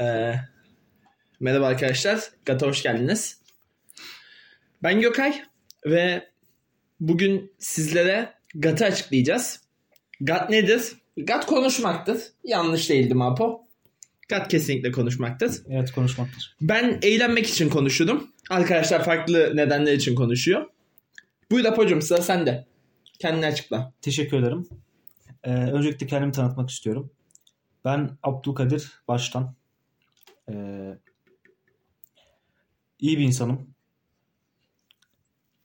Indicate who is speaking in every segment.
Speaker 1: Ee, merhaba arkadaşlar. Gata hoş geldiniz. Ben Gökay ve bugün sizlere Gat'ı açıklayacağız. Gat nedir? Gat konuşmaktır. Yanlış değildim Apo. Gat kesinlikle konuşmaktır.
Speaker 2: Evet konuşmaktır.
Speaker 1: Ben eğlenmek için konuşuyordum. Arkadaşlar farklı nedenler için konuşuyor. Buyur Apo'cum sıra sende. Kendini açıkla.
Speaker 2: Teşekkür ederim. Ee, öncelikle kendimi tanıtmak istiyorum. Ben Abdülkadir Baştan. Ee, iyi bir insanım.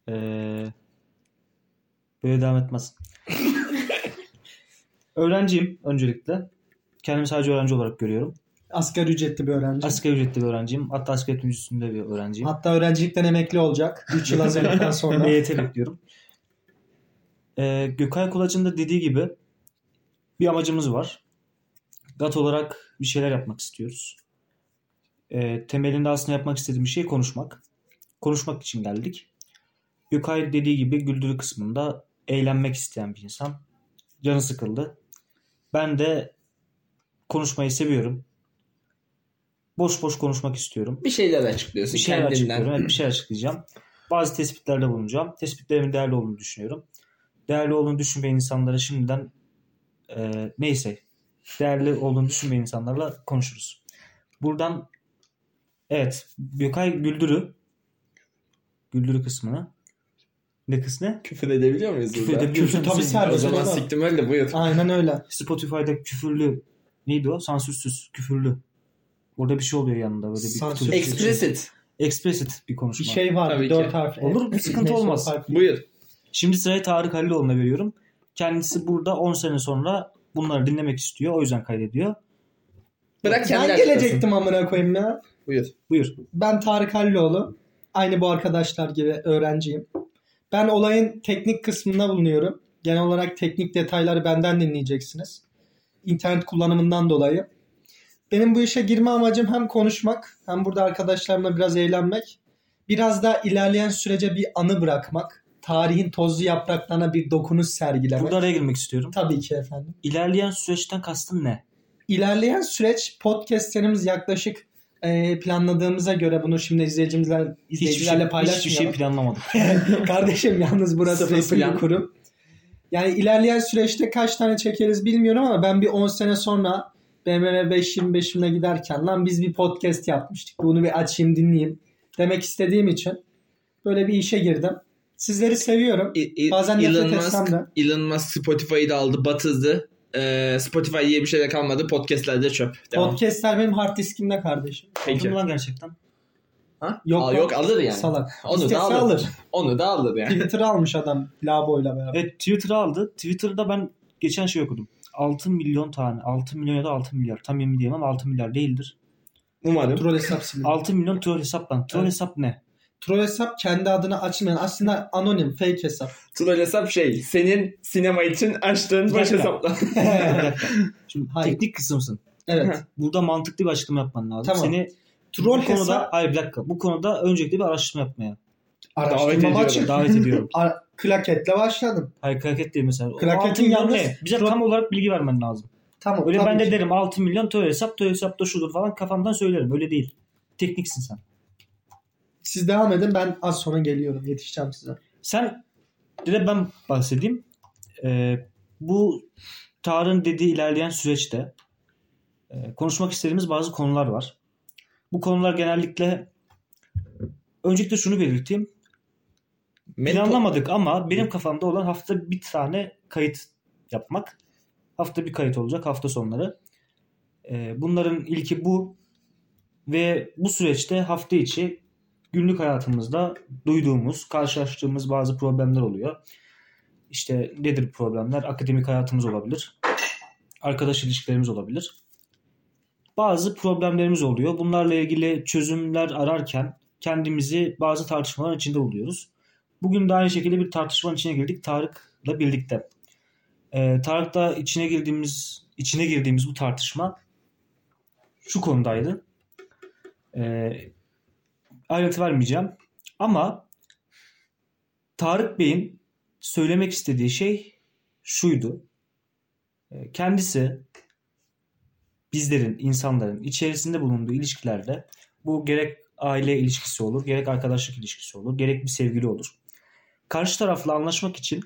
Speaker 2: Ee, böyle devam etmez. Öğrenciyim öncelikle. Kendimi sadece öğrenci olarak görüyorum.
Speaker 3: Asgari ücretli bir öğrenci.
Speaker 2: Asgari ücretli bir öğrenciyim. Hatta asgari ücretin üstünde bir öğrenciyim.
Speaker 3: Hatta öğrencilikten emekli olacak. 3 yıl hazırlıktan sonra.
Speaker 2: EYT bekliyorum. Ee, Gökay Kulaç'ın da dediği gibi bir amacımız var. GAT olarak bir şeyler yapmak istiyoruz. Ee, temelinde aslında yapmak istediğim şey konuşmak. Konuşmak için geldik. Gökay dediği gibi güldürü kısmında eğlenmek isteyen bir insan. Canı sıkıldı. Ben de konuşmayı seviyorum. Boş boş konuşmak istiyorum.
Speaker 1: Bir şeyler açıklıyorsun
Speaker 2: Bir şeyler
Speaker 1: kendinden.
Speaker 2: açıklıyorum. Evet, bir şeyler açıklayacağım. Bazı tespitlerde bulunacağım. Tespitlerimin değerli olduğunu düşünüyorum. Değerli olduğunu düşünmeyen insanlara şimdiden e, neyse değerli olduğunu düşünmeyen insanlarla konuşuruz. Buradan evet Gökay Güldürü Güldürü kısmını ne kısmı?
Speaker 1: Küfür edebiliyor muyuz
Speaker 2: Küfür
Speaker 1: burada?
Speaker 2: edebiliyorsun
Speaker 3: Küfür tabii
Speaker 2: sen.
Speaker 3: serbest.
Speaker 1: O zaman
Speaker 3: Ama-
Speaker 1: siktim öyle buyur.
Speaker 3: Aynen öyle.
Speaker 2: Spotify'da küfürlü neydi o? Sansürsüz, küfürlü. Orada bir şey oluyor yanında böyle bir
Speaker 3: Sansürsüz.
Speaker 2: kutu-
Speaker 1: Explicit.
Speaker 2: Explicit bir
Speaker 3: Bir
Speaker 2: konuşma.
Speaker 3: şey var.
Speaker 1: Tabii ki.
Speaker 3: 4 harfli.
Speaker 2: Olur mu? Sıkıntı
Speaker 3: Neyse,
Speaker 2: olmaz.
Speaker 3: harfli.
Speaker 1: Buyur.
Speaker 2: Şimdi sırayı Tarık Haliloğlu'na veriyorum. Kendisi burada 10 sene sonra bunları dinlemek istiyor. O yüzden kaydediyor.
Speaker 1: Bırak kendi
Speaker 3: Ben
Speaker 1: açıklasın.
Speaker 3: gelecektim amına koyayım ya.
Speaker 1: Buyur.
Speaker 2: Buyur.
Speaker 3: Ben Tarık Hallioğlu. Aynı bu arkadaşlar gibi öğrenciyim. Ben olayın teknik kısmında bulunuyorum. Genel olarak teknik detayları benden dinleyeceksiniz. İnternet kullanımından dolayı. Benim bu işe girme amacım hem konuşmak hem burada arkadaşlarımla biraz eğlenmek. Biraz da ilerleyen sürece bir anı bırakmak. Tarihin tozlu yapraklarına bir dokunuş sergilemek.
Speaker 2: Burada araya girmek istiyorum.
Speaker 3: Tabii ki efendim.
Speaker 2: İlerleyen süreçten kastın ne?
Speaker 3: İlerleyen süreç podcastlerimiz yaklaşık e, planladığımıza göre bunu şimdi izleyicimizler, izleyicilerle
Speaker 2: hiçbir, şey, hiçbir şey
Speaker 3: paylaşmayalım.
Speaker 2: planlamadık.
Speaker 3: Kardeşim yalnız burası
Speaker 1: Sıfır
Speaker 3: resmi
Speaker 1: plan.
Speaker 3: bir kurum. Yani ilerleyen süreçte kaç tane çekeriz bilmiyorum ama ben bir 10 sene sonra BMW 525'imle giderken lan biz bir podcast yapmıştık. Bunu bir açayım dinleyeyim demek istediğim için böyle bir işe girdim. Sizleri seviyorum.
Speaker 1: İ- İ-
Speaker 3: Bazen
Speaker 1: Elon
Speaker 3: nefret
Speaker 1: Musk,
Speaker 3: etsem de.
Speaker 1: Elon Musk Spotify'ı da aldı, batırdı. Ee, Spotify diye bir şey de kalmadı. Podcastlerde çöp. Devam.
Speaker 3: Podcastler benim hard diskimde kardeşim.
Speaker 1: Peki.
Speaker 2: Aldın mı lan gerçekten?
Speaker 1: Ha?
Speaker 3: Yok
Speaker 1: Yok, Aa,
Speaker 3: lan.
Speaker 1: yok alır yani.
Speaker 3: Salak.
Speaker 1: Onu
Speaker 3: İstese
Speaker 1: da alır.
Speaker 3: alır.
Speaker 1: Onu da alır yani.
Speaker 3: Twitter almış adam laboyla beraber.
Speaker 2: Evet Twitter'ı aldı. Twitter'da ben geçen şey okudum. 6 milyon tane. 6 milyon ya da 6 milyar. Tam emin diyemem 6 milyar değildir.
Speaker 1: Umarım.
Speaker 3: Troll hesap silindi.
Speaker 2: 6 milyon troll hesap lan. Troll
Speaker 3: Evet.
Speaker 2: hesap ne?
Speaker 3: Troll hesap kendi adını açmayan aslında anonim fake hesap.
Speaker 1: Troll hesap şey. Senin sinema için açtığın baş
Speaker 2: Dakika.
Speaker 1: hesapla.
Speaker 2: Bir dakika. Şimdi
Speaker 3: Hayır.
Speaker 2: teknik kısımsın.
Speaker 3: evet.
Speaker 2: Burada mantıklı bir açıklama yapman lazım.
Speaker 3: Tamam.
Speaker 2: Seni
Speaker 3: Troll
Speaker 2: bu konuda,
Speaker 3: hesap-
Speaker 2: Hayır bir dakika. Bu konuda öncelikle bir araştırma yapmaya
Speaker 1: Davet
Speaker 3: Araştırma
Speaker 1: ediyorum.
Speaker 3: maçı.
Speaker 2: davet ediyorum.
Speaker 3: Ar- Klaketle başladım.
Speaker 2: Hayır kraket değil mesela. O
Speaker 3: Kraketin
Speaker 2: 6 milyon
Speaker 3: yalnız-
Speaker 2: ne? Bize
Speaker 3: Pro-
Speaker 2: tam olarak bilgi vermen lazım.
Speaker 3: Tamam.
Speaker 2: Öyle
Speaker 3: tabii
Speaker 2: ben de
Speaker 3: ki.
Speaker 2: derim 6 milyon tövbe hesap tövbe hesap da şudur falan kafamdan söylerim. Öyle değil. Tekniksin sen.
Speaker 3: Siz devam edin ben az sonra geliyorum yetişeceğim size.
Speaker 2: Sen bir de ben bahsedeyim. Ee, bu Tarık'ın dediği ilerleyen süreçte e, konuşmak istediğimiz bazı konular var. Bu konular genellikle öncelikle şunu belirteyim. Planlamadık ama benim kafamda olan hafta bir tane kayıt yapmak. Hafta bir kayıt olacak hafta sonları. Ee, bunların ilki bu ve bu süreçte hafta içi günlük hayatımızda duyduğumuz, karşılaştığımız bazı problemler oluyor. İşte nedir problemler? Akademik hayatımız olabilir. Arkadaş ilişkilerimiz olabilir. Bazı problemlerimiz oluyor. Bunlarla ilgili çözümler ararken kendimizi bazı tartışmaların içinde buluyoruz. Bugün de aynı şekilde bir tartışmanın içine girdik Tarık'la birlikte. Ee, Tarık'la içine girdiğimiz içine girdiğimiz bu tartışma şu konudaydı. Ee, ayrıntı vermeyeceğim. Ama Tarık Bey'in söylemek istediği şey şuydu. Ee, Kendisi bizlerin, insanların içerisinde bulunduğu ilişkilerde bu gerek aile ilişkisi olur, gerek arkadaşlık ilişkisi olur, gerek bir sevgili olur. Karşı tarafla anlaşmak için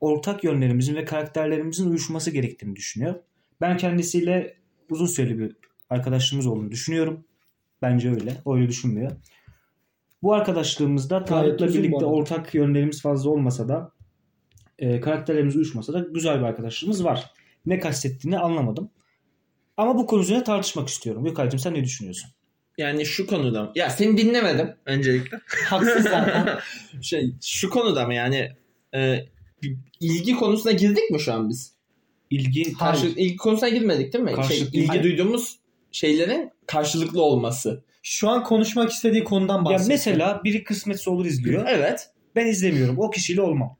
Speaker 2: ortak yönlerimizin ve karakterlerimizin uyuşması gerektiğini düşünüyor. Ben kendisiyle uzun süreli bir arkadaşlığımız olduğunu düşünüyorum. Bence öyle. O öyle düşünmüyor. Bu arkadaşlığımızda Tarık'la
Speaker 3: uzun bu
Speaker 2: birlikte
Speaker 3: arada.
Speaker 2: ortak yönlerimiz fazla olmasa da e, karakterlerimiz uyuşmasa da güzel bir arkadaşlığımız var. Ne kastettiğini anlamadım. Ama bu konu üzerine tartışmak istiyorum. Gökay'cığım sen ne düşünüyorsun?
Speaker 1: Yani şu konuda mı? Ya seni dinlemedim öncelikle.
Speaker 3: Haksız zaten.
Speaker 1: şey şu konuda mı yani e, bir- ilgi konusuna girdik mi şu an biz?
Speaker 2: İlgi,
Speaker 1: Karşı,
Speaker 3: Hayır.
Speaker 1: ilgi konusuna girmedik değil mi? Şey,
Speaker 2: Karşılıklı
Speaker 1: ilgi
Speaker 2: ilgi-
Speaker 1: duyduğumuz şeylerin karşılıklı olması.
Speaker 3: Şu an konuşmak istediği konudan
Speaker 2: Ya
Speaker 3: bahsediyor.
Speaker 2: mesela biri kısmetse olur izliyor.
Speaker 1: Evet.
Speaker 2: Ben izlemiyorum. O kişiyle olmam.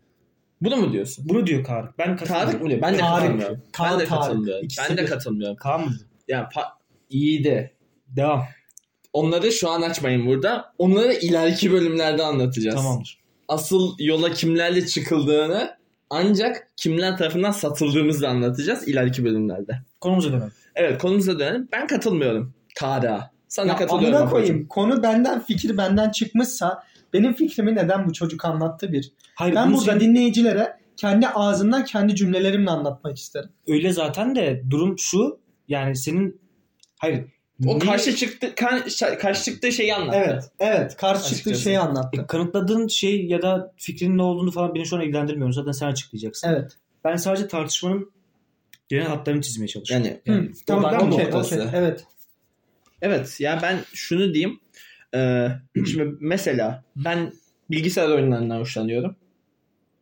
Speaker 1: Bunu mu diyorsun?
Speaker 2: Bunu diyor Tarık. Ben katılmıyorum.
Speaker 1: Tarık mı diyor? Ben de
Speaker 3: Tarık.
Speaker 1: katılmıyorum.
Speaker 3: Kaan
Speaker 1: ben de
Speaker 3: Tarık.
Speaker 1: katılmıyorum.
Speaker 3: İkisi
Speaker 1: ben de
Speaker 3: bir.
Speaker 1: katılmıyorum.
Speaker 2: Kaan mı? diyor?
Speaker 1: Yani pa- iyiydi.
Speaker 2: Devam.
Speaker 1: Onları şu an açmayın burada. Onları ileriki bölümlerde anlatacağız.
Speaker 2: Tamamdır.
Speaker 1: Asıl yola kimlerle çıkıldığını ancak kimler tarafından satıldığımızı da anlatacağız ileriki bölümlerde.
Speaker 2: Konumuza dönelim.
Speaker 1: Evet konumuza dönelim. Ben katılmıyorum. Tarık'a. Sana
Speaker 3: Ya
Speaker 1: katılıyorum.
Speaker 3: amına
Speaker 1: Apo'cum.
Speaker 3: koyayım. Konu benden fikir benden çıkmışsa benim fikrimi neden bu çocuk anlattı bir.
Speaker 2: Hayır,
Speaker 3: Ben
Speaker 2: bunu
Speaker 3: burada
Speaker 2: senin-
Speaker 3: dinleyicilere kendi ağzımdan kendi cümlelerimle anlatmak isterim.
Speaker 2: öyle zaten de durum şu. Yani senin hayır.
Speaker 1: O
Speaker 2: neyi-
Speaker 1: karşı çıktı kan- karşı çıktığı şeyi anlattı.
Speaker 3: Evet. Evet. Karşı çıktığı
Speaker 1: Açıkçası.
Speaker 3: şeyi anlattı.
Speaker 2: E, kanıtladığın şey ya da fikrinin ne olduğunu falan beni şu an ilgilendirmiyor. Zaten sen açıklayacaksın.
Speaker 3: Evet.
Speaker 2: Ben sadece tartışmanın genel hatlarını çizmeye çalışıyorum.
Speaker 1: Yani
Speaker 3: Hı,
Speaker 1: Odak
Speaker 3: tamam. Okey.
Speaker 1: noktası.
Speaker 3: okey, Evet.
Speaker 1: Evet ya ben şunu diyeyim. Ee, şimdi mesela ben bilgisayar oyunlarından hoşlanıyorum.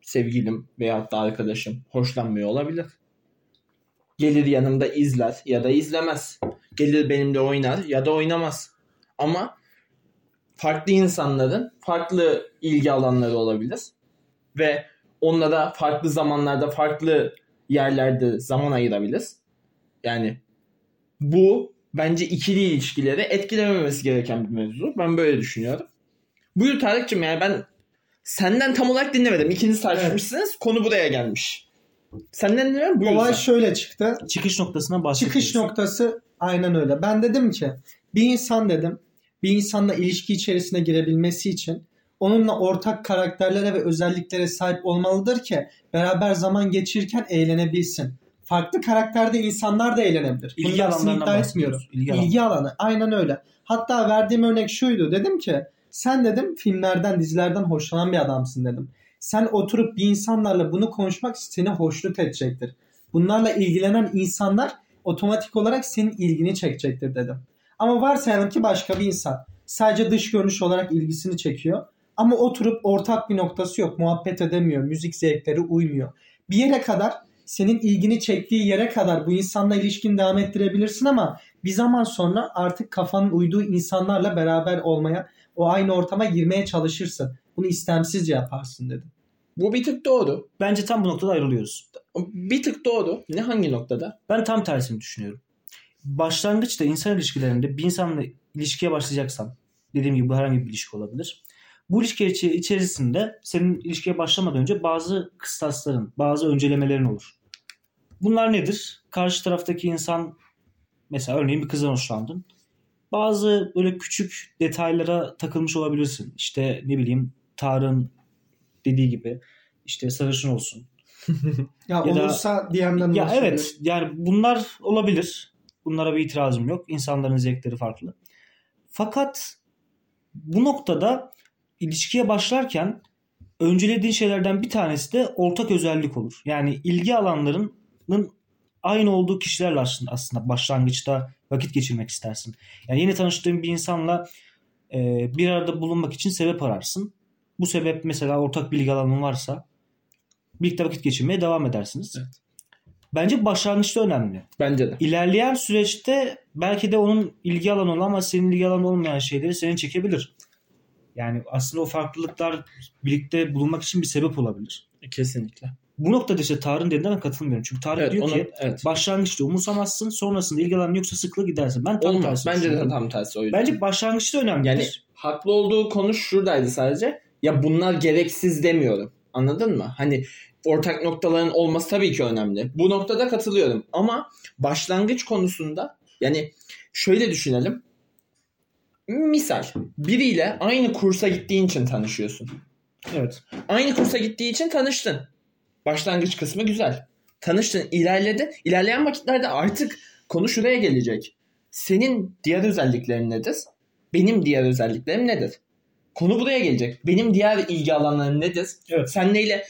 Speaker 1: Sevgilim veyahut da arkadaşım hoşlanmıyor olabilir. Gelir yanımda izler ya da izlemez. Gelir benimle oynar ya da oynamaz. Ama farklı insanların farklı ilgi alanları olabilir. Ve onlara farklı zamanlarda farklı yerlerde zaman ayırabiliriz. Yani bu bence ikili ilişkileri etkilememesi gereken bir mevzu. Ben böyle düşünüyorum. Buyur Tarık'cığım yani ben senden tam olarak dinlemedim. İkiniz tartışmışsınız. Konu buraya gelmiş. Senden dinliyorum. Buyur
Speaker 3: Olay
Speaker 1: sen.
Speaker 3: şöyle çıktı.
Speaker 2: Çıkış noktasına bahsediyorsun.
Speaker 3: Çıkış noktası aynen öyle. Ben dedim ki bir insan dedim bir insanla ilişki içerisine girebilmesi için onunla ortak karakterlere ve özelliklere sahip olmalıdır ki beraber zaman geçirirken eğlenebilsin. Farklı karakterde insanlar da eğlenebilir. Bunun
Speaker 2: İlgi
Speaker 3: aksini
Speaker 2: alanlarından
Speaker 3: iddia etmiyorum.
Speaker 2: bahsediyoruz. İlgi, alanı.
Speaker 3: İlgi alanı aynen öyle. Hatta verdiğim örnek şuydu. Dedim ki sen dedim filmlerden dizilerden hoşlanan bir adamsın dedim. Sen oturup bir insanlarla bunu konuşmak seni hoşnut edecektir. Bunlarla ilgilenen insanlar otomatik olarak senin ilgini çekecektir dedim. Ama varsayalım ki başka bir insan sadece dış görünüş olarak ilgisini çekiyor. Ama oturup ortak bir noktası yok. Muhabbet edemiyor. Müzik zevkleri uymuyor. Bir yere kadar senin ilgini çektiği yere kadar bu insanla ilişkini devam ettirebilirsin ama bir zaman sonra artık kafanın uyduğu insanlarla beraber olmaya, o aynı ortama girmeye çalışırsın. Bunu istemsizce yaparsın dedim.
Speaker 1: Bu bir tık doğru.
Speaker 2: Bence tam bu noktada ayrılıyoruz.
Speaker 1: Bir tık doğru. Ne hangi noktada?
Speaker 2: Ben tam tersini düşünüyorum. Başlangıçta insan ilişkilerinde bir insanla ilişkiye başlayacaksan dediğim gibi bu herhangi bir ilişki olabilir. Bu ilişki içi- içerisinde senin ilişkiye başlamadan önce bazı kıstasların, bazı öncelemelerin olur. Bunlar nedir? Karşı taraftaki insan mesela örneğin bir kızdan hoşlandın. Bazı böyle küçük detaylara takılmış olabilirsin. İşte ne bileyim Tarık'ın dediği gibi işte sarışın olsun,
Speaker 3: Ya,
Speaker 2: Ya da-
Speaker 3: olursa DM'den
Speaker 2: ya
Speaker 3: ulaşabilir.
Speaker 2: evet yani bunlar olabilir. Bunlara bir itirazım yok. İnsanların zevkleri farklı. Fakat bu noktada ilişkiye başlarken öncelediğin şeylerden bir tanesi de ortak özellik olur. Yani ilgi alanlarının aynı olduğu kişilerle aslında, aslında başlangıçta vakit geçirmek istersin. Yani yeni tanıştığın bir insanla e, bir arada bulunmak için sebep ararsın. Bu sebep mesela ortak bilgi alanın varsa birlikte vakit geçirmeye devam edersiniz. Bence başlangıçta önemli.
Speaker 1: Bence de.
Speaker 2: İlerleyen süreçte belki de onun ilgi alanı olan ama senin ilgi alanı olmayan şeyleri seni çekebilir. Yani aslında o farklılıklar birlikte bulunmak için bir sebep olabilir.
Speaker 1: Kesinlikle.
Speaker 2: Bu noktada işte Tarık'ın dediğine ben katılmıyorum. Çünkü Tarık
Speaker 1: Evet,
Speaker 2: diyor
Speaker 1: ona-
Speaker 2: ki
Speaker 1: evet.
Speaker 2: başlangıçta umursamazsın sonrasında ilgi alanın yoksa sıklığı gidersin. Ben tam
Speaker 1: Olmaz.
Speaker 2: tersi
Speaker 1: Bence de
Speaker 2: düşünüyorum.
Speaker 1: tam tersi o yüzden.
Speaker 2: Bence başlangıçta önemlidir.
Speaker 1: yani haklı olduğu konu şuradaydı sadece. Ya bunlar gereksiz demiyorum. Anladın mı? Hani ortak noktaların olması tabii ki önemli. Bu noktada katılıyorum ama başlangıç konusunda Yani şöyle düşünelim. Misal biriyle aynı kursa gittiğin için tanışıyorsun.
Speaker 2: Evet.
Speaker 1: Aynı kursa gittiği için tanıştın. Başlangıç kısmı güzel. Tanıştın, ilerledi. İlerleyen vakitlerde artık konu şuraya gelecek. Senin diğer özelliklerin nedir? Benim diğer özelliklerim nedir? Konu buraya gelecek. Benim diğer ilgi alanlarım nedir?
Speaker 2: Evet.
Speaker 1: Sen neyle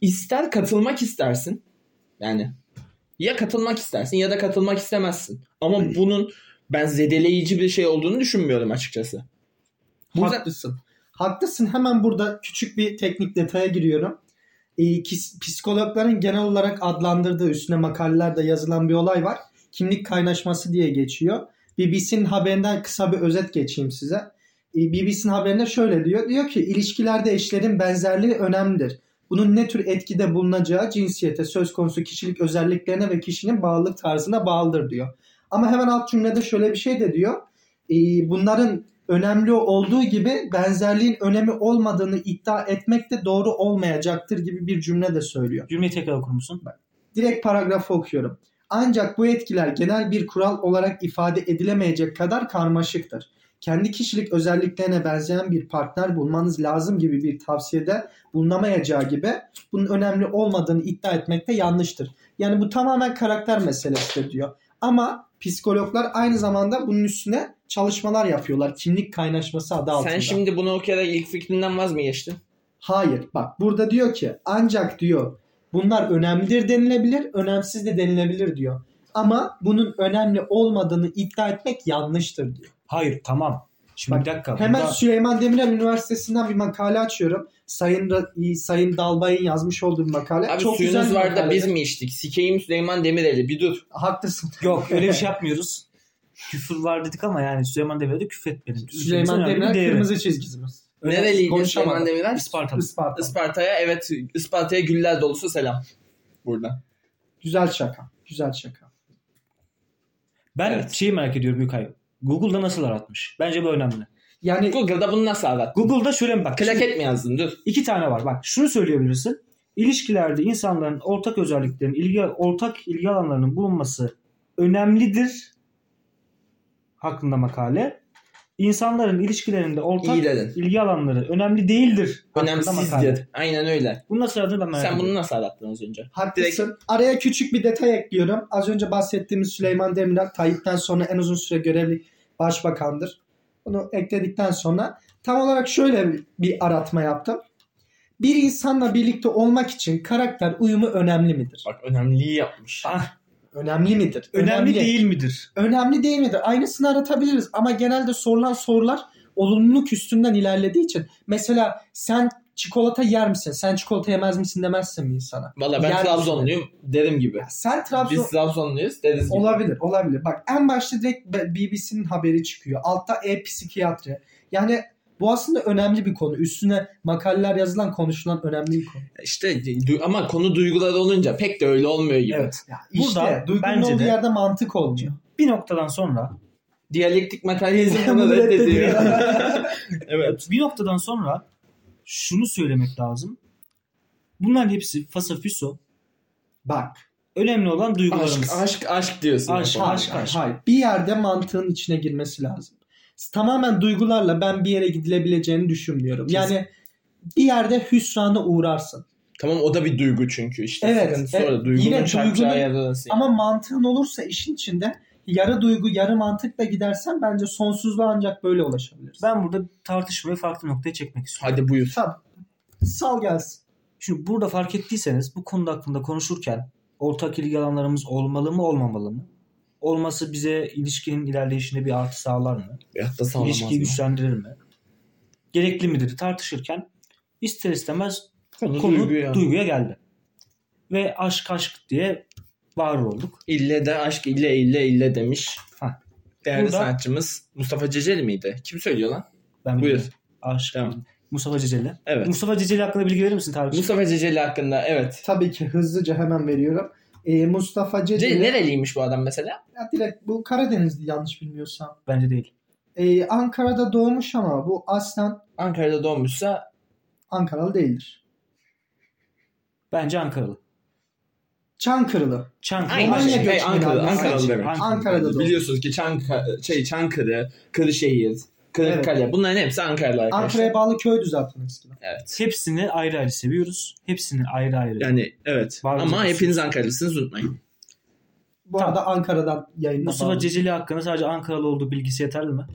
Speaker 1: ister katılmak istersin. Yani ya katılmak istersin ya da katılmak istemezsin. Ama bunun ben zedeleyici bir şey olduğunu düşünmüyorum açıkçası. Bu yüzden-
Speaker 3: Haklısın. Haklısın. Hemen burada küçük bir teknik detaya giriyorum. Ee, kis- psikologların genel olarak adlandırdığı üstüne makalelerde yazılan bir olay var. Kimlik kaynaşması diye geçiyor. BBC'nin haberinden kısa bir özet geçeyim size. Ee, BBC'nin haberinde şöyle diyor. Diyor ki ilişkilerde eşlerin benzerliği önemlidir. Bunun ne tür etkide bulunacağı cinsiyete, söz konusu kişilik özelliklerine ve kişinin bağlılık tarzına bağlıdır diyor. Ama hemen alt cümlede şöyle bir şey de diyor. Ee, bunların önemli olduğu gibi benzerliğin önemi olmadığını iddia etmek de doğru olmayacaktır gibi bir cümle de söylüyor.
Speaker 2: Cümleyi tekrar okur musun?
Speaker 3: Direkt paragrafı okuyorum. Ancak bu etkiler genel bir kural olarak ifade edilemeyecek kadar karmaşıktır. Kendi kişilik özelliklerine benzeyen bir partner bulmanız lazım gibi bir tavsiyede bulunamayacağı gibi bunun önemli olmadığını iddia etmek de yanlıştır. Yani bu tamamen karakter meselesidir diyor. Ama psikologlar aynı zamanda bunun üstüne çalışmalar yapıyorlar. Kimlik kaynaşması adı altında.
Speaker 1: sen şimdi bunu okuyarak ilk fikrinden vaz mı geçtin?
Speaker 3: Hayır. Bak burada diyor ki ancak diyor bunlar önemlidir denilebilir, önemsiz de denilebilir diyor. Ama bunun önemli olmadığını iddia etmek yanlıştır diyor.
Speaker 2: Hayır tamam. Şimdi
Speaker 3: Bak,
Speaker 2: bir dakika.
Speaker 3: Hemen
Speaker 2: burada-
Speaker 3: Süleyman Demirel Üniversitesi'nden bir makale açıyorum. Sayın Ra- Sayın Dalbay'ın yazmış olduğu bir makale.
Speaker 1: Abi
Speaker 3: Çok güzel
Speaker 1: suyunuz
Speaker 3: bir
Speaker 1: var da
Speaker 3: makale.
Speaker 1: biz mi içtik? Sikeyim Süleyman Demirel'i bir dur.
Speaker 3: haklısın.
Speaker 2: Yok öyle bir şey yapmıyoruz. Küfür var dedik ama yani Süleyman Demirel'e de küfür etmedim.
Speaker 3: Süleyman Demirel kırmızı çizgimiz.
Speaker 1: Nereliydi
Speaker 3: konuşamadım.
Speaker 1: Süleyman Demirel?
Speaker 2: Ispartalı.
Speaker 3: Isparta.
Speaker 1: Isparta'ya evet Isparta'ya güller dolusu selam. Buradan.
Speaker 3: Güzel şaka. Güzel şaka.
Speaker 2: Ben
Speaker 1: Evet.
Speaker 2: şeyi merak ediyorum Büyükay. Google'da nasıl aratmış? Bence bu önemli.
Speaker 3: Yani
Speaker 1: Google'da bunu nasıl arat?
Speaker 2: Google'da şöyle bir bak.
Speaker 1: Klaket mi yazdın dur.
Speaker 2: İki tane var. Bak şunu söyleyebilirsin. İlişkilerde insanların ortak özelliklerin, ilgi, ortak ilgi alanlarının bulunması önemlidir. Hakkında makale. İnsanların ilişkilerinde ortak
Speaker 1: İyi dedin.
Speaker 2: ilgi alanları önemli değildir. Hakkında makale.
Speaker 1: Önemsizdir. Aynen öyle.
Speaker 2: Bunu nasıl aradın ben merak
Speaker 1: Sen
Speaker 2: ediyorum.
Speaker 1: bunu nasıl arattın az önce?
Speaker 3: Haklısın. Araya küçük bir detay ekliyorum. Az önce bahsettiğimiz Süleyman Demirel Tayyip'ten sonra en uzun süre görevli başbakandır. Bunu ekledikten sonra tam olarak şöyle bir- bir aratma yaptım. Bir insanla birlikte olmak için karakter uyumu önemli midir?
Speaker 1: Bak önemliyi yapmış.
Speaker 2: Ah,
Speaker 3: Önemli midir?
Speaker 2: önemli, değil midir?
Speaker 3: Önemli değil midir? Aynısını aratabiliriz ama genelde sorulan sorular olumluluk üstünden ilerlediği için mesela sen çikolata yer misin? Sen çikolata yemez misin demezsin mi insana?
Speaker 1: Valla ben
Speaker 3: Yani-
Speaker 1: Trabzonluyum derim gibi.
Speaker 3: Sen Trabzon
Speaker 1: Biz Trabzonluyuz deriz gibi.
Speaker 3: Olabilir, olabilir. Bak en başta direkt B- BBC'nin haberi çıkıyor. Altta e-psikiyatri. Yani bu aslında önemli bir konu. Üstüne makaleler yazılan, konuşulan önemli bir konu.
Speaker 1: İşte du- ama konu duygular olunca pek de öyle olmuyor gibi.
Speaker 2: Evet.
Speaker 3: Ya
Speaker 2: Burada
Speaker 3: işte duygunun
Speaker 2: bence
Speaker 3: olduğu
Speaker 2: de-
Speaker 3: yerde mantık olmuyor.
Speaker 2: Bir noktadan sonra
Speaker 1: Diyalektik materyalizm bunu
Speaker 3: Bunu reddediyor.
Speaker 1: reddediyor. evet.
Speaker 2: bir noktadan sonra şunu söylemek lazım. Bunların hepsi fasafiso.
Speaker 3: Bak.
Speaker 2: Önemli olan duygularımız.
Speaker 1: Aşk, aşk, aşk diyorsun.
Speaker 2: Aşk,
Speaker 1: Yapalım.
Speaker 2: aşk.
Speaker 3: Hayır. Bir yerde mantığın içine girmesi lazım. Tamamen duygularla ben bir yere gidilebileceğini düşünmüyorum.
Speaker 2: Kesin.
Speaker 3: Yani bir yerde hüsrana uğrarsın.
Speaker 1: Tamam o da bir duygu çünkü işte.
Speaker 3: Evet,
Speaker 1: Sıkıntısı
Speaker 3: evet.
Speaker 1: orada. Duygunun
Speaker 3: Yine
Speaker 1: çarpacağı
Speaker 3: duygunun-
Speaker 1: yerden nasıl?
Speaker 3: Ama mantığın olursa işin içinde yarı duygu, yarı mantıkla gidersen bence sonsuzluğa ancak böyle ulaşabilirsin.
Speaker 2: Ben burada tartışmayı farklı noktaya çekmek istiyorum.
Speaker 1: Hadi buyur.
Speaker 3: Tamam. Sal gelsin.
Speaker 2: Şimdi burada fark ettiyseniz bu konu hakkında konuşurken ortak ilgi alanlarımız olmalı mı olmamalı mı? Olması bize ilişkinin ilerleyişinde bir artı sağlar mı?
Speaker 1: Ya da sağlamaz
Speaker 2: İlişkiyi
Speaker 1: mı?
Speaker 2: güçlendirir mi? Gerekli midir tartışırken ister istemez
Speaker 1: Konu,
Speaker 2: konu
Speaker 1: duygu ya.
Speaker 2: duyguya geldi. Ve aşk aşk diye var olduk.
Speaker 1: İlle de aşk ille ille ille demiş.
Speaker 2: Ha.
Speaker 1: Değerli
Speaker 2: Burada-
Speaker 1: sanatçımız Mustafa Ceceli miydi? Kim söylüyor lan?
Speaker 2: Ben
Speaker 1: Buyur.
Speaker 2: bilmiyorum. Aşk.
Speaker 1: Tamam.
Speaker 2: Mustafa Ceceli.
Speaker 1: Evet.
Speaker 2: Mustafa Ceceli hakkında bilgi verir misin tarihçi?
Speaker 1: Mustafa Ceceli hakkında evet.
Speaker 3: Tabii ki hızlıca hemen veriyorum. Ee, Mustafa
Speaker 1: Ceceli
Speaker 3: Ceceli.
Speaker 1: nereliymiş bu adam mesela?
Speaker 3: Ya direkt bu Karadenizli yanlış bilmiyorsam.
Speaker 2: Bence değil.
Speaker 3: Ee, Ankara'da doğmuş ama bu aslen
Speaker 1: Ankara'da doğmuşsa
Speaker 3: Ankaralı değildir.
Speaker 2: Bence Ankaralı.
Speaker 3: Çankırılı.
Speaker 2: Çankırı.
Speaker 1: Aynen.
Speaker 3: Romanya
Speaker 1: Şey,
Speaker 3: göçmeni
Speaker 1: Ankara,
Speaker 3: abi.
Speaker 1: Ankaralı demek.
Speaker 2: Ankara.
Speaker 3: Ankara'da doğdu.
Speaker 1: Biliyorsunuz ki Çankırı, şey, Çankırı, Kırşehir, Kırıkkale bunların hepsi Ankara'lı arkadaşlar.
Speaker 3: Ankara'ya bağlı köydü zaten eskiden.
Speaker 1: Evet.
Speaker 2: Hepsini ayrı ayrı seviyoruz. Hepsini ayrı ayrı.
Speaker 1: Yani evet.
Speaker 2: Var
Speaker 1: Ama
Speaker 2: mısınız?
Speaker 1: hepiniz Ankaralısınız unutmayın.
Speaker 3: Bu
Speaker 2: Tamam.
Speaker 3: arada Ankara'dan yayınlanan.
Speaker 2: Mustafa Ceceli hakkında sadece Ankaralı olduğu bilgisi yeterli mi?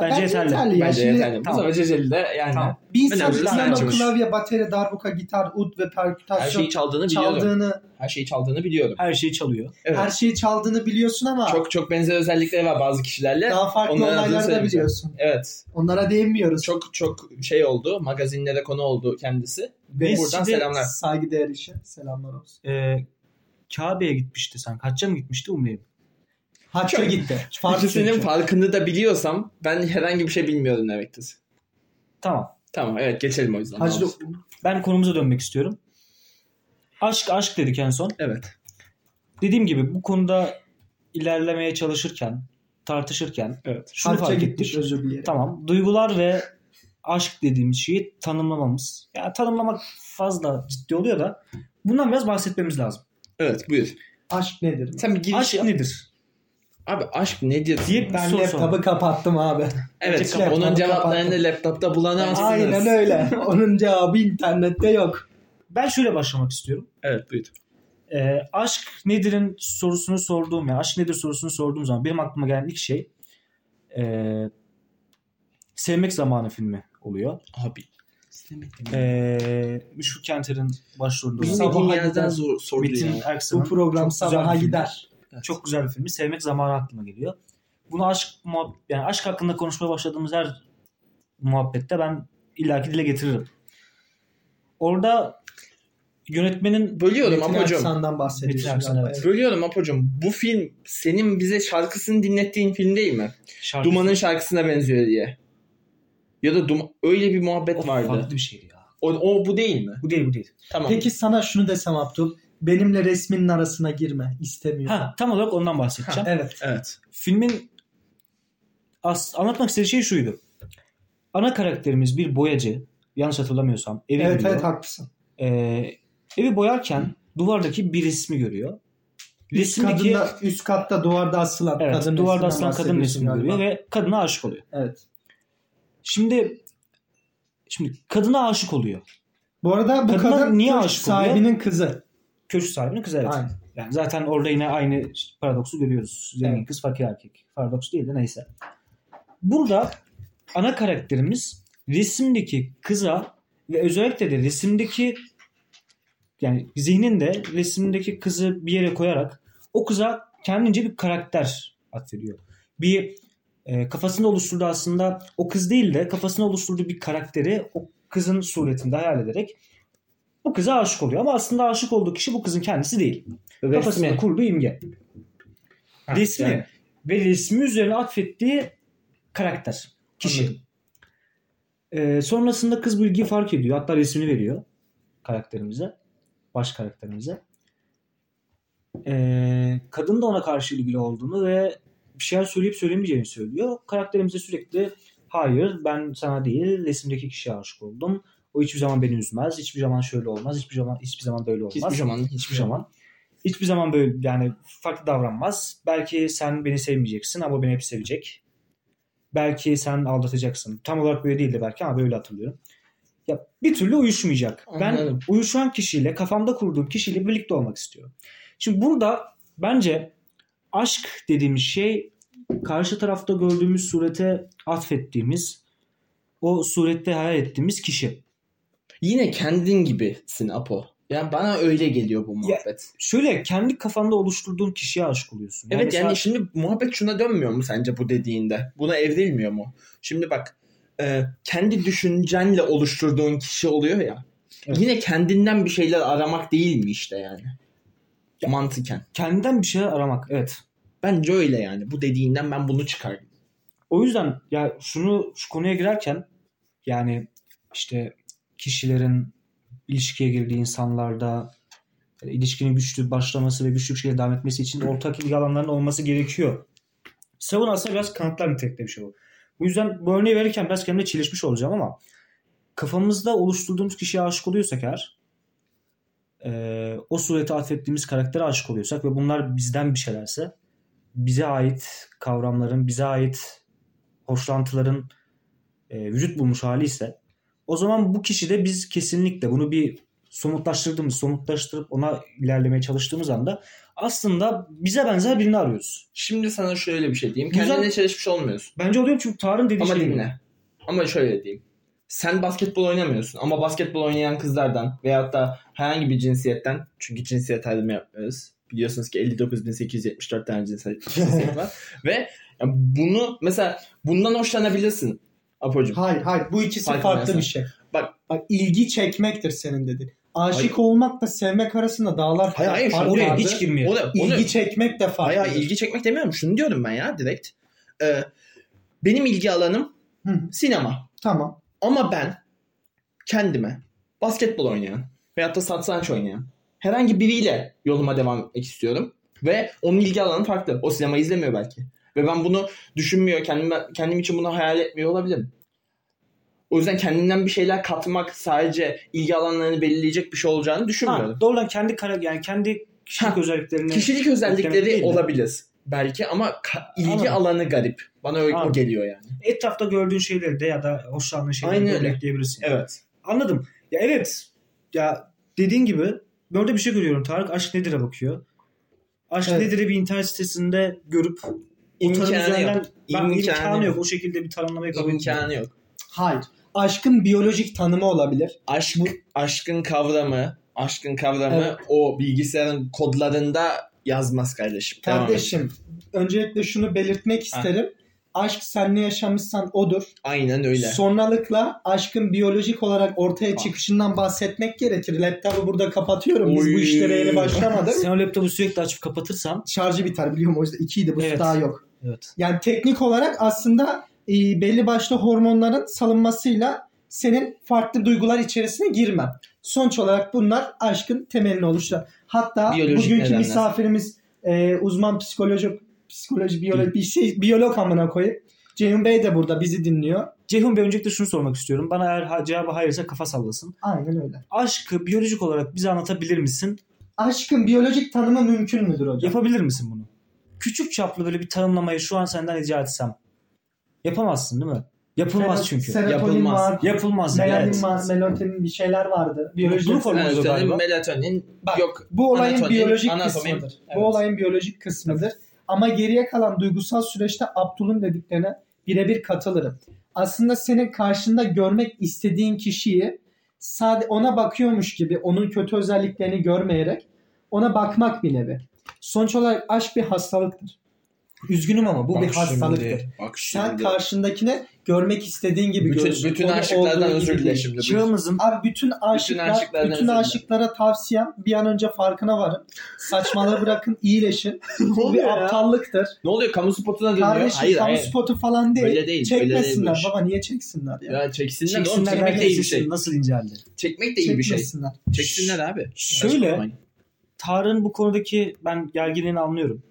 Speaker 2: Bence, yeterli.
Speaker 3: ya.
Speaker 1: Bence
Speaker 3: Şimdi
Speaker 1: yeterli.
Speaker 2: tamam.
Speaker 1: Mustafa Ceceli de yani
Speaker 2: Tamam.
Speaker 3: bir insan
Speaker 1: Önemli olan
Speaker 3: piyano,
Speaker 1: bence bu.
Speaker 3: klavye, bateri, darbuka, gitar, ud ve
Speaker 1: her
Speaker 3: perkütasyon
Speaker 1: şeyi çaldığını biliyorum.
Speaker 3: çaldığını,
Speaker 1: Her şeyi çaldığını biliyorum.
Speaker 2: Her şeyi çalıyor.
Speaker 1: Evet.
Speaker 3: her şey şeyi çaldığını biliyorsun ama
Speaker 1: Çok çok benzer özellikleri var bazı kişilerle.
Speaker 3: daha farklı
Speaker 1: Onların adını
Speaker 3: olaylar da
Speaker 1: söylemeyeceğim.
Speaker 3: biliyorsun.
Speaker 1: Evet.
Speaker 3: Onlara değinmiyoruz.
Speaker 1: Çok çok şey oldu. Magazinlere konu oldu kendisi.
Speaker 3: Ve
Speaker 1: Buradan
Speaker 2: şimdi-
Speaker 1: selamlar.
Speaker 3: Saygıdeğer işe selamlar olsun.
Speaker 2: Ee, Kabe'ye gitmişti sanki. Hacca mı gitmişti umreyim.
Speaker 3: Hacca
Speaker 1: Çok-
Speaker 3: gitti. Farklı şey.
Speaker 1: Partisinin
Speaker 3: çünkü.
Speaker 1: farkını da biliyorsam ben herhangi bir şey bilmiyorum demektir.
Speaker 2: Tamam.
Speaker 1: Tamam evet geçelim o yüzden.
Speaker 3: Hacda
Speaker 2: Ben konumuza dönmek istiyorum. Aşk aşk dedik en son.
Speaker 1: Evet.
Speaker 2: Dediğim gibi bu konuda ilerlemeye çalışırken, tartışırken
Speaker 1: Evet.
Speaker 2: şunu
Speaker 3: hacca
Speaker 2: fark
Speaker 3: gitmiş
Speaker 2: ettik.
Speaker 3: özür dilerim.
Speaker 2: Tamam. Duygular ve aşk dediğimiz şeyi tanımlamamız. Ya tanımlamak fazla ciddi oluyor da bundan biraz bahsetmemiz lazım.
Speaker 1: Evet buyur.
Speaker 3: Aşk nedir?
Speaker 1: Sen bir giriş
Speaker 2: aşk
Speaker 1: yap.
Speaker 2: nedir?
Speaker 1: Abi aşk nedir?
Speaker 2: Diye bir
Speaker 3: Ben
Speaker 2: soru soralım.
Speaker 3: laptopu kapattım abi.
Speaker 1: Evet.
Speaker 3: şey
Speaker 2: Gerçek
Speaker 1: Onun
Speaker 3: kapattım,
Speaker 1: cevaplarını
Speaker 3: kapattım.
Speaker 1: laptopta bulamazsınız.
Speaker 3: Aynen öyle. Onun cevabı internette yok.
Speaker 2: Ben şöyle başlamak istiyorum.
Speaker 1: Evet buyur.
Speaker 2: Ee, aşk nedir'in sorusunu sorduğum ya aşk nedir sorusunu sorduğum zaman benim aklıma gelen ilk şey ee, Sevmek Zamanı filmi oluyor.
Speaker 1: Abi.
Speaker 2: Ee, Müşfik Kenter'in başrolünde
Speaker 1: Bizim
Speaker 2: olan
Speaker 3: Sabaha
Speaker 1: dünyadan
Speaker 3: gider.
Speaker 1: zor sordu
Speaker 2: Metin
Speaker 1: ya.
Speaker 2: Erksan'ın
Speaker 3: Bu program
Speaker 2: çok güzel
Speaker 3: sabaha
Speaker 2: bir filmi.
Speaker 3: gider.
Speaker 1: Evet.
Speaker 2: Çok güzel bir filmi. Sevmek zamanı aklıma geliyor. Bunu aşk muhab- yani aşk hakkında konuşmaya başladığımız her muhabbette ben illaki dile getiririm. Orada yönetmenin
Speaker 1: Bölüyorum
Speaker 3: Metin
Speaker 1: Apo'cum.
Speaker 3: Erksan'dan bahsediyorsun.
Speaker 2: Metin Erksan,
Speaker 3: galiba.
Speaker 2: evet.
Speaker 1: Bölüyorum Apo'cum. Bu film senin bize şarkısını dinlettiğin film değil mi?
Speaker 2: şarkı
Speaker 1: Duman'ın şarkısına benziyor diye. Ya da Duma, öyle bir muhabbet
Speaker 2: O
Speaker 1: vardı.
Speaker 2: farklı bir şeydi ya.
Speaker 1: O, o bu değil mi?
Speaker 2: Bu değil bu değil.
Speaker 1: Tamam.
Speaker 3: Peki sana şunu desem Abdul. Benimle resminin arasına girme. İstemiyorum.
Speaker 2: Ha, tam olarak ondan bahsedeceğim.
Speaker 3: Evet.
Speaker 1: Evet.
Speaker 2: Filmin as- anlatmak istediği şey şuydu. Ana karakterimiz bir boyacı. Yanlış hatırlamıyorsam. Evi
Speaker 3: Evet
Speaker 2: görüyor.
Speaker 3: evet haklısın.
Speaker 2: Ee, evi boyarken duvardaki bir resmi görüyor.
Speaker 3: Üst,
Speaker 2: Resimdeki
Speaker 3: kadında, üst katta duvarda asılan
Speaker 2: Evet,
Speaker 3: kadın
Speaker 2: duvarda
Speaker 3: resminden
Speaker 2: asılan kadın
Speaker 3: bahsediyorsun
Speaker 2: resmi
Speaker 3: galiba.
Speaker 2: görüyor ve kadına aşık oluyor.
Speaker 3: Evet.
Speaker 2: Şimdi şimdi kadına aşık oluyor.
Speaker 3: Bu arada bu
Speaker 2: Kadına
Speaker 3: kadın
Speaker 2: niye
Speaker 3: niye
Speaker 2: aşık oluyor?
Speaker 3: sahibinin kızı.
Speaker 2: Köşk sahibinin kızı evet.
Speaker 3: Aynen.
Speaker 2: Yani zaten orada yine aynı paradoksu görüyoruz. Zengin
Speaker 3: Evet.
Speaker 2: kız fakir erkek. Paradoks değil de neyse. Burada ana karakterimiz resimdeki kıza ve özellikle de resimdeki yani zihninde resimdeki kızı bir yere koyarak o kıza kendince bir karakter atfediyor. Bir e, kafasında oluşturduğu aslında o kız değil de kafasında oluşturduğu bir karakteri o kızın suretinde hayal ederek bu kıza aşık oluyor. Ama aslında aşık olduğu kişi bu kızın kendisi değil kafasında
Speaker 1: Resmi.
Speaker 2: kurduğu imge.
Speaker 1: Ha,
Speaker 2: resmi
Speaker 1: yani.
Speaker 2: ve resmi üzerine atfettiği karakter, kişi.
Speaker 1: Anladım.
Speaker 2: Ee, sonrasında kız bu ilgiyi fark ediyor. Hatta resmini veriyor karakterimize, baş karakterimize. Ee, kadın da ona karşı ilgili olduğunu ve bir şeyler söyleyip söylemeyeceğini söylüyor. Karakterimize sürekli hayır ben sana değil resimdeki kişiye aşık oldum. O hiçbir zaman beni üzmez. Hiçbir zaman şöyle olmaz. Hiçbir zaman hiçbir zaman böyle olmaz.
Speaker 1: Hiçbir zaman.
Speaker 2: Hiçbir zaman. Hiçbir zaman böyle yani farklı davranmaz. Belki sen beni sevmeyeceksin ama beni hep sevecek. Belki sen aldatacaksın. Tam olarak böyle değil de belki ama böyle hatırlıyorum. Ya bir türlü uyuşmayacak.
Speaker 1: Anladım.
Speaker 2: Ben uyuşan kişiyle, kafamda kurduğum kişiyle birlikte olmak istiyorum. Şimdi burada bence aşk dediğimiz şey karşı tarafta gördüğümüz surete atfettiğimiz o surette hayal ettiğimiz kişi.
Speaker 1: Yine kendin gibisin Apo. Yani bana öyle geliyor bu muhabbet.
Speaker 2: Şöyle kendi kafanda oluşturduğun kişiye aşık oluyorsun.
Speaker 1: evet
Speaker 2: mesela-
Speaker 1: yani şimdi muhabbet şuna dönmüyor mu sence bu dediğinde? Buna evrilmiyor mu? Şimdi bak e, kendi düşüncenle oluşturduğun kişi oluyor ya.
Speaker 2: Evet.
Speaker 1: Yine kendinden bir şeyler aramak değil mi işte yani? Mantıken.
Speaker 2: kendinden bir şeyler aramak. Evet.
Speaker 1: Bence öyle yani. Bu dediğinden ben bunu çıkardım.
Speaker 2: O yüzden ya şunu şu konuya girerken yani işte kişilerin ilişkiye girdiği insanlarda e, ilişkinin güçlü başlaması ve güçlü bir şekilde devam etmesi için ortak ilgi alanlarının olması gerekiyor. Savun aslında biraz kanıtlar nitelikte bir şey bu. Bu yüzden bu örneği verirken biraz kendimle çelişmiş olacağım ama kafamızda oluşturduğumuz kişiye aşık oluyorsak eğer e, o surete atfettiğimiz karaktere aşık oluyorsak ve bunlar bizden bir şeylerse bize ait kavramların, bize ait hoşlantıların e, vücut bulmuş hali ise o zaman bu kişi de biz kesinlikle bunu bir somutlaştırdığımız, somutlaştırıp ona ilerlemeye çalıştığımız anda aslında bize benzer birini arıyoruz.
Speaker 1: Şimdi sana şöyle bir şey diyeyim.
Speaker 2: Güzel.
Speaker 1: Kendine çalışmış olmuyorsun.
Speaker 2: Bence oluyor çünkü Tarın dediği
Speaker 1: Ama
Speaker 2: şey bu.
Speaker 1: dinle. Ama şöyle diyeyim. Sen basketbol oynamıyorsun ama basketbol oynayan kızlardan veyahut da herhangi bir cinsiyetten çünkü cinsiyet ayrımı yapmıyoruz. Biliyorsunuz ki 59.874 tane cinsiyet, cinsiyet var. Ve yani bunu mesela bundan hoşlanabilirsin Apocuğum.
Speaker 3: Hayır hayır bu ikisi
Speaker 1: Farkındaysan.
Speaker 3: farklı bir şey.
Speaker 1: Bak-
Speaker 3: Bak ilgi çekmektir senin dedi. Aşık
Speaker 1: Hayır.
Speaker 3: olmakla sevmek arasında dağlar
Speaker 1: Hayır hayır.
Speaker 3: fark
Speaker 1: şunu
Speaker 2: Oraya
Speaker 1: diyorum.
Speaker 3: vardır.
Speaker 2: hiç girmeyelim.
Speaker 1: O da- o da-
Speaker 3: İlgi çekmek de farklı.
Speaker 1: Hayır ilgi çekmek demiyorum. Şunu diyorum ben ya direkt. Ee, benim ilgi alanım
Speaker 3: Hı.
Speaker 1: sinema.
Speaker 3: Tamam.
Speaker 1: Ama ben kendime basketbol oynayan veyahut da satranç oynayan herhangi biriyle yoluma devam etmek istiyorum. Ve onun ilgi alanı farklı. O sinema izlemiyor belki. Ve ben bunu düşünmüyor, kendim, kendim için bunu hayal etmiyor olabilirim. O yüzden kendinden bir şeyler katmak sadece ilgi alanlarını belirleyecek bir şey olacağını düşünmüyorum.
Speaker 2: Ha, doğrudan kendi kara yani kendi kişilik
Speaker 1: Ha,
Speaker 2: özelliklerini
Speaker 1: Kişilik özellikleri
Speaker 2: Yüklemek değil de.
Speaker 1: olabilir belki ama ka- ilgi
Speaker 2: Anladım.
Speaker 1: alanı garip. Bana öyle o
Speaker 2: Anladım.
Speaker 1: geliyor yani.
Speaker 2: etrafta gördüğün şeyleri de ya da hoşlandığın şeyleri
Speaker 1: Aynen
Speaker 2: de
Speaker 1: öyle.
Speaker 2: örnekleyebilirsin.
Speaker 1: Evet.
Speaker 2: Anladım. Ya evet. Ya dediğin gibi böyle bir şey görüyorum. Tarık aşk nedir'e bakıyor. Aşk
Speaker 3: Evet.
Speaker 2: nedir'i bir internet sitesinde görüp o tarım
Speaker 1: İmkanı
Speaker 2: üzerinden
Speaker 1: yok.
Speaker 2: ben
Speaker 1: İmkanı,
Speaker 2: imkanı yok.
Speaker 1: yok.
Speaker 2: O şekilde bir tanımlama yapabilirim.
Speaker 1: İmkanı yok.
Speaker 3: Hayır. Aşkın biyolojik tanımı olabilir.
Speaker 1: Aşk, aşkın kavramı, aşkın kavramı
Speaker 3: Evet.
Speaker 1: o bilgisayarın kodlarında yazmaz kardeşim. Devam et.
Speaker 3: Kardeşim öncelikle şunu belirtmek
Speaker 1: Ha.
Speaker 3: isterim. Aşk sen ne yaşamışsan odur.
Speaker 1: Aynen öyle.
Speaker 3: Sonralıkla aşkın biyolojik olarak ortaya çıkışından bahsetmek gerekir. Laptopu burada kapatıyorum. Biz bu
Speaker 1: Oy.
Speaker 3: işlere yeni başlamadık.
Speaker 2: Sen o laptopu sürekli açıp kapatırsan
Speaker 3: Şarjı biter biliyorum o yüzden 2'ydi bu
Speaker 2: Evet.
Speaker 3: daha yok.
Speaker 2: evet.
Speaker 3: Yani teknik olarak aslında e, belli başlı hormonların salınmasıyla senin farklı duygular içerisine girmen. Sonuç olarak bunlar aşkın temelini oluşturan. Hatta
Speaker 1: Biyolojik
Speaker 3: bugünkü
Speaker 1: nedenler.
Speaker 3: misafirimiz e, uzman psikolojik psikoloji biyolog bir şey biyolog amına koyup Ceyhun Bey de burada bizi dinliyor.
Speaker 2: Ceyhun Bey öncelikle şunu sormak istiyorum. Bana eğer ha- cevabı hayırsa kafa sallasın.
Speaker 3: Aynen öyle.
Speaker 2: Aşkı biyolojik olarak bize anlatabilir misin?
Speaker 3: Aşkın biyolojik tanımı mümkün müdür hocam?
Speaker 2: Yapabilir misin bunu? Küçük çaplı böyle bir tanımlamayı şu an senden rica etsem. Yapamazsın değil mi? Yapılmaz
Speaker 3: Sero-
Speaker 2: çünkü.
Speaker 3: Serotonin
Speaker 1: Yapılmaz.
Speaker 3: var.
Speaker 2: Yapılmaz.
Speaker 3: Melanin
Speaker 2: evet.
Speaker 3: var, melatonin bir şeyler vardı. Biyolojik
Speaker 2: Mutluluk
Speaker 3: tanımı.
Speaker 2: hormonu.
Speaker 1: Melatonin,
Speaker 2: galiba.
Speaker 1: melatonin
Speaker 3: Bak,
Speaker 1: yok.
Speaker 3: Bu olayın
Speaker 1: Anatomi,
Speaker 3: biyolojik
Speaker 1: anatomi.
Speaker 3: kısmıdır.
Speaker 1: Evet.
Speaker 3: Bu olayın biyolojik kısmıdır. Ama geriye kalan duygusal süreçte Abdul'un dediklerine birebir katılırım. Aslında senin karşında görmek istediğin kişiyi sade ona bakıyormuş gibi onun kötü özelliklerini görmeyerek ona bakmak bir nevi. Sonuç olarak aşk bir hastalıktır. Üzgünüm ama bu
Speaker 1: Bak
Speaker 3: bir
Speaker 1: şimdi,
Speaker 3: hastalıktır.
Speaker 1: Bak şimdi.
Speaker 3: Sen karşındakine görmek istediğin gibi
Speaker 1: bütün,
Speaker 3: görürsün.
Speaker 1: bütün
Speaker 3: Onu
Speaker 1: aşıklardan
Speaker 3: olduğu
Speaker 1: özür
Speaker 3: gibi
Speaker 1: dile
Speaker 3: değil.
Speaker 1: şimdi.
Speaker 2: Çağımızın
Speaker 3: Abi bütün aşıklar,
Speaker 1: aşıklardan
Speaker 3: bütün,
Speaker 1: özür
Speaker 3: aşıklara tavsiyem bir an önce farkına varın. Saçmalığı bırakın, iyileşin.
Speaker 1: ne
Speaker 3: Bu bir aptallıktır.
Speaker 1: Ne oluyor? Kamu spotuna dönüyor.
Speaker 3: Kardeşim
Speaker 1: hayır,
Speaker 3: kamu
Speaker 1: hayır.
Speaker 3: spotu falan değil.
Speaker 1: Öyle değil, öyle değil bu
Speaker 3: Çekmesinler
Speaker 1: iş.
Speaker 3: baba niye çeksinler ya?
Speaker 1: Ya çeksinler, oğlum.
Speaker 2: çeksinler
Speaker 1: Çekmek de iyi bir
Speaker 2: belgeseli
Speaker 1: şey.
Speaker 2: nasıl inceldi?
Speaker 1: Çekmek de iyi bir şey.
Speaker 3: Çekmesinler.
Speaker 1: Çeksinler abi.
Speaker 2: Şöyle Tarık'ın bu konudaki ben gerginliğini anlıyorum.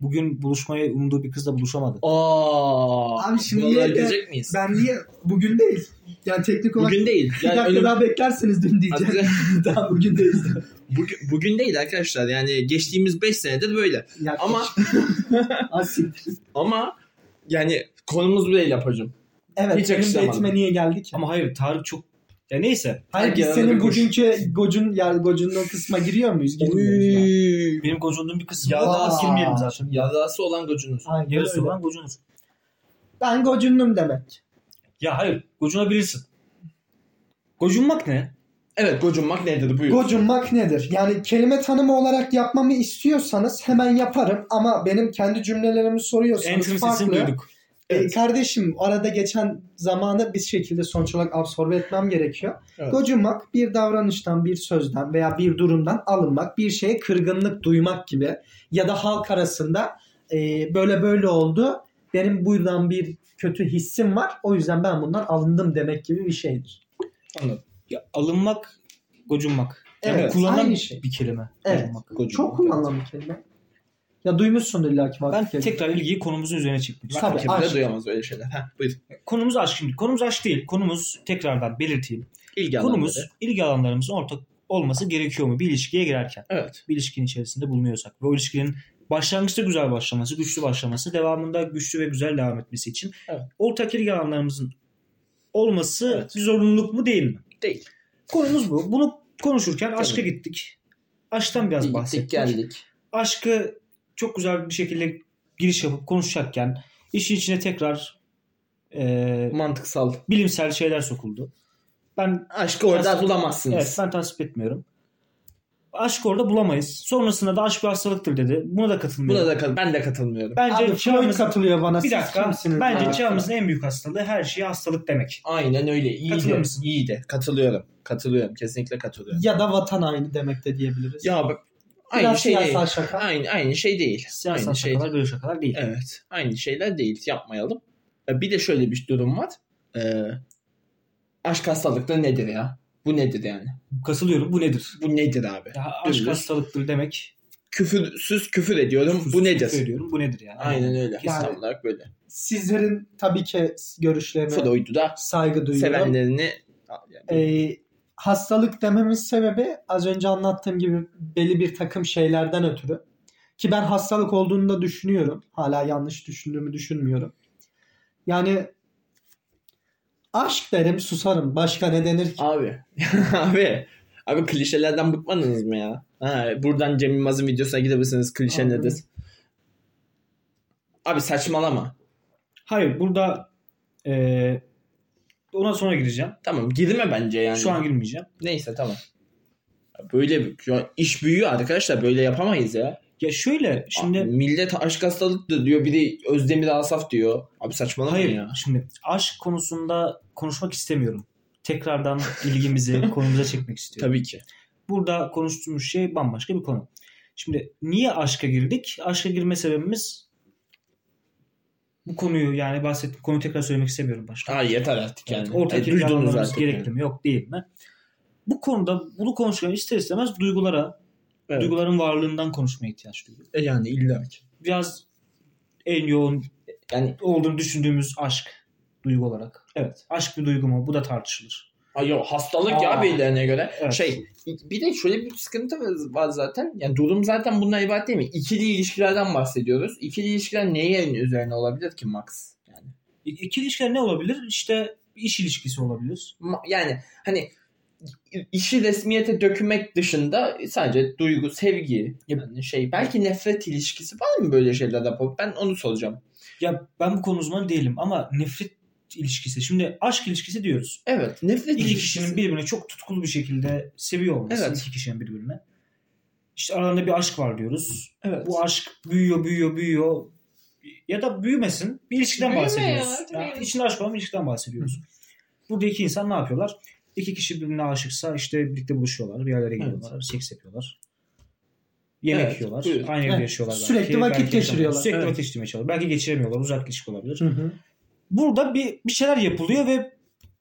Speaker 2: Bugün buluşmayı umduğu bir kızla buluşamadı.
Speaker 1: Aa.
Speaker 3: Abi şimdi
Speaker 1: buralara
Speaker 3: yine de-
Speaker 1: girecek miyiz?
Speaker 3: Ben niye bugün değil. Yani teknik olarak
Speaker 1: Bugün değil.
Speaker 3: bir
Speaker 1: Yani
Speaker 3: dakika
Speaker 1: önüm-
Speaker 3: daha beklerseniz dün diyeceğim. daha bugün değil.
Speaker 1: bugün, bugün değil arkadaşlar. Yani geçtiğimiz 5 senedir böyle.
Speaker 3: Ya,
Speaker 1: Ama
Speaker 3: asil.
Speaker 1: ama yani konumuz bu değil yapacağım.
Speaker 3: Evet
Speaker 1: Hiç
Speaker 3: benim
Speaker 1: yakıştıramadım.
Speaker 3: Batman'e niye geldik?
Speaker 2: Ama hayır Tarık çok ya neyse
Speaker 3: Hayır biz
Speaker 1: Herkes
Speaker 3: senin
Speaker 1: arada koş.
Speaker 3: bugünkü gocun, yani gocunun o kısma giriyor muyuz? Girmiyoruz ya.
Speaker 1: Uyuy.
Speaker 2: benim konuşduğum bir kısmı
Speaker 1: Ya
Speaker 2: daha
Speaker 3: da-
Speaker 2: girmeyelim zaten.
Speaker 1: Yarası olan gocunuz.
Speaker 3: Aynen
Speaker 2: Yarısı
Speaker 3: öyle.
Speaker 2: olan gocunur.
Speaker 3: Ben gocundum demek.
Speaker 2: Ya hayır gocunabilirsin. Gocunmak ne?
Speaker 1: Evet gocunmak nedir buyur.
Speaker 3: Gocunmak nedir? Yani kelime tanımı olarak yapmamı istiyorsanız hemen yaparım ama benim kendi cümlelerimi soruyorsanız
Speaker 2: Enter'ın sesini
Speaker 3: farklı.
Speaker 2: duyduk.
Speaker 3: E,
Speaker 1: Evet.
Speaker 3: kardeşim arada geçen zamanı bir şekilde sonuç olarak absorbe etmem gerekiyor.
Speaker 1: Evet.
Speaker 3: Gocunmak bir davranıştan, bir sözden veya bir durumdan alınmak, bir şeye kırgınlık duymak gibi ya da halk arasında e, böyle böyle oldu. Benim buradan bir kötü hissim var. O yüzden ben bundan alındım demek gibi bir şey. şeydir.
Speaker 1: Anladım.
Speaker 2: Ya, alınmak gocunmak. Yani
Speaker 3: Evet,
Speaker 2: kullanılan
Speaker 3: aynı şey.
Speaker 2: bir kelime.
Speaker 3: Evet.
Speaker 2: Gocunmak.
Speaker 1: Gocunmak.
Speaker 3: Çok kullanılan bir kelime. Ya duymuşsundur illa ki.
Speaker 2: Ben
Speaker 3: bak kelime.
Speaker 2: tekrar ilgiyi konumuzun üzerine çekmek
Speaker 3: Tabii,
Speaker 1: Kimse
Speaker 3: aşk.
Speaker 1: duyamaz öyle şeyler. Heh, buyur.
Speaker 2: Konumuz aşk şimdi. Konumuz aşk değil. Konumuz tekrardan belirteyim.
Speaker 1: İlgi
Speaker 2: Konumuz
Speaker 1: alanları.
Speaker 2: ilgi alanlarımızın ortak olması gerekiyor mu bir ilişkiye girerken?
Speaker 1: Evet.
Speaker 2: Bir ilişkinin içerisinde bulunuyorsak ve o ilişkinin başlangıçta güzel başlaması, güçlü başlaması, devamında güçlü ve güzel devam etmesi için
Speaker 1: Evet.
Speaker 2: ortak ilgi alanlarımızın olması
Speaker 1: Evet.
Speaker 2: bir zorunluluk mu değil mi?
Speaker 1: Değil.
Speaker 2: Konumuz bu. Bunu konuşurken aşka
Speaker 1: Tabii.
Speaker 2: gittik. Aşktan biraz
Speaker 1: Gittik
Speaker 2: bahsettik.
Speaker 1: geldik.
Speaker 2: Aşkı çok güzel bir şekilde giriş yapıp konuşacakken işin içine tekrar e,
Speaker 1: Mantıksal.
Speaker 2: bilimsel şeyler sokuldu. Ben
Speaker 1: Aşkı orada
Speaker 2: Aslında-
Speaker 1: bulamazsınız.
Speaker 2: evet ben tasvip etmiyorum. Aşkı orada bulamayız. Sonrasında da aşk bir hastalıktır dedi. Buna da katılmıyorum.
Speaker 1: Buna da kat- ben de katılmıyorum.
Speaker 2: Bence
Speaker 3: Abi Freud
Speaker 2: çağımızın-
Speaker 3: katılıyor bana.
Speaker 2: bir
Speaker 3: Siz
Speaker 2: dakika.
Speaker 3: kimsiniz?
Speaker 2: Bence
Speaker 3: Ha.
Speaker 2: çağımızın en büyük hastalığı her şeye hastalık demek.
Speaker 1: Aynen öyle. İyi
Speaker 2: Katılıyor
Speaker 1: de.
Speaker 2: musun?
Speaker 1: İyi de. Katılıyorum. Katılıyorum. Kesinlikle katılıyorum.
Speaker 3: Ya da vatan aynı demek de diyebiliriz.
Speaker 1: Ya bak aynı
Speaker 3: Biraz
Speaker 1: şey değil.
Speaker 3: siyasal şaka.
Speaker 1: Aynı aynı şey değil.
Speaker 2: Siyasal
Speaker 1: aynı şey
Speaker 2: şakalar böyle şakalar değil.
Speaker 1: Evet. Aynı şeyler değil. Yapmayalım. E, Bir de şöyle bir durum var. E, aşk hastalıkları nedir ya? Bu nedir yani?
Speaker 2: Katılıyorum. Bu nedir?
Speaker 1: Bu nedir abi?
Speaker 2: Ya aşk
Speaker 1: Dümdüz.
Speaker 2: hastalıktır demek.
Speaker 1: Küfürsüz küfür ediyorum. bu nedir?
Speaker 2: Söylüyorum. Bu nedir yani?
Speaker 1: Aynen öyle.
Speaker 3: Yani-
Speaker 1: Tam olarak böyle.
Speaker 3: Sizlerin tabii ki görüşlerine
Speaker 1: Freud'u da
Speaker 3: saygı duyuyorum.
Speaker 1: sevenlerini
Speaker 3: Ee, hastalık dememin sebebi az önce anlattığım gibi belli bir takım şeylerden ötürü. Ki ben hastalık olduğunu da düşünüyorum. Hala yanlış düşündüğümü düşünmüyorum. Yani aşk derim susarım. Başka ne denir ki?
Speaker 1: Abi. abi. Abi klişelerden bıkmadınız mı ya? Ha, buradan Cem Yılmaz'ın videosuna gidebilirsiniz. Klişe
Speaker 3: Abi.
Speaker 1: nedir? Abi saçmalama.
Speaker 2: Hayır burada eee, ona sonra gireceğim.
Speaker 1: Tamam girme bence yani.
Speaker 2: Şu an girmeyeceğim.
Speaker 1: Neyse tamam. Böyle bir- ya iş büyüyor arkadaşlar. Böyle yapamayız ya.
Speaker 2: Ya şöyle şimdi
Speaker 1: Abi, millet aşk hastalıktı diyor. Biri Özdemir Asaf diyor. Abi saçmalama
Speaker 2: hayır
Speaker 1: ya.
Speaker 2: şimdi aşk konusunda konuşmak istemiyorum. Tekrardan ilgimizi konumuza çekmek istiyorum.
Speaker 1: Tabii ki.
Speaker 2: Burada konuştuğumuz şey bambaşka bir konu. Şimdi niye aşka girdik? Aşka girme sebebimiz bu konuyu yani bahsettiğim konuyu tekrar söylemek istemiyorum başka.
Speaker 1: Aa yeter artık yani.
Speaker 2: Yani ortak
Speaker 1: Ay, duydunuz
Speaker 2: ilgilenmemiz
Speaker 1: artık
Speaker 2: gerekli
Speaker 1: yani.
Speaker 2: mi? Yok değil mi? Bu konuda bunu konuşurken ister istemez duygulara,
Speaker 1: Evet.
Speaker 2: duyguların varlığından konuşmaya ihtiyaç duyuyoruz.
Speaker 1: E, yani illa ki.
Speaker 2: Biraz en yoğun
Speaker 1: Yani
Speaker 2: olduğunu düşündüğümüz aşk duygu olarak. Evet. Aşk bir duygu mu? Bu da tartışılır.
Speaker 1: Ay yo, hastalık ya
Speaker 2: Aa.
Speaker 1: birilerine göre.
Speaker 2: Evet.
Speaker 1: Şey bir de şöyle bir sıkıntı var zaten. Yani durum zaten bundan ibaret değil mi? İkili ilişkilerden bahsediyoruz. İkili ilişkiler neye üzerine olabilir ki Max? Yani,
Speaker 2: İ- İki ilişkiler ne olabilir? İşte iş ilişkisi olabilir.
Speaker 1: ma- yani hani işi resmiyete dökmek dışında e, sadece duygu, sevgi yani şey belki nefret ilişkisi var mı böyle şeylerde? Ben onu soracağım.
Speaker 2: Ya ben bu konu uzmanı değilim ama nefret ilişkisi. Şimdi aşk ilişkisi diyoruz.
Speaker 1: Evet, nefret
Speaker 2: İki
Speaker 1: ilişkisi.
Speaker 2: kişinin birbirine çok tutkulu bir şekilde seviyor olması.
Speaker 1: Evet.
Speaker 2: iki kişinin birbirine. İşte aralarında bir aşk var diyoruz.
Speaker 1: evet.
Speaker 2: Bu aşk büyüyor, büyüyor, büyüyor. Ya da büyümesin. Bir ilişkiden
Speaker 1: Büyüme ya,
Speaker 2: bahsediyoruz.
Speaker 1: tabii.
Speaker 2: Yani içinde aşk olan bir ilişkiden bahsediyoruz. Burada iki insan ne yapıyorlar? İki kişi birbirine aşıksa işte birlikte buluşuyorlar. Bir yerlere gidiyorlar. Seks yapıyorlar. Yemek
Speaker 1: Evet,
Speaker 2: yiyorlar.
Speaker 1: buyurun.
Speaker 2: Aynı evde
Speaker 3: Evet.
Speaker 2: yaşıyorlar belki.
Speaker 3: Sürekli vakit
Speaker 2: belki yaşamıyorlar.
Speaker 3: geçiriyorlar.
Speaker 2: Sürekli
Speaker 3: Evet.
Speaker 2: vakit geçirmeye çalışıyorlar. Belki geçiremiyorlar. Uzak ilişki olabilir
Speaker 3: Hı hı.
Speaker 2: burada bir, bir şeyler yapılıyor ve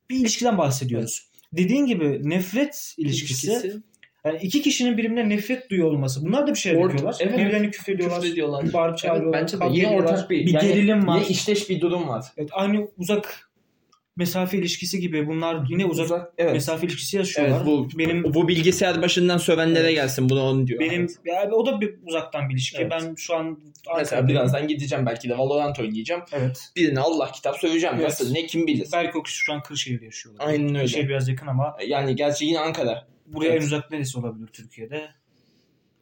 Speaker 2: bir ilişkiden bahsediyoruz. Dediğin gibi nefret ilişkisi, yani iki kişinin birbirine nefret duyuyor olması. Bunlar da bir şeyler
Speaker 1: Orta-
Speaker 2: yapıyorlar.
Speaker 1: evet.
Speaker 2: Birbirlerini küfrediyorlar.
Speaker 1: Küfrediyorlar.
Speaker 2: Bağırıp çağırıyorlar.
Speaker 1: bence de
Speaker 2: kavga
Speaker 1: yine
Speaker 2: ediyorlar.
Speaker 1: ortak bir,
Speaker 3: Bir
Speaker 1: yani
Speaker 3: gerilim var.
Speaker 1: Yine işleş bir durum var.
Speaker 2: Evet, aynı uzak mesafe ilişkisi gibi bunlar yine uzak,
Speaker 1: evet.
Speaker 2: mesafe ilişkisi yaşıyorlar.
Speaker 1: Evet, bu-
Speaker 2: benim
Speaker 1: Bu bilgisayar başından sövenlere
Speaker 2: Evet.
Speaker 1: gelsin bunu onu diyor.
Speaker 2: benim yani o da bir uzaktan bir ilişki.
Speaker 1: Evet.
Speaker 2: Ben şu an
Speaker 1: Mesela birazdan gideceğim belki de Valorant oynayacağım.
Speaker 2: evet.
Speaker 1: Birine Allah kitap söveceğim.
Speaker 2: Evet.
Speaker 1: Nasıl ne kim bilir.
Speaker 2: Belki o kişi şu an Kırşehir'de yaşıyorlar.
Speaker 1: Aynen öyle.
Speaker 2: Kırşehir biraz yakın ama
Speaker 1: Yani gerçi yine Ankara.
Speaker 2: buraya
Speaker 1: Evet.
Speaker 2: en uzak neresi olabilir Türkiye'de?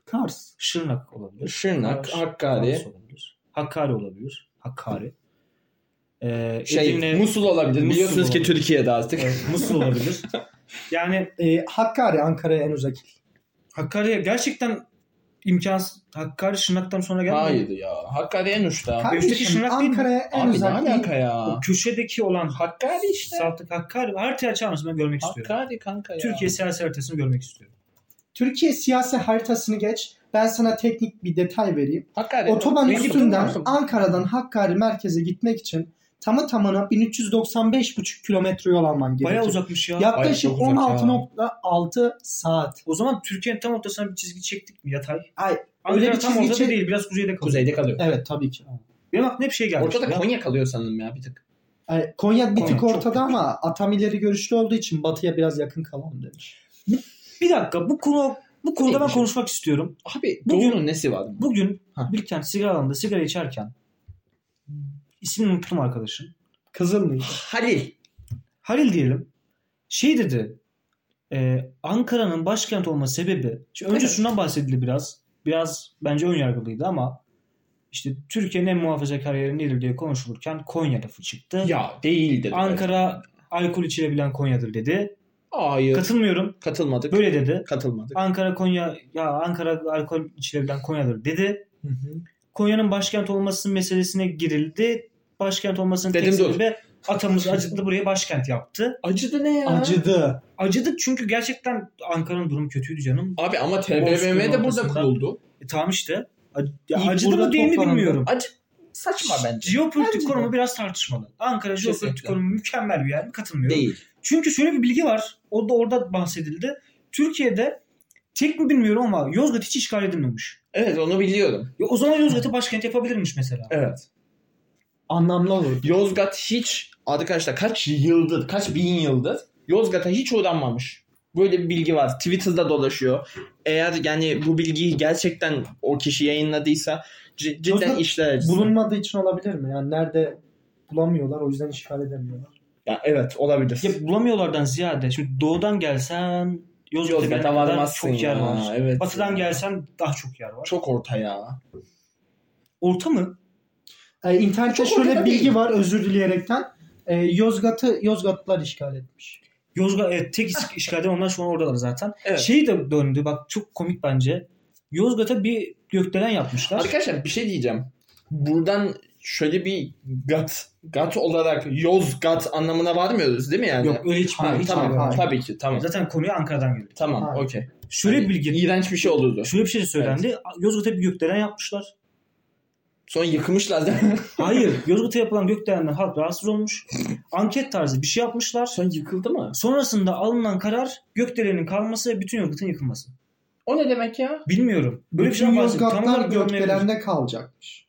Speaker 3: Kars.
Speaker 2: Şırnak olabilir.
Speaker 1: Şırnak,
Speaker 2: Kars-
Speaker 1: Hakkari,
Speaker 2: Kars olabilir. Hakkari olabilir. Hakkari. Ee,
Speaker 1: şey
Speaker 2: Edirne-
Speaker 1: Musul olabilir.
Speaker 2: Musul
Speaker 1: Biliyorsunuz ki
Speaker 2: olabilir.
Speaker 1: Türkiye'de artık.
Speaker 2: Evet, Musul olabilir. Yani
Speaker 3: Ee, Hakkari Ankara'ya en uzak il.
Speaker 2: Hakkari'ye gerçekten imkansız. Hakkari Şırnak'tan sonra gelmiyor.
Speaker 1: Hayır ya. Hakkari en uçta.
Speaker 2: Üstelik
Speaker 3: Kardeşim
Speaker 2: Şırnak değil mi?
Speaker 3: Ankara'ya en
Speaker 1: Abi ne
Speaker 3: uzak il.
Speaker 1: alaka ya?
Speaker 2: O köşedeki olan
Speaker 1: Hakkari işte.
Speaker 2: Saltık Hakkari. Haritayı açar mısın? Ben görmek istiyorum.
Speaker 1: Hakkari kanka ya.
Speaker 2: Türkiye siyasi haritasını görmek istiyorum.
Speaker 3: Türkiye siyasi haritasını geç. Ben sana teknik bir detay vereyim.
Speaker 1: Hakkari.
Speaker 3: Otoban
Speaker 1: Neyse,
Speaker 3: üstünden
Speaker 1: tamam.
Speaker 3: Ankara'dan Hakkari merkeze gitmek için tamı tamına 1395,5 kilometre yol alman gerekiyor.
Speaker 2: Bayağı uzakmış ya.
Speaker 3: Yaklaşık
Speaker 1: Bayağı çok uzak ya.
Speaker 3: 16.6 saat.
Speaker 2: O zaman Türkiye'nin tam ortasına bir çizgi çektik mi yatay?
Speaker 3: Ay, öyle
Speaker 2: Ankara
Speaker 3: bir
Speaker 2: tam
Speaker 3: çizgi
Speaker 2: ortada
Speaker 3: çek-
Speaker 2: değil. Biraz kuzeyde kalıyor.
Speaker 1: Kuzeyde kalıyor.
Speaker 3: Evet tabii ki.
Speaker 2: Benim aklıma hep şey geldi.
Speaker 1: Ortada
Speaker 2: Ya,
Speaker 1: Konya kalıyor sanırım ya bir tık.
Speaker 3: Ay, Konya bir
Speaker 2: Konya
Speaker 3: tık
Speaker 2: çok
Speaker 3: ortada ama Atam ileri görüşlü olduğu için batıya biraz yakın kalan demiş.
Speaker 2: Bir dakika bu konu bu konuda ben konuşmak istiyorum.
Speaker 1: Abi
Speaker 2: Bugün-
Speaker 1: Doğu'nun nesi var? Bu...
Speaker 2: Bugün
Speaker 1: Ha.
Speaker 2: Bilkent sigara alanında sigara içerken ismini unuttum arkadaşım.
Speaker 3: Kızıl mıydı?
Speaker 1: Halil.
Speaker 2: Halil diyelim. Şey dedi. e, Ankara'nın başkent olma sebebi. Şimdi önce
Speaker 1: Evet.
Speaker 2: şundan bahsedildi biraz. Biraz bence ön yargılıydı ama işte Türkiye'nin en muhafazakar yeri nedir diye konuşulurken Konya lafı çıktı.
Speaker 1: Ya değildir.
Speaker 2: Ankara alkol içilebilen Konya'dır dedi.
Speaker 1: Hayır.
Speaker 2: Katılmıyorum.
Speaker 1: Katılmadık.
Speaker 2: Böyle dedi.
Speaker 1: Katılmadık.
Speaker 2: Ankara Konya ya Ankara alkol içilebilen Konya'dır dedi. Konya'nın başkent olması meselesine girildi. Başkent olmasının tek
Speaker 1: Dedim dur.
Speaker 2: sebebi atamız acıtlı buraya başkent yaptı.
Speaker 1: Acıdı ne ya?
Speaker 3: Acıdı.
Speaker 2: Acıdık çünkü gerçekten Ankara'nın durumu kötüydü canım.
Speaker 1: Abi ama
Speaker 2: Bozkır'ın
Speaker 1: TBMM de burada
Speaker 2: ortasında.
Speaker 1: kuruldu.
Speaker 2: E, tamam işte. Ac- ya
Speaker 3: İlk
Speaker 2: acıdı
Speaker 3: burada
Speaker 2: mı değil mi
Speaker 3: toplanıldı.
Speaker 2: bilmiyorum.
Speaker 1: Acı saçma bence.
Speaker 2: Jeopolitik
Speaker 1: Bence de.
Speaker 2: konumu biraz tartışmalı. Ankara jeopolitik
Speaker 1: Kesinlikle.
Speaker 2: konumu mükemmel bir yer mi? Katılmıyorum.
Speaker 1: Değil.
Speaker 2: Çünkü şöyle bir bilgi var. O da orada bahsedildi. Türkiye'de tek mi bilmiyorum ama Yozgat hiç işgal edilmemiş.
Speaker 1: Evet onu biliyorum.
Speaker 2: Ya o zaman Yozgat'ı başkent yapabilirmiş mesela.
Speaker 1: Evet.
Speaker 3: Anlamlı olur.
Speaker 1: Yozgat hiç arkadaşlar kaç yıldır kaç bin yıldır Yozgat'a hiç uğranmamış. Böyle bir bilgi var. Twitter'da dolaşıyor. Eğer yani bu bilgiyi gerçekten o kişi yayınladıysa c- cidden
Speaker 3: Yozgat
Speaker 1: işler acısı.
Speaker 3: Bulunmadığı için olabilir mi? Yani nerede bulamıyorlar o yüzden işgal edemiyorlar.
Speaker 1: Ya evet olabilir.
Speaker 2: Ya bulamıyorlardan ziyade şimdi doğudan gelsen Yozgat'a,
Speaker 1: Yozgat'a
Speaker 2: gelene kadar
Speaker 1: varmazsın
Speaker 2: çok yer
Speaker 1: ya,
Speaker 2: var.
Speaker 1: evet
Speaker 2: Batıdan
Speaker 1: ya.
Speaker 2: gelsen daha çok yer var.
Speaker 1: Çok orta ya.
Speaker 2: Orta mı?
Speaker 3: Ee, internette
Speaker 1: Çok
Speaker 3: şöyle
Speaker 1: ortada
Speaker 3: bilgi
Speaker 1: değil.
Speaker 3: var özür dileyerekten. Ee, Yozgat'ı Yozgatlılar işgal etmiş.
Speaker 2: Yozgat evet, tek iş- işgalden onlar şu an oradalar zaten.
Speaker 1: Evet.
Speaker 2: Şey de döndü bak çok komik bence. Yozgat'a bir gökdelen yapmışlar.
Speaker 1: Arkadaşlar bir şey diyeceğim. Buradan şöyle bir gat gat olarak Yozgat anlamına varmıyoruz değil mi yani?
Speaker 2: Yok öyle hiç,
Speaker 1: Tamam,
Speaker 2: hiç
Speaker 1: tamam,
Speaker 3: hayır.
Speaker 1: tabii ki tamam.
Speaker 2: Zaten konuya Ankara'dan geldi.
Speaker 1: Tamam,
Speaker 3: Hayır.
Speaker 1: okey.
Speaker 2: Şöyle bir
Speaker 1: Hani
Speaker 2: bilgi.
Speaker 1: iğrenç bir şey olurdu.
Speaker 2: Şöyle bir şey de söylendi. Yozgat'a bir gökdelen yapmışlar.
Speaker 1: Sonra yıkmışlar değil mi?
Speaker 2: Hayır. Yozgat'a yapılan gökdelenden halk rahatsız olmuş. Anket tarzı bir şey yapmışlar.
Speaker 1: Sonra yıkıldı mı?
Speaker 2: Sonrasında alınan karar gökdelenin kalması ve bütün Yozgat'ın yıkılması.
Speaker 1: O ne demek ya?
Speaker 2: Bilmiyorum. Böyle bir
Speaker 3: Bütün
Speaker 2: şey bahsediyor. Tam
Speaker 3: Yozgatlar
Speaker 2: olarak görmeyebilirim.
Speaker 3: gökdelende kalacakmış.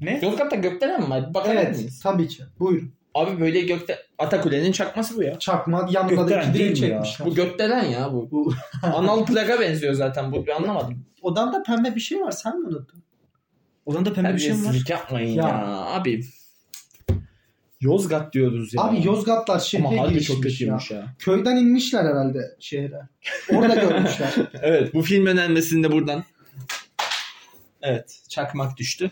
Speaker 2: Ne?
Speaker 1: Yozgat'ta gökdelen mi var? Bakar
Speaker 3: Evet
Speaker 1: mıyız?
Speaker 3: tabii ki. Buyurun.
Speaker 1: Abi böyle gökte Atakule'nin çakması bu ya.
Speaker 3: Çakma yanında
Speaker 2: Gökdelen
Speaker 3: iki
Speaker 2: değil
Speaker 3: dil
Speaker 2: mi
Speaker 3: çekmişler.
Speaker 1: Bu gökdelen ya bu.
Speaker 3: Bu-
Speaker 1: Anal plaga benziyor zaten bu. Ben anlamadım.
Speaker 3: Odamda pembe bir şey var sen mi unuttun?
Speaker 2: Odanda pembe bir şey mi var?
Speaker 1: Terbiyesizlik yapmayın ya.
Speaker 3: Ya.
Speaker 1: Abi. Yozgat diyoruz ya.
Speaker 3: Abi Yozgatlar şehre
Speaker 1: Ama harbi
Speaker 3: girişmiş
Speaker 1: çok
Speaker 3: ya.
Speaker 1: kötüymüş ya.
Speaker 3: Köyden inmişler herhalde şehre. Orada görmüşler.
Speaker 1: Evet bu film önermesini de buradan. Evet çakmak düştü.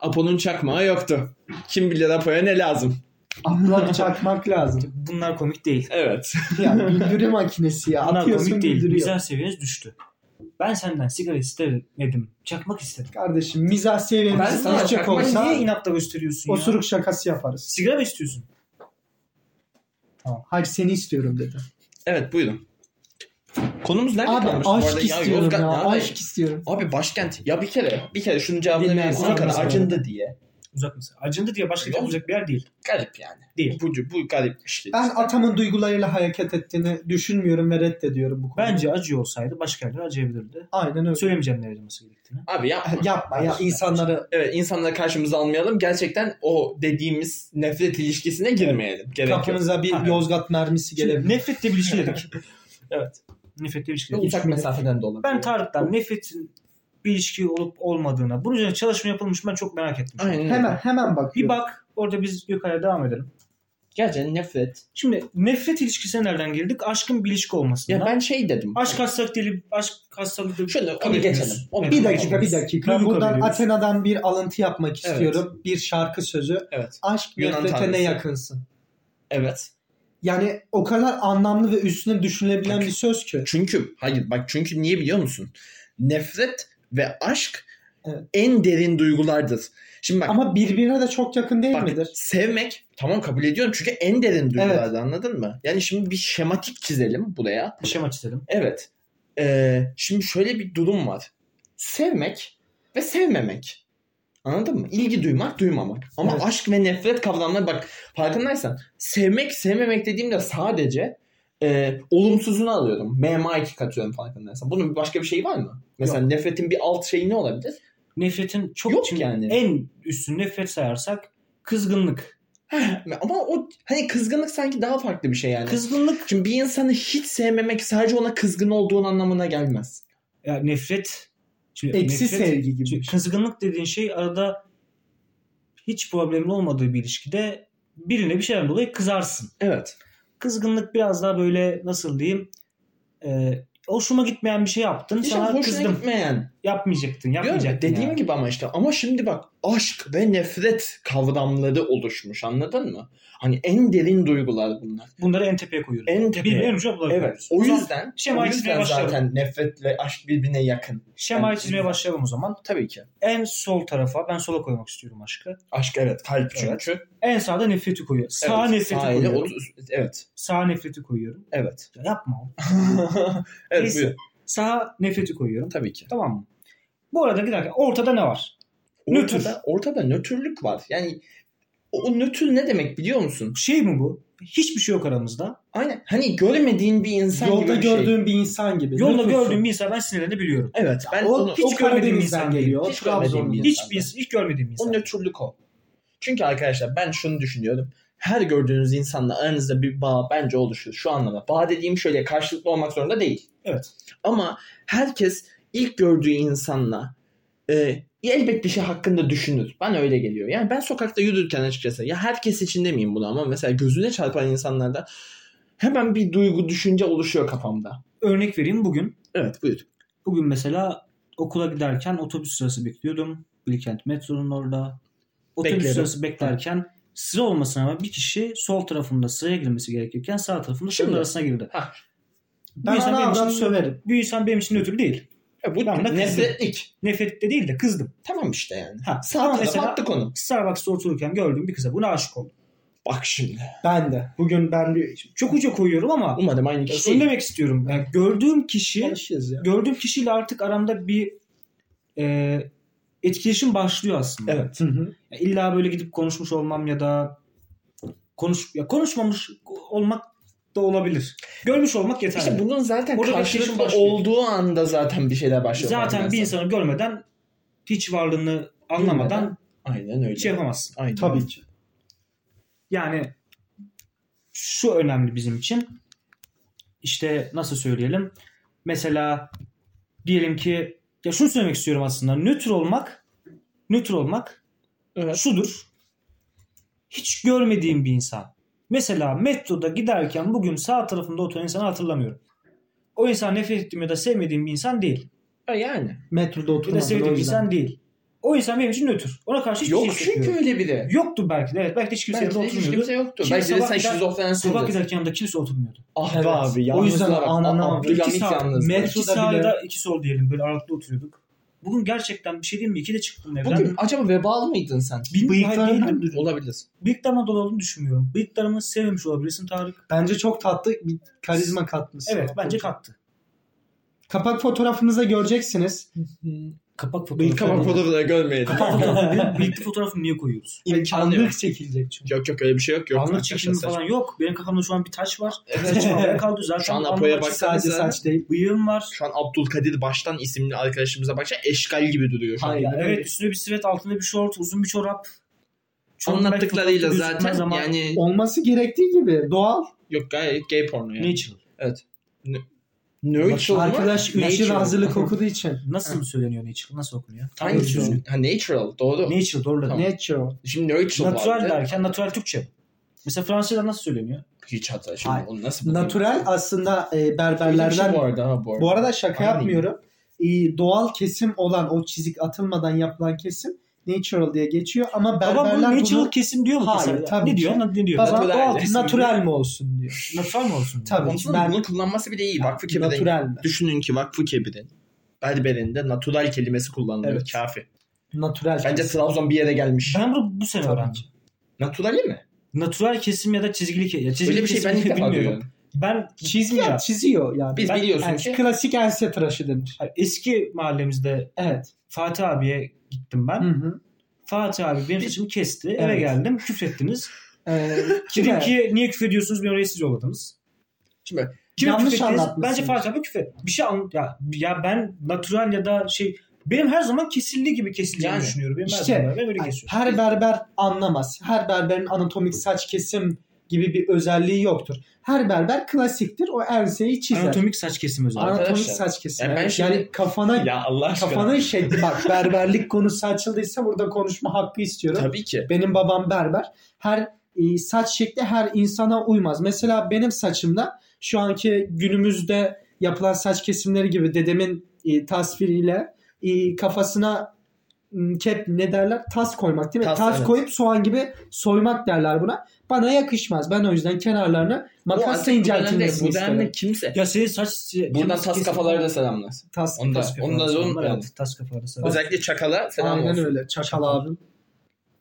Speaker 1: Apo'nun çakmağı yoktu. Kim bilir Apo'ya ne lazım.
Speaker 3: Aklına çakmak lazım.
Speaker 2: Bunlar komik değil.
Speaker 1: Evet.
Speaker 3: Ya güldürü makinesi ya.
Speaker 2: Bunlar
Speaker 3: Atıyorsun
Speaker 2: komik değil.
Speaker 3: güldürüyor.
Speaker 2: Mizah seviyeniz düştü. Ben senden sigara istemedim. Çakmak istedim.
Speaker 3: Kardeşim mizah
Speaker 1: Ben
Speaker 3: seviyemiz
Speaker 1: sana
Speaker 3: düşecek
Speaker 1: çakmak
Speaker 3: olsa
Speaker 2: Hani Niye inatla gösteriyorsun ya?
Speaker 3: osuruk şakası yaparız.
Speaker 2: Sigara mı istiyorsun?
Speaker 3: Hayır seni istiyorum dedi.
Speaker 1: Evet buyurun. Konumuz nerede
Speaker 3: Abi
Speaker 1: kalmış? Bu arada
Speaker 3: aşk istiyorum ya.
Speaker 1: Yozgat nerede?
Speaker 3: Aşk istiyorum.
Speaker 1: Abi başkent. Ya bir kere bir kere şunun cevabını
Speaker 3: Bilmem,
Speaker 1: verirsin.
Speaker 3: bilmem.
Speaker 1: Acındı diye.
Speaker 2: Uzak mısın? Acındı diye başka
Speaker 1: Yok.
Speaker 2: yapılacak bir yer değil.
Speaker 1: Garip yani.
Speaker 2: Değil.
Speaker 1: Bu, bu garip şey. işte.
Speaker 3: Ben atamın duygularıyla hareket ettiğini düşünmüyorum ve reddediyorum bu konuyu.
Speaker 2: Bence acıyor olsaydı başka yerler acıyabilirdi.
Speaker 3: Aynen öyle. Eh,
Speaker 2: Söylemeyeceğim nereye acıması gerektiğini.
Speaker 1: Abi yapma.
Speaker 3: Yapma ya insanları
Speaker 1: Evet insanları karşımıza almayalım. Gerçekten o dediğimiz nefret ilişkisine girmeyelim. Gerek yok.
Speaker 3: kapınıza bir
Speaker 2: Ha, evet.
Speaker 3: Yozgat mermisi gelebilir.
Speaker 2: Şimdi nefretle bir ilişki dedik.
Speaker 1: Evet.
Speaker 2: Nefretle bir ilişki dedik.
Speaker 1: Uzak mesafeden de olabilir.
Speaker 2: Ben Tarık'tan nefretin bir ilişki olup olmadığına, bunun üzerine çalışma yapılmış mı ben çok merak ettim.
Speaker 1: Aynen. öyle.
Speaker 3: Hemen hemen bak.
Speaker 2: Bir bak orada biz Gökay'a devam edelim.
Speaker 1: Gerçekten nefret.
Speaker 2: Şimdi nefret ilişkisine nereden girdik? Aşkın bir ilişki olmasından.
Speaker 1: Ya ben şey dedim.
Speaker 2: Aşk hastalık değil, aşk hastalık değil.
Speaker 1: Şöyle
Speaker 2: Kabul
Speaker 1: onu geçelim.
Speaker 2: ediyoruz.
Speaker 1: Onu
Speaker 3: Bir dakika bir dakika.
Speaker 2: Duygu
Speaker 3: Buradan
Speaker 2: kabulü.
Speaker 3: Athena'dan bir alıntı yapmak
Speaker 1: Evet.
Speaker 3: istiyorum. Bir şarkı sözü.
Speaker 1: Evet.
Speaker 3: Aşk
Speaker 1: Yunan
Speaker 3: nefrete ne
Speaker 1: tanrısı.
Speaker 3: yakınsın.
Speaker 1: Evet.
Speaker 3: Yani o kadar anlamlı ve üstüne düşünülebilen bir söz ki.
Speaker 1: Çünkü hayır bak çünkü niye biliyor musun? Nefret ve aşk
Speaker 3: Evet.
Speaker 1: en derin duygulardır. Şimdi bak,
Speaker 3: Ama birbirine de çok yakın değil
Speaker 1: bak
Speaker 3: midir?
Speaker 1: sevmek tamam kabul ediyorum çünkü en derin duygulardır anladın mı? Yani şimdi bir şematik çizelim buraya.
Speaker 2: Bir şema çizelim.
Speaker 1: Evet. Ee, şimdi şöyle bir durum var. Sevmek ve sevmemek. Anladın mı? İlgi duymak, duymamak. Ama
Speaker 3: Evet.
Speaker 1: aşk ve nefret kavramları bak farkındaysan sevmek, sevmemek dediğimde sadece e, olumsuzunu alıyorum. MMA2 katıyorum farkındaysan. Bunun başka bir şeyi var mı? Mesela nefretin bir alt şeyi ne olabilir?
Speaker 2: Nefretin çok
Speaker 1: Yok
Speaker 2: şimdi
Speaker 1: yani.
Speaker 2: en üstün nefret sayarsak kızgınlık.
Speaker 1: Ama o hani kızgınlık sanki daha farklı bir şey yani.
Speaker 2: Kızgınlık,
Speaker 1: Şimdi bir insanı hiç sevmemek sadece ona kızgın olduğun anlamına gelmez.
Speaker 2: ya nefret. Şimdi
Speaker 3: Eksi sevgi gibi.
Speaker 2: Çünkü kızgınlık dediğin şey arada hiç problemli olmadığı bir ilişkide birine bir şeyden dolayı kızarsın.
Speaker 1: Evet.
Speaker 2: Kızgınlık biraz daha böyle nasıl diyeyim e, hoşuma gitmeyen bir şey yaptın.
Speaker 1: İşte
Speaker 2: sana
Speaker 1: hoşuna
Speaker 2: kızdım.
Speaker 1: gitmeyen.
Speaker 2: Yapmayacaktın.
Speaker 1: Diyorum ya,
Speaker 2: Yapmayacaktın.
Speaker 1: dediğim
Speaker 2: yani.
Speaker 1: gibi ama işte ama şimdi bak aşk ve nefret kavramları oluşmuş anladın mı? Hani en derin duygular bunlar.
Speaker 2: Bunları en tepeye koyuyoruz.
Speaker 1: En tepeye.
Speaker 2: Birbirine en uca bulamıyoruz.
Speaker 1: Evet. O
Speaker 2: zaman
Speaker 1: yüzden, o
Speaker 2: şemayı çizmeye
Speaker 1: yüzden
Speaker 2: başlayalım.
Speaker 1: zaten nefretle aşk birbirine yakın.
Speaker 2: Şemayı
Speaker 1: Yani-
Speaker 2: çizmeye başlayalım o zaman.
Speaker 1: Tabii ki.
Speaker 2: En sol tarafa ben sola koymak istiyorum aşkı.
Speaker 1: Aşk evet kalp
Speaker 2: Evet.
Speaker 1: çünkü. Evet.
Speaker 2: En sağda nefreti koyuyorum. Sağ nefreti
Speaker 1: sağ ile
Speaker 2: koyuyorum.
Speaker 1: otuz- Evet.
Speaker 2: Sağ nefreti koyuyorum.
Speaker 1: Evet.
Speaker 2: Ya Yapma oğlum.
Speaker 1: evet
Speaker 2: Neyse.
Speaker 1: buyur.
Speaker 2: Sağ nefreti koyuyorum.
Speaker 1: Tabii ki.
Speaker 2: Tamam mı? Bu arada bir dakika. Ortada ne var? Nötr.
Speaker 1: Ortada, ortada nötrlük var. Yani o, o nötr ne demek biliyor musun?
Speaker 2: Şey mi bu? Hiçbir şey yok aramızda.
Speaker 1: Aynen. Hani görmediğin bir insan
Speaker 3: Yolda
Speaker 1: gibi bir şey.
Speaker 3: gördüğün bir insan gibi.
Speaker 2: Yolda
Speaker 3: Lütfusun.
Speaker 2: gördüğüm bir insan ben sinirlerini biliyorum.
Speaker 1: Evet. Ben
Speaker 3: o,
Speaker 1: onu,
Speaker 3: hiç o
Speaker 2: hiç görmediğim
Speaker 3: Karadeniz'den
Speaker 2: insan değil.
Speaker 3: geliyor.
Speaker 1: Hiç görmediğim
Speaker 3: Trabzon'dan.
Speaker 1: bir insan.
Speaker 2: Hiçbir ins- hiç görmediğim insan.
Speaker 1: o nötrlük o. Çünkü arkadaşlar ben şunu düşünüyorum. Her gördüğünüz insanla aranızda bir bağ bence oluşur. Şu anlamda. Bağ dediğim şöyle karşılıklı olmak zorunda değil.
Speaker 2: Evet.
Speaker 1: Ama herkes ilk gördüğü insanla e, elbet bir şey hakkında düşünür. Bana öyle geliyor. Yani ben sokakta yürürken açıkçası ya herkes için demeyeyim bunu ama mesela gözüne çarpan insanlarda hemen bir duygu düşünce oluşuyor kafamda.
Speaker 2: Örnek vereyim bugün.
Speaker 1: Evet buyur.
Speaker 2: Bugün mesela okula giderken otobüs sırası bekliyordum. Bilkent metronun orada. Otobüs
Speaker 1: Bekledim.
Speaker 2: sırası beklerken sıra olmasına ama bir kişi sol tarafında sıraya girmesi gerekirken sağ tarafında şunun
Speaker 1: Şimdi.
Speaker 2: arasına girdi.
Speaker 1: Ha.
Speaker 2: Bu
Speaker 3: Ben
Speaker 2: insan,
Speaker 3: ana
Speaker 2: benim için,
Speaker 3: avrat söverim.
Speaker 2: bu insan benim için nötr değil.
Speaker 1: E, bu
Speaker 2: Ben de kızdım.
Speaker 1: nefretlik.
Speaker 2: Nefret de değil de kızdım.
Speaker 1: Tamam işte yani.
Speaker 2: Ha,
Speaker 1: Sağ tarafa
Speaker 2: mesela-
Speaker 1: attık onu.
Speaker 2: Starbucks'ta otururken gördüğüm bir kıza buna aşık oldum.
Speaker 1: Bak şimdi.
Speaker 3: Ben de. Bugün ben bir
Speaker 2: Çok uca koyuyorum ama
Speaker 1: Umarım aynı kişi.
Speaker 2: şunu demek istiyorum. Yani gördüğüm kişi
Speaker 3: konuşuyoruz ya.
Speaker 2: gördüğüm kişiyle artık aramda bir e, etkileşim başlıyor aslında.
Speaker 1: Evet.
Speaker 3: Hı hı.
Speaker 2: Ya İlla böyle gidip konuşmuş olmam ya da konuş ya konuşmamış olmak da olabilir. Görmüş olmak yeterli.
Speaker 1: İşte bunun zaten
Speaker 2: Orada
Speaker 1: karşılıklı
Speaker 2: etkileşim başlıyor.
Speaker 1: olduğu anda zaten bir şeyler başlıyor.
Speaker 2: Zaten
Speaker 1: Farkındaysan.
Speaker 2: bir insanı görmeden hiç varlığını anlamadan
Speaker 1: Aynen öyle.
Speaker 2: hiç yapamazsın.
Speaker 1: Aynen.
Speaker 3: Tabii ki.
Speaker 2: Yani şu önemli bizim için. İşte nasıl söyleyelim? Mesela diyelim ki ya şunu söylemek istiyorum aslında. Nötr olmak nötr olmak
Speaker 1: Evet.
Speaker 2: şudur. Hiç görmediğim bir insan. Mesela metroda giderken bugün sağ tarafımda oturan insanı hatırlamıyorum. O insan nefret ettiğim ya da sevmediğim bir insan değil.
Speaker 1: Ha, Yani.
Speaker 3: Metroda
Speaker 2: Ya da
Speaker 3: oturmadım.
Speaker 2: sevdiğim
Speaker 3: o
Speaker 2: bir
Speaker 3: yüzden.
Speaker 2: insan değil. O insan benim için nötr. Ona karşı hiçbir
Speaker 1: Yok
Speaker 2: şey
Speaker 1: çünkü
Speaker 2: hissetmiyorum.
Speaker 1: öyle biri.
Speaker 2: Yoktu belki de. Evet belki de hiç kimse
Speaker 1: Belki
Speaker 2: yanında
Speaker 1: de hiç
Speaker 2: oturmuyordu.
Speaker 1: kimse yoktu.
Speaker 2: Şimdi
Speaker 1: Belki de
Speaker 2: sabah
Speaker 1: sen
Speaker 2: gider-
Speaker 1: şizofrensin.
Speaker 2: Sabah giderken yanında kimse oturmuyordu.
Speaker 1: Ah
Speaker 3: Evet.
Speaker 1: be abi yalnız.
Speaker 3: O yüzden
Speaker 1: bak.
Speaker 3: ananı
Speaker 1: Ab-
Speaker 3: avradı.
Speaker 1: Abdülhamit
Speaker 2: İki sağ-
Speaker 1: yalnız.
Speaker 3: Met-
Speaker 2: İki
Speaker 3: Metroda
Speaker 2: sağda iki sol diyelim. Böyle aralıklı oturuyorduk. Bugün gerçekten bir şey diyeyim mi? İki de çıktım evden.
Speaker 1: Bugün acaba vebal mıydın sen?
Speaker 3: Bıyıklarından
Speaker 2: Bıyıklarımdan
Speaker 3: duruyor.
Speaker 1: Olabilir.
Speaker 2: Bıyıklarımdan dolayı olduğunu düşünmüyorum. Bıyıklarımı sevmemiş olabilirsin Tarık.
Speaker 3: Bence çok tatlı bir karizma katmışsın.
Speaker 2: Evet bence kattı.
Speaker 3: Kapak fotoğrafımızda göreceksiniz.
Speaker 2: Kapak fotoğrafı.
Speaker 1: Bıyık ama fotoğrafı da görmeyelim.
Speaker 2: Kapak fotoğrafı. Bıyıklı fotoğrafını niye koyuyoruz?
Speaker 1: İmkanı yok.
Speaker 3: Anlık çekilecek çünkü.
Speaker 1: Yok yok öyle bir şey yok. yok
Speaker 2: Anlık
Speaker 1: arkadaşlar,
Speaker 2: çekimi
Speaker 1: saçma.
Speaker 2: falan yok. Benim kafamda şu an bir taç var.
Speaker 1: Evet.
Speaker 2: Saçım havaya kaldı zaten.
Speaker 1: Şu an
Speaker 2: Anlamı
Speaker 1: Apo'ya
Speaker 2: var.
Speaker 1: bak-
Speaker 3: Sadece
Speaker 1: Sen-
Speaker 3: saç değil.
Speaker 2: Bıyığım var.
Speaker 1: Şu an Abdülkadir Baştan isimli arkadaşımıza bakacak eşgal gibi duruyor şu an.
Speaker 3: Hayır.
Speaker 2: Ya
Speaker 3: öyle.
Speaker 2: evet üstüne bir sivet altında bir şort uzun bir çorap. Çorap
Speaker 1: Anlattıklarıyla
Speaker 2: belki fotoğrafta
Speaker 1: zaten
Speaker 2: gözükmez ama
Speaker 1: yani
Speaker 3: Olması gerektiği gibi. Doğal.
Speaker 1: yok gayet gay porno yani.
Speaker 2: Natural.
Speaker 1: Nurture
Speaker 3: Arkadaş 3 yıl
Speaker 1: Natural.
Speaker 3: hazırlık okuduğu için.
Speaker 2: Nasıl söyleniyor natural? Nasıl okunuyor?
Speaker 1: Hangi
Speaker 3: Natural.
Speaker 1: düzgün? Ha natural doğru.
Speaker 2: Natural doğru.
Speaker 1: Tamam.
Speaker 3: Natural.
Speaker 1: Şimdi natural,
Speaker 2: Natural
Speaker 1: vardı.
Speaker 2: derken natural Türkçe. Mesela Fransızca'da nasıl söyleniyor?
Speaker 1: Hiç hata şimdi
Speaker 3: Hayır.
Speaker 1: onu nasıl bulayım?
Speaker 3: Natural aslında e,
Speaker 1: İlginç
Speaker 3: berberlerden
Speaker 1: bu arada ha bu arada.
Speaker 3: Bu arada şaka
Speaker 1: Aynen.
Speaker 3: yapmıyorum. Ee, doğal kesim olan o çizik atılmadan yapılan kesim natural diye geçiyor ama
Speaker 2: Baba bu
Speaker 3: berberler
Speaker 2: natural
Speaker 3: bunu
Speaker 2: kesim diyor mu?
Speaker 3: Hayır,
Speaker 2: kesin?
Speaker 3: tabii
Speaker 2: ne
Speaker 3: ki.
Speaker 2: diyor? Ne diyor?
Speaker 3: baba
Speaker 1: Natural
Speaker 3: doğal
Speaker 1: kesim
Speaker 3: natural mi olsun diyor.
Speaker 2: Natural mı olsun? diyor?
Speaker 3: Tabii ki
Speaker 1: Aslında
Speaker 3: ben
Speaker 1: bunu kullanması bile iyi. Vakfı kebirin.
Speaker 3: natural mi?
Speaker 1: Düşünün ki vakfı kebirin. Berberinde natural kelimesi kullanılıyor.
Speaker 3: Evet.
Speaker 1: Kafi.
Speaker 3: Natural
Speaker 1: Bence
Speaker 3: kesim.
Speaker 1: Trabzon bir yere gelmiş.
Speaker 2: Ben bunu bu sene
Speaker 3: Tabii
Speaker 2: öğrendim.
Speaker 3: ki.
Speaker 1: Naturali mi?
Speaker 2: Natural kesim ya da çizgili kesim. Ya çizgili
Speaker 1: Öyle bir şey ben
Speaker 2: kesim
Speaker 1: ilk defa
Speaker 2: bilmiyorum.
Speaker 1: duyuyorum.
Speaker 2: Ben
Speaker 3: Ya,
Speaker 2: çizmiyor.
Speaker 3: çiziyor yani.
Speaker 1: Biz
Speaker 2: Ben-
Speaker 1: biliyorsun
Speaker 3: Yani
Speaker 1: ki.
Speaker 3: klasik ense tıraşı denir.
Speaker 2: Eski mahallemizde
Speaker 3: Evet.
Speaker 2: Fatih abiye gittim ben.
Speaker 3: Hı hı.
Speaker 2: Fatih abi benim saçımı kesti. Eve
Speaker 3: Evet.
Speaker 2: geldim. Küfrettiniz.
Speaker 3: Ee,
Speaker 2: Dedim
Speaker 3: kime?
Speaker 2: ki niye küfrediyorsunuz? Beni oraya siz yolladınız.
Speaker 1: Şimdi
Speaker 2: Kime
Speaker 3: Yanlış
Speaker 2: küfrettiniz?
Speaker 3: anlatmışsınız.
Speaker 2: Bence Fatih abi küfür. Bir şey an... Ya, ya ben natural ya da şey Benim her zaman kesildiği gibi kesileceğini
Speaker 1: Yani.
Speaker 2: düşünüyorum. Benim
Speaker 3: İşte,
Speaker 2: her zaman ben öyle
Speaker 3: Ay,
Speaker 2: kesiyorum.
Speaker 3: Her berber anlamaz. Her berberin anatomik saç kesim gibi bir özelliği yoktur. Her berber klasiktir. O enseyi çizer. Anatomik,
Speaker 2: Anatomik saç kesimi özellikle.
Speaker 1: Anatomik- Arkadaşlar,
Speaker 3: saç kesimi.
Speaker 1: yani ben
Speaker 3: Yani,
Speaker 1: şimdi-
Speaker 3: kafana
Speaker 1: Ya Allah aşkına.
Speaker 3: kafanın şekli bak berberlik konusu açıldıysa burada konuşma hakkı istiyorum.
Speaker 1: Tabii ki.
Speaker 3: Benim babam berber. Her e, saç şekli her insana uymaz. Mesela benim saçımda şu anki günümüzde yapılan saç kesimleri gibi dedemin e, tasviriyle e, kafasına m, kep ne derler? Tas koymak değil mi?
Speaker 1: Tas,
Speaker 3: Tas,
Speaker 1: evet.
Speaker 3: koyup soğan gibi soymak derler buna. Bana yakışmaz. Ben o yüzden kenarlarını makasla inceltilmesini
Speaker 1: Bu şey- dönemde
Speaker 3: isterim.
Speaker 1: kimse.
Speaker 2: Ya şey, senin saç...
Speaker 1: Buradan tas kafaları da selamlasın.
Speaker 3: Tas,
Speaker 1: Onu da,
Speaker 2: Tas
Speaker 1: onu da
Speaker 2: kafaları
Speaker 1: zorun.
Speaker 2: selamlar, evet, Tas kafaları selamlar.
Speaker 1: Özellikle çakala selam
Speaker 3: aynen
Speaker 1: olsun.
Speaker 3: öyle. Çakal abim.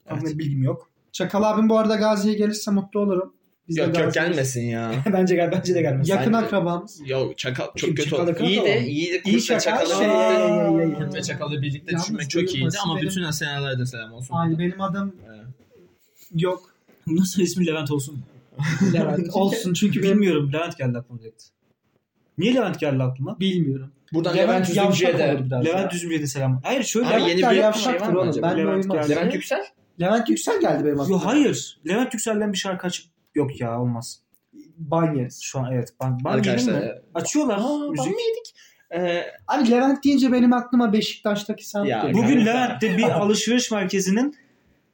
Speaker 2: Evet.
Speaker 3: Ama
Speaker 2: bilgim yok.
Speaker 3: Çakal abim bu arada Gazi'ye gelirse mutlu olurum. Biz de
Speaker 1: Yok yok
Speaker 3: Gazi'yiz.
Speaker 1: gelmesin ya.
Speaker 2: bence gel bence de gelmez.
Speaker 3: Yakın
Speaker 1: Sen-
Speaker 3: akrabamız.
Speaker 1: Yo çakal
Speaker 2: Kim,
Speaker 1: çok kötü
Speaker 2: çakalı
Speaker 1: oldu.
Speaker 2: kral
Speaker 1: İyi
Speaker 2: da
Speaker 1: de
Speaker 2: mı?
Speaker 1: iyi de kurt
Speaker 3: İyi
Speaker 1: ve
Speaker 3: şaka.
Speaker 1: çakalı.
Speaker 3: Şey,
Speaker 1: birlikte-
Speaker 3: ya, ya, ya, ya.
Speaker 1: Kurt ve çakalı birlikte
Speaker 3: Yalnız
Speaker 1: düşünmek çok iyiydi
Speaker 3: duyulması
Speaker 1: ama
Speaker 3: benim-
Speaker 1: bütün hasenelerde selam olsun.
Speaker 3: Ay benim adım
Speaker 1: Ee,
Speaker 3: yok.
Speaker 2: Nasıl ismi Levent olsun mu?
Speaker 3: Levent. Olsun çünkü benim
Speaker 2: Bilmiyorum. Levent geldi aklıma direkt. Niye Levent geldi aklıma?
Speaker 3: bilmiyorum.
Speaker 1: Buradan Levent Yüzüncü'ye de.
Speaker 2: Levent Düzmüye'de selam. Hayır şöyle.
Speaker 1: Abi
Speaker 3: Levent
Speaker 1: yeni
Speaker 2: Levent,
Speaker 3: yeni bir
Speaker 1: bir
Speaker 3: yavşaktır
Speaker 1: şey var mı
Speaker 3: oğlum.
Speaker 1: acaba?
Speaker 3: Ben de
Speaker 2: Levent
Speaker 3: uymam.
Speaker 2: geldi.
Speaker 1: Levent Yüksel.
Speaker 3: Levent Yüksel geldi benim aklıma.
Speaker 2: Yo, hayır. Levent Yüksel'den bir şarkı açıp yok ya olmaz.
Speaker 3: Ban yeriz.
Speaker 2: Şu an evet. Ben, ben
Speaker 1: Arkadaşlar.
Speaker 2: Arkadaşlar.
Speaker 1: e,
Speaker 2: Açıyorlar
Speaker 1: Aa,
Speaker 2: müzik.
Speaker 1: ben miydik? Ee,
Speaker 3: Abi Levent deyince benim aklıma Beşiktaş'taki sen
Speaker 1: Ya,
Speaker 3: geliyor.
Speaker 2: Bugün
Speaker 1: Yani-
Speaker 2: Levent'te bir alışveriş merkezinin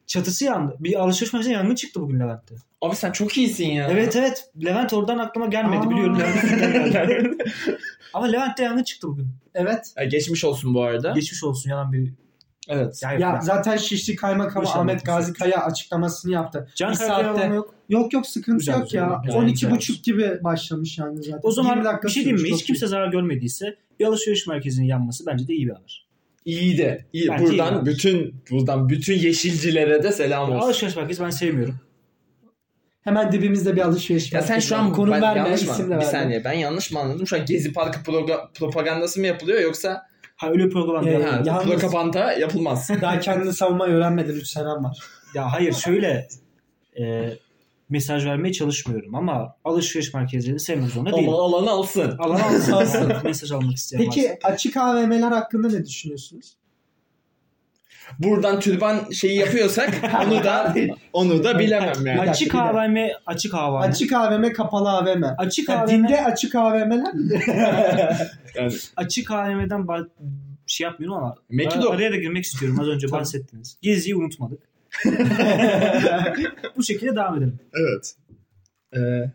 Speaker 2: çatısı yandı. Bir alışveriş merkezinde yangın çıktı bugün Levent'te.
Speaker 1: abi sen çok iyisin ya.
Speaker 2: Evet evet. Levent oradan aklıma gelmedi
Speaker 3: Aa.
Speaker 2: biliyorum. Levent Yüzü'nden geldi. Ama Levent'te yangın çıktı bugün.
Speaker 3: Evet.
Speaker 1: Ee, Geçmiş olsun bu arada.
Speaker 2: Geçmiş olsun yalan bir...
Speaker 1: Evet.
Speaker 2: Ya,
Speaker 3: Ya zaten Şişli Kaymakamı
Speaker 2: Konuşalım.
Speaker 3: Ahmet Gazi Kaya açıklamasını yaptı.
Speaker 2: Can
Speaker 3: bir
Speaker 2: kaybı
Speaker 3: saatte-
Speaker 2: yalan yok.
Speaker 3: Yok yok sıkıntı
Speaker 2: Güzel,
Speaker 3: yok ya.
Speaker 2: güzel,
Speaker 1: güzel,
Speaker 3: 12.30 gibi başlamış yani zaten.
Speaker 2: O
Speaker 3: 20
Speaker 2: zaman
Speaker 3: dakika
Speaker 2: bir şey diyeyim mi?
Speaker 3: sürmüş,
Speaker 2: Hiç
Speaker 3: çok
Speaker 2: kimse zarar görmediyse bir alışveriş merkezinin yanması bence de iyi bir haber.
Speaker 1: İyi de. iyi.
Speaker 2: Bence
Speaker 1: buradan
Speaker 2: iyi.
Speaker 1: bütün buradan bütün yeşilcilere de selam olsun.
Speaker 2: Alışveriş merkezi ben sevmiyorum.
Speaker 3: Hemen dibimizde bir alışveriş
Speaker 1: Ya sen
Speaker 3: merkezi
Speaker 1: şu
Speaker 3: var.
Speaker 1: an
Speaker 3: konum
Speaker 1: ben
Speaker 3: verme,
Speaker 1: yanlış
Speaker 3: isim de
Speaker 1: mı? Bir
Speaker 3: verme.
Speaker 1: saniye ben yanlış mı anladım? Şu an Gezi Parkı proga- propagandası mı yapılıyor yoksa
Speaker 2: Ha öyle bir program
Speaker 3: Ya,
Speaker 2: değil.
Speaker 1: ha,
Speaker 3: yalnız-
Speaker 1: propaganda yapılmaz.
Speaker 3: Daha kendini savunmayı öğrenmedin 3 senem var.
Speaker 2: Ya hayır şöyle e, mesaj vermeye çalışmıyorum ama alışveriş merkezlerini sevmek zorunda değil.
Speaker 1: Ama alanı alsın.
Speaker 2: Alan alsın. alsın. mesaj almak isteyen varsa.
Speaker 3: Peki açık AVM'ler hakkında ne düşünüyorsunuz?
Speaker 1: Buradan türban şeyi yapıyorsak onu da onu da bilemem yani.
Speaker 3: dakika,
Speaker 2: Açık
Speaker 3: bir dakika.
Speaker 2: AVM, açık AVM. Açık,
Speaker 3: Açık AVM, kapalı AVM. Ya
Speaker 2: AVM,
Speaker 3: dinde açık AVM'ler
Speaker 1: yani
Speaker 2: açık AVM'den ba- şey yapmıyorum ama
Speaker 1: Mekido.
Speaker 2: ara- araya da girmek istiyorum az önce
Speaker 3: Tabii.
Speaker 2: bahsettiniz. Geziyi unutmadık. Bu şekilde devam edelim.
Speaker 1: evet. Ee,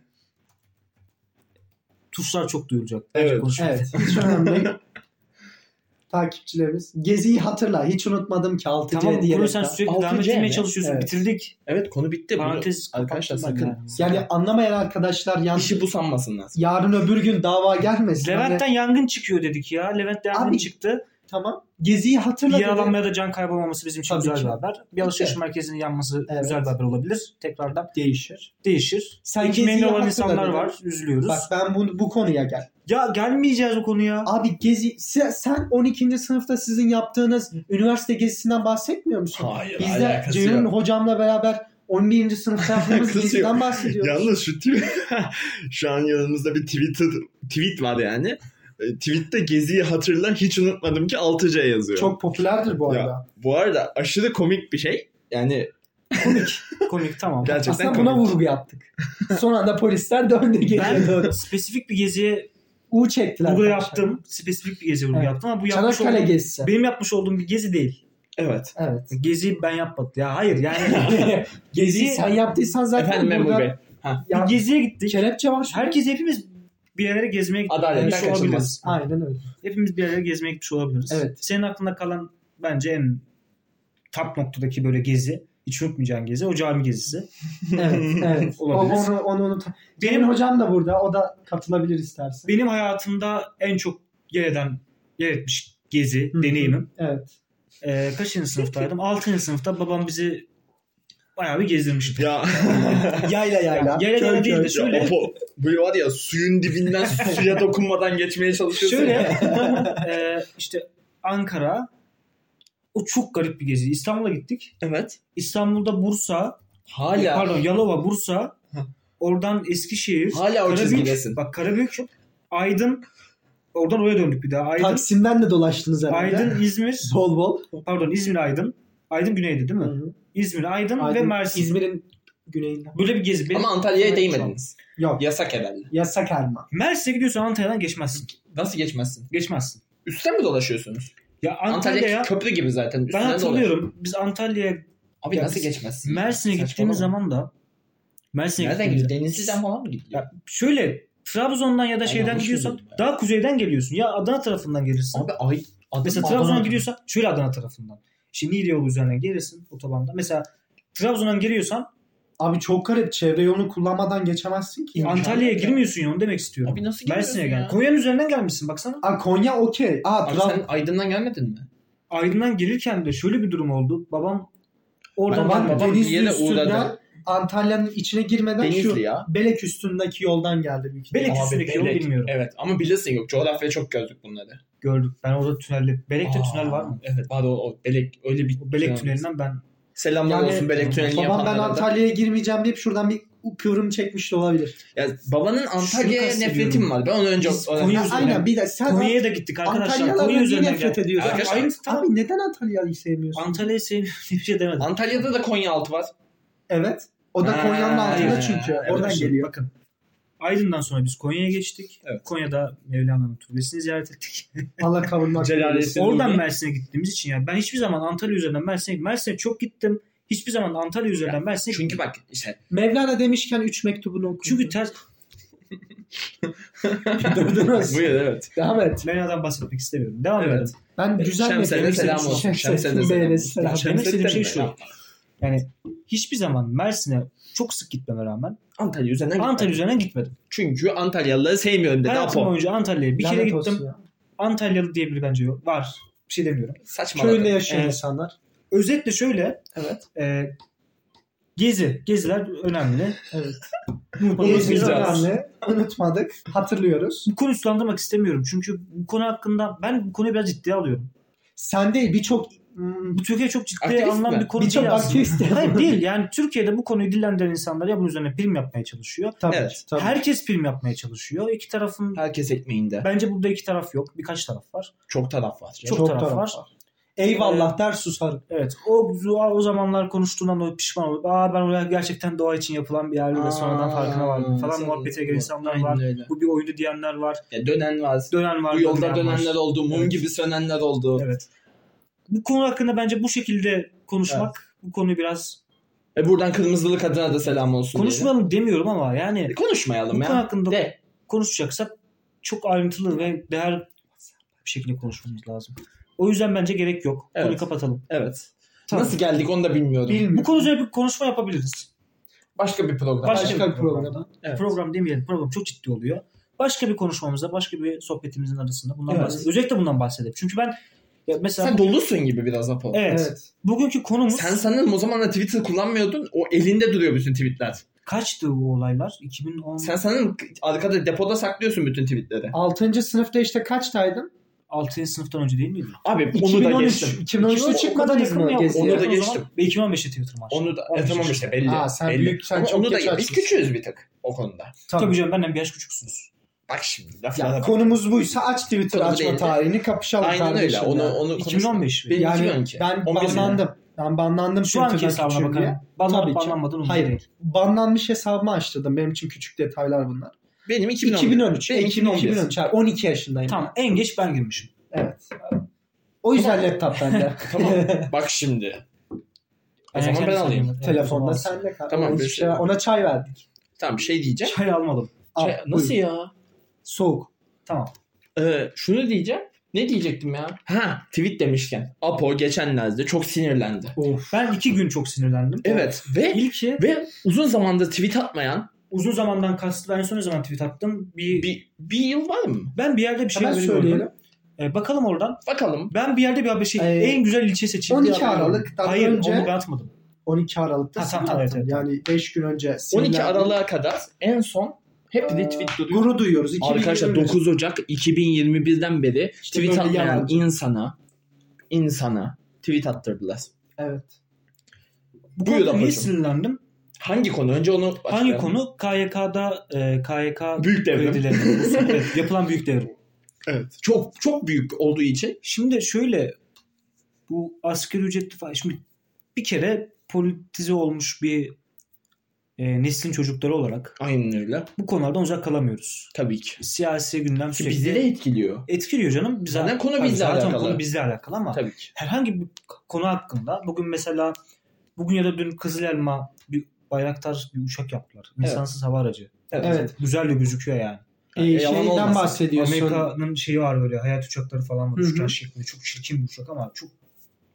Speaker 2: Tuşlar çok duyulacak.
Speaker 1: Evet.
Speaker 2: konuşuruz.
Speaker 3: evet. Hiç önemli. Takipçilerimiz. Geziyi hatırla. Hiç unutmadım ki 6C
Speaker 2: Tamam
Speaker 3: diyerek.
Speaker 2: bunu sen
Speaker 3: de.
Speaker 2: sürekli
Speaker 1: Altı
Speaker 2: devam
Speaker 1: C
Speaker 2: ettirmeye
Speaker 1: mi?
Speaker 2: çalışıyorsun.
Speaker 3: Evet.
Speaker 2: Bitirdik.
Speaker 1: evet konu bitti. Bunu-
Speaker 2: Parantez
Speaker 1: arkadaşlar
Speaker 2: kapattım ben
Speaker 1: sakın şey
Speaker 3: Yani anlamayan arkadaşlar yan...
Speaker 1: işi bu sanmasınlar.
Speaker 3: yarın öbür gün dava gelmesin.
Speaker 2: Levent'ten
Speaker 3: Hani,
Speaker 2: yangın çıkıyor dedik ya. Levent'ten yangın
Speaker 3: Abi,
Speaker 2: çıktı.
Speaker 3: tamam. Geziyi hatırla.
Speaker 2: Bir
Speaker 3: dedi.
Speaker 2: yaralanmaya da can kaybolmaması bizim için
Speaker 3: Tabii
Speaker 2: güzel
Speaker 3: ki.
Speaker 2: bir haber. Bir
Speaker 3: de.
Speaker 2: alışveriş merkezinin yanması
Speaker 3: Evet.
Speaker 2: güzel bir haber olabilir. Tekrardan
Speaker 3: değişir.
Speaker 2: değişir.
Speaker 3: Sen
Speaker 2: Ekmeğinde
Speaker 3: Gezi'yi
Speaker 2: olan insanlar
Speaker 3: hatırladın.
Speaker 2: var. Üzülüyoruz.
Speaker 3: Bak ben bu, bu konuya gel.
Speaker 2: Ya gelmeyeceğiz o konuya.
Speaker 3: Abi gezi se- sen 12. sınıfta sizin yaptığınız üniversite gezisinden bahsetmiyor musun?
Speaker 1: Hayır
Speaker 3: Biz de Ceyhun hocamla beraber 11. sınıfta yaptığımız
Speaker 1: Kızıyor.
Speaker 3: geziden bahsediyoruz.
Speaker 1: Yalnız şu tweet, şu an yanımızda bir Twitter, tweet var yani. E, Tweette geziyi hatırla hiç unutmadım ki 6C yazıyor.
Speaker 3: Çok popülerdir bu
Speaker 1: Ya,
Speaker 3: arada.
Speaker 1: Bu arada aşırı komik bir şey. Yani
Speaker 2: Komik tamam.
Speaker 1: gerçekten
Speaker 3: Aslında
Speaker 1: komik.
Speaker 3: buna vurgu yaptık. Son anda polisler döndü geriye
Speaker 2: Ben
Speaker 3: doğru.
Speaker 2: spesifik bir geziye
Speaker 3: U çektiler.
Speaker 2: vurgu
Speaker 3: arkadaşlar.
Speaker 2: yaptım. Spesifik bir geziye vurgu
Speaker 3: Evet.
Speaker 2: yaptım ama bu yapmış
Speaker 3: Çanakkale
Speaker 2: olduğum-
Speaker 3: gezisi.
Speaker 2: benim yapmış olduğum bir gezi değil.
Speaker 1: Evet.
Speaker 3: Evet.
Speaker 2: Gezi ben yapmadım. Ya hayır yani
Speaker 3: Geziyi
Speaker 2: gezi
Speaker 3: sen yaptıysan zaten
Speaker 1: Efendim Memur
Speaker 3: burada-
Speaker 1: Bey.
Speaker 3: Ya,
Speaker 2: bir geziye gittik.
Speaker 3: kelepçe var.
Speaker 2: Herkes hepimiz bir yerlere gezmeye gitmiş
Speaker 1: Adaletten
Speaker 2: olabiliriz.
Speaker 1: kaçınılmaz.
Speaker 3: Aynen öyle.
Speaker 2: Hepimiz bir yerlere gezmeye gitmiş olabiliriz.
Speaker 3: Evet.
Speaker 2: Senin aklında kalan bence en top noktadaki böyle gezi, hiç unutmayacağın gezi o cami gezisi.
Speaker 3: Evet. evet. O-
Speaker 2: Olabilir.
Speaker 3: onu, onu unut. Benim
Speaker 2: Benim
Speaker 3: hocam da burada. O da katılabilir istersen.
Speaker 2: benim hayatımda en çok yer eden yer etmiş gezi
Speaker 3: Hı hı.
Speaker 2: deneyimim.
Speaker 3: Evet.
Speaker 2: Ee, kaçıncı sınıftaydım? Altıncı sınıfta babam bizi bayağı bir gezdirmişti.
Speaker 1: Ya,
Speaker 3: Yayla yayla.
Speaker 2: Ya, yayla
Speaker 3: köy
Speaker 2: yayla değil de
Speaker 3: köy.
Speaker 2: Şöyle-
Speaker 1: ya Apo, böyle var ya suyun dibinden suya dokunmadan geçmeye çalışıyorsun.
Speaker 2: Şöyle e, işte Ankara o çok garip bir gezi. İstanbul'a gittik.
Speaker 1: Evet.
Speaker 2: İstanbul'da Bursa,
Speaker 1: Hala.
Speaker 2: Pardon Yalova, Bursa.
Speaker 1: Heh.
Speaker 2: Oradan Eskişehir.
Speaker 1: Hala o
Speaker 2: Karabük.
Speaker 1: çizgidesin.
Speaker 2: Bak Karabük, Aydın. Oradan oraya döndük bir daha. Aydın,
Speaker 3: Taksim'den de dolaştınız herhalde.
Speaker 2: Aydın, İzmir.
Speaker 3: Bol bol.
Speaker 2: Pardon İzmir, Aydın. Aydın güneydi değil mi? İzmir, Aydın, ve
Speaker 3: Aydın,
Speaker 2: Mersin.
Speaker 3: İzmir'in güneyinden.
Speaker 2: Böyle bir gezi. Benim-
Speaker 1: Ama Antalya'ya değmediniz.
Speaker 3: Yok.
Speaker 1: Yasak herhalde.
Speaker 3: Yasak elma.
Speaker 2: Mersin'e gidiyorsan Antalya'dan geçmezsin.
Speaker 1: Nasıl geçmezsin?
Speaker 2: Geçmezsin.
Speaker 1: Üstten mi dolaşıyorsunuz?
Speaker 2: Ya
Speaker 1: Antalya,
Speaker 2: Antalya'ya
Speaker 1: köprü gibi zaten.
Speaker 2: ben
Speaker 1: Üstünden dolaş-
Speaker 2: hatırlıyorum. Biz Antalya'ya
Speaker 1: Abi
Speaker 2: Ya
Speaker 1: nasıl
Speaker 2: biz
Speaker 1: geçmezsin?
Speaker 2: Mersin'e
Speaker 1: Saçmalama.
Speaker 2: gittiğimiz zaman da Mersin'e
Speaker 1: Nereden
Speaker 2: gittiğimiz-
Speaker 1: gidiyor? Denizli'den falan mı gidiyor?
Speaker 2: Ya şöyle Trabzon'dan ya da
Speaker 1: Ben
Speaker 2: şeyden
Speaker 1: yanlış
Speaker 2: gidiyorsan
Speaker 1: biliyorum ya.
Speaker 2: daha kuzeyden geliyorsun. Ya Adana tarafından gelirsin.
Speaker 1: Abi ay adım
Speaker 2: Mesela
Speaker 1: Adana.
Speaker 2: Trabzon'a gidiyorsan şöyle Adana tarafından. İşte Niğde yolu üzerinden gelirsin otobanda. Mesela Trabzon'dan geliyorsan
Speaker 3: Abi çok garip. Çevre yolunu kullanmadan geçemezsin ki.
Speaker 1: İmkan
Speaker 2: Antalya'ya
Speaker 1: yok ya.
Speaker 2: girmiyorsun ya onu demek istiyorum.
Speaker 1: Abi nasıl
Speaker 2: Mersin'e
Speaker 1: gidiyorsun
Speaker 2: gel.
Speaker 1: ya?
Speaker 2: Konya'nın üzerinden gelmişsin baksana.
Speaker 3: Aa, Konya okey. Aa,
Speaker 1: Abi
Speaker 3: Trab-
Speaker 1: sen Aydın'dan gelmedin mi?
Speaker 2: Aydın'dan gelirken de şöyle bir durum oldu. Babam oradan
Speaker 1: Ben-
Speaker 3: Babam
Speaker 1: Babam bir
Speaker 3: Denizli
Speaker 1: yere
Speaker 3: üstünden
Speaker 1: uğradı.
Speaker 3: Antalya'nın içine girmeden
Speaker 1: Denizli
Speaker 3: şu
Speaker 1: ya.
Speaker 3: Belek üstündeki yoldan geldi büyük ihtimalle.
Speaker 2: Belek
Speaker 1: Abi,
Speaker 2: üstündeki yolu
Speaker 1: Belek.
Speaker 2: bilmiyorum.
Speaker 1: Evet ama bilirsin yok. Coğrafya çok gördük bunları.
Speaker 2: Gördük. Ben orada tünelde. Belek'te
Speaker 1: Aa,
Speaker 2: tünel var mı?
Speaker 1: Evet. Pardon o Belek öyle bir
Speaker 2: O Belek
Speaker 1: tünel.
Speaker 2: tünelinden ben
Speaker 1: Selamlar
Speaker 3: Yani-
Speaker 1: olsun Belek tünelini
Speaker 3: Babam ben
Speaker 1: yapanlara da.
Speaker 3: Antalya'ya girmeyeceğim deyip şuradan bir kıvrım çekmiş de olabilir.
Speaker 1: Ya babanın Antalya'ya
Speaker 2: kastediyorum.
Speaker 1: nefretim var. Ben onu önce...
Speaker 2: Biz
Speaker 1: Ona-
Speaker 2: Konya
Speaker 3: Ya
Speaker 2: üzerinden.
Speaker 3: aynen bir de sen
Speaker 2: Konya'ya da gittik arkadaşlar.
Speaker 3: Antalyalılardan
Speaker 2: Konya
Speaker 3: niye
Speaker 2: üzerinden
Speaker 3: nefret
Speaker 2: geldik.
Speaker 3: ediyorsun?
Speaker 2: Arkadaşlar,
Speaker 1: Ayrı-
Speaker 2: tamam.
Speaker 3: Abi neden Antalya'yı sevmiyorsun?
Speaker 2: Antalya'yı seviyorum diye bir şey demedim.
Speaker 1: Antalya'da da Konyaaltı var.
Speaker 3: evet. O da
Speaker 1: Ha,
Speaker 3: Konya'nın altında
Speaker 1: aynen.
Speaker 3: çünkü.
Speaker 1: Evet,
Speaker 3: Oradan
Speaker 2: Şimdi
Speaker 3: geliyor.
Speaker 2: Bakın. Aydın'dan sonra biz Konya'ya geçtik.
Speaker 1: Evet.
Speaker 2: Konya'da Mevlana'nın türbesini ziyaret ettik.
Speaker 3: Allah kavurmak.
Speaker 1: Celaleddin.
Speaker 3: dilesin.
Speaker 2: Ee, Oradan
Speaker 1: Nuri.
Speaker 2: Mersin'e gittiğimiz için ya ben hiçbir zaman Antalya üzerinden Mersin'e Mersin'e çok gittim. Hiçbir zaman Antalya üzerinden Mersin'e
Speaker 1: Çünkü
Speaker 2: gitmedim.
Speaker 1: bak işte
Speaker 3: Mevlana demişken 3 mektubunu okuyun.
Speaker 2: çünkü ters
Speaker 3: durdunuz.
Speaker 1: buyur evet.
Speaker 3: Devam et.
Speaker 2: Mevlana'dan bahsetmek istemiyorum. Devam
Speaker 1: Evet.
Speaker 2: edelim.
Speaker 3: Ben güzel
Speaker 1: Şemsen'e
Speaker 3: mektubunu-
Speaker 1: selam olsun. Şemsen'e selam olsun.
Speaker 3: selam.
Speaker 2: Ya demek istediğim şey
Speaker 1: Şemsettin
Speaker 2: şu.
Speaker 1: mi?
Speaker 2: Yani hiçbir zaman Mersin'e çok sık gitmeme rağmen
Speaker 1: Antalya üzerinden
Speaker 2: Antalya
Speaker 1: Antalya.
Speaker 2: üzerinden gitmedim.
Speaker 1: Çünkü Antalyalıları sevmiyorum dedi.
Speaker 2: Hayatım
Speaker 1: Apo.
Speaker 2: boyunca Antalya'ya bir
Speaker 3: Lanet
Speaker 2: kere
Speaker 3: olsun
Speaker 2: gittim.
Speaker 3: ya.
Speaker 2: Antalyalı diye biri bence yok. Var. Bir şey demiyorum.
Speaker 1: Saçmaladı.
Speaker 3: Köyde yaşayan
Speaker 2: Evet.
Speaker 3: insanlar.
Speaker 2: Özetle şöyle
Speaker 3: Evet.
Speaker 2: e, gezi. Geziler önemli.
Speaker 3: Evet.
Speaker 2: Unutmayacağız.
Speaker 3: Unutmayacağız. Önemli. Unutmadık. Hatırlıyoruz.
Speaker 2: Bu konuyu sulandırmak istemiyorum. Çünkü bu konu hakkında ben bu konuyu biraz ciddiye alıyorum.
Speaker 3: Sen değil birçok hmm,
Speaker 2: Bu Türkiye çok ciddiye
Speaker 1: Aktivist
Speaker 2: alınan
Speaker 1: mi?
Speaker 2: bir konu
Speaker 3: birçok
Speaker 2: değil aslında.
Speaker 3: aktivist.
Speaker 2: Hayır değil. Yani Türkiye'de bu konuyu dillendiren insanlar ya bunun üzerine film yapmaya çalışıyor.
Speaker 3: Tabii,
Speaker 1: Evet.
Speaker 3: tabii.
Speaker 2: Herkes film yapmaya çalışıyor. İki tarafın
Speaker 1: Herkes ekmeğinde.
Speaker 2: bence burada iki taraf yok. Birkaç taraf var.
Speaker 1: Çok taraf var.
Speaker 2: Çok, taraf, var.
Speaker 3: Eyvallah der susarım.
Speaker 2: Evet. O o zamanlar konuştuğundan dolayı pişman olup aa ben oraya gerçekten doğa için yapılan bir yerdi ve sonradan farkına vardım falan muhabbete gelen insanlar var. Bu bir oyunu diyenler var.
Speaker 1: Ya dönen var.
Speaker 2: Dönen var.
Speaker 1: Bu yolda
Speaker 2: dönmeyen var.
Speaker 1: dönenler oldu. Mum
Speaker 2: Evet.
Speaker 1: gibi sönenler oldu.
Speaker 2: Evet. Bu konu hakkında bence bu şekilde konuşmak bu konuyu biraz
Speaker 1: E buradan kırmızılı kadına da selam olsun.
Speaker 2: konuşmayalım demiyorum ama yani
Speaker 1: diyelim. E
Speaker 2: bu
Speaker 1: konuşmayalım
Speaker 2: konu
Speaker 1: ya.
Speaker 2: hakkında
Speaker 1: De.
Speaker 2: konuşacaksak çok ayrıntılı ve değer bir şekilde konuşmamız lazım. O yüzden bence gerek yok.
Speaker 1: Evet.
Speaker 2: Konuyu kapatalım.
Speaker 1: Evet.
Speaker 2: Tamam.
Speaker 1: Nasıl geldik onu da bilmiyorum.
Speaker 2: Bu
Speaker 3: Bilmiyorum.
Speaker 2: konu üzerine bir konuşma yapabiliriz.
Speaker 1: Başka bir program.
Speaker 2: Başka
Speaker 3: Başka bir programda.
Speaker 1: Evet.
Speaker 2: Program demeyelim. Program çok ciddi oluyor. Başka bir konuşmamızda, başka bir sohbetimizin arasında bundan
Speaker 1: Evet.
Speaker 2: bahsedelim. Özellikle bundan bahsedelim. Çünkü ben ya mesela
Speaker 1: Sen dolusun gibi biraz Apo.
Speaker 2: evet,
Speaker 3: Evet.
Speaker 2: bugünkü konumuz
Speaker 1: Sen sanırım o zamanlar Twitter kullanmıyordun. O elinde duruyor bütün tweetler.
Speaker 2: kaçtı bu olaylar? 2010
Speaker 1: Sen sanırım arkada depoda saklıyorsun bütün tweetleri.
Speaker 3: 6. sınıfta işte kaçtaydın?
Speaker 2: 6. sınıftan önce değil miydi?
Speaker 1: Abi onu da
Speaker 3: 2013.
Speaker 1: geçtim.
Speaker 3: 2013'te çıkmadınız mı
Speaker 1: Onu da
Speaker 3: geziye?
Speaker 1: Onu geçtim.
Speaker 2: Ve 2015'te Twitter var.
Speaker 1: Onu da e,
Speaker 2: 15
Speaker 1: tamam
Speaker 2: yaşında.
Speaker 1: işte belli.
Speaker 3: Aa, sen
Speaker 1: belli.
Speaker 3: büyük- sen
Speaker 1: Ama
Speaker 3: çok
Speaker 1: onu da
Speaker 3: geç
Speaker 1: biz
Speaker 3: açmışsın.
Speaker 1: küçüğüz bir tık o konuda.
Speaker 2: Tabii canım benden bir yaş küçüksünüz.
Speaker 1: Bak şimdi laflara
Speaker 3: Ya,
Speaker 1: bak.
Speaker 3: konumuz buysa aç Twitter
Speaker 1: Konu
Speaker 3: açma
Speaker 1: değil de.
Speaker 3: tarihini kapışalım
Speaker 1: Aynen öyle.
Speaker 3: kardeşim.
Speaker 1: Onu
Speaker 3: ya.
Speaker 1: onu konuş-
Speaker 2: 2015
Speaker 1: şey
Speaker 2: mi?
Speaker 1: Benim
Speaker 3: Yani
Speaker 1: 2012.
Speaker 3: Ben
Speaker 1: 11 sene.
Speaker 3: banlandım. Ben banlandım
Speaker 2: Şu anki
Speaker 3: Twitter'dan
Speaker 2: hesabına
Speaker 3: küçüğüm diye.
Speaker 2: bakalım. Banlanıp
Speaker 3: Tabii ki.
Speaker 2: banlanmadığını
Speaker 3: Hayır.
Speaker 2: unutmayın.
Speaker 3: Banlanmış hesabımı açtırdım. Benim için küçük detaylar bunlar.
Speaker 1: Benim 2013.
Speaker 3: 2013.
Speaker 1: Benim
Speaker 3: 2013.
Speaker 1: 2011.
Speaker 3: 2013. Ha, 12 yaşındayım.
Speaker 2: Tamam en geç ben girmişim.
Speaker 3: Evet. O yüzden laptop bende.
Speaker 1: Tamam. Bak şimdi. O
Speaker 2: Yani
Speaker 1: zaman ben
Speaker 2: kendisi
Speaker 1: alayım.
Speaker 2: alıyor.
Speaker 3: Telefonda
Speaker 2: Evet,
Speaker 3: senle kal.
Speaker 1: Tamam,
Speaker 3: Ona hiçbir
Speaker 1: bir
Speaker 3: şey-
Speaker 1: şey yok.
Speaker 3: ona çay verdik.
Speaker 1: Tamam bir şey diyeceğim.
Speaker 2: Çay almadım.
Speaker 3: Al,
Speaker 1: Şey- nasıl
Speaker 3: buyur.
Speaker 1: ya?
Speaker 3: Soğuk.
Speaker 2: Tamam.
Speaker 1: Ee, şunu diyeceğim. Ne diyecektim ya? Ha tweet demişken. Apo geçenlerde çok sinirlendi.
Speaker 3: Of.
Speaker 2: Ben iki gün çok sinirlendim.
Speaker 1: Evet ve
Speaker 2: İlki
Speaker 1: ve uzun zamanda tweet atmayan
Speaker 2: uzun zamandan kastı ben en son ne zaman tweet attım. Bir,
Speaker 1: bir, bir yıl var mı?
Speaker 2: ben bir yerde bir şey
Speaker 3: Hemen
Speaker 2: haberi
Speaker 3: söyleyelim.
Speaker 2: gördüm. E, bakalım oradan.
Speaker 1: Bakalım.
Speaker 2: Ben bir yerde bir haber şey
Speaker 3: Ee,
Speaker 2: en güzel ilçe seçildi.
Speaker 3: 12
Speaker 2: haberi gördüm.
Speaker 3: Aralık'tan
Speaker 2: Hayır
Speaker 3: önce-
Speaker 2: onu ben atmadım.
Speaker 3: 12 Aralık'ta
Speaker 2: Ha,
Speaker 3: sen
Speaker 2: tamam, evet,
Speaker 3: attın.
Speaker 2: evet.
Speaker 3: Yani 5 gün önce.
Speaker 1: 12
Speaker 3: sinirlendin.
Speaker 1: Aralık'a kadar en son hep retweet duruyor.
Speaker 3: Guru duyuyoruz. 2021.
Speaker 1: Arkadaşlar 9 Ocak 2021'den beri
Speaker 3: İşte
Speaker 1: tweet
Speaker 3: böyle
Speaker 1: atmayan
Speaker 3: yalancı.
Speaker 1: insana insana tweet attırdılar.
Speaker 3: Evet.
Speaker 2: Bu
Speaker 1: Buyur
Speaker 2: konuda niye
Speaker 1: Apo'cum.
Speaker 2: sinirlendim?
Speaker 1: Hangi konu? Önce onu
Speaker 2: Hangi
Speaker 1: başlayalım.
Speaker 2: konu? KYK'da e, KYK
Speaker 1: Büyük devrim.
Speaker 2: kredileri. evet, yapılan büyük devrim.
Speaker 1: Evet. Çok çok büyük olduğu için.
Speaker 2: Şimdi şöyle bu asgari ücretli falan şimdi bir kere politize olmuş bir e, neslin çocukları olarak
Speaker 1: Aynen öyle.
Speaker 2: bu konulardan uzak kalamıyoruz.
Speaker 1: Tabii ki.
Speaker 2: Siyasi gündem
Speaker 1: Ki
Speaker 2: sürekli
Speaker 1: bizi de etkiliyor.
Speaker 2: etkiliyor canım. Biz
Speaker 1: Zaten konu
Speaker 2: Tabii
Speaker 1: bizle
Speaker 2: zaten
Speaker 1: alakalı.
Speaker 2: konu bizle alakalı ama
Speaker 1: Tabii ki.
Speaker 2: herhangi bir konu hakkında bugün mesela bugün ya da dün Kızıl Elma bir Bayraktar bir uçak yaptılar. İnsansız hava aracı.
Speaker 3: Evet.
Speaker 2: Güzel de gözüküyor yani.
Speaker 3: Ee,
Speaker 1: Yani yalan
Speaker 3: şeyden
Speaker 1: olmasın.
Speaker 3: bahsediyorsun.
Speaker 2: Amerika'nın şeyi var böyle hayat uçakları falan var.
Speaker 1: Hı hı.
Speaker 2: Uçan şeklinde. Çok çirkin bir uçak ama çok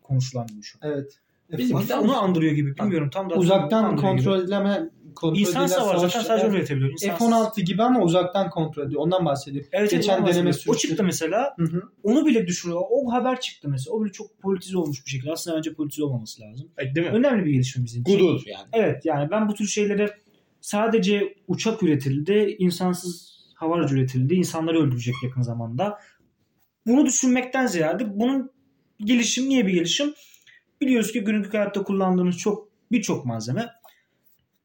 Speaker 2: konuşulan bir uçak.
Speaker 3: Evet.
Speaker 1: Bizim
Speaker 3: F-
Speaker 1: bir de-
Speaker 2: Onu andırıyor gibi. Bilmiyorum tam da
Speaker 3: uzaktan
Speaker 2: andırıyor
Speaker 3: kontrol edileme kontrol
Speaker 2: gibi. İnsan
Speaker 3: edilen
Speaker 2: savar zaten
Speaker 3: savaş-
Speaker 2: sadece
Speaker 3: Evet.
Speaker 2: öyle üretebiliyor. İnsan
Speaker 3: F-16 gibi ama uzaktan kontrol ediyor. Ondan bahsediyor.
Speaker 2: Evet,
Speaker 3: geçen
Speaker 2: geçen deneme
Speaker 3: deneme
Speaker 2: O
Speaker 3: sürüşü.
Speaker 2: çıktı mesela.
Speaker 3: Hı hı.
Speaker 2: Onu bile düşünüyor. O haber çıktı mesela. O bile çok politize olmuş bir şekilde. Aslında bence politize olmaması lazım.
Speaker 1: E, Değil mi?
Speaker 2: Önemli bir gelişme bizim için.
Speaker 1: Gudul yani.
Speaker 2: Evet yani ben bu tür şeylere sadece uçak üretildi, insansız hava aracı üretildi, insanları öldürecek yakın zamanda. Bunu düşünmekten ziyade bunun gelişim niye bir gelişim? Biliyoruz ki günlük hayatta kullandığımız çok birçok malzeme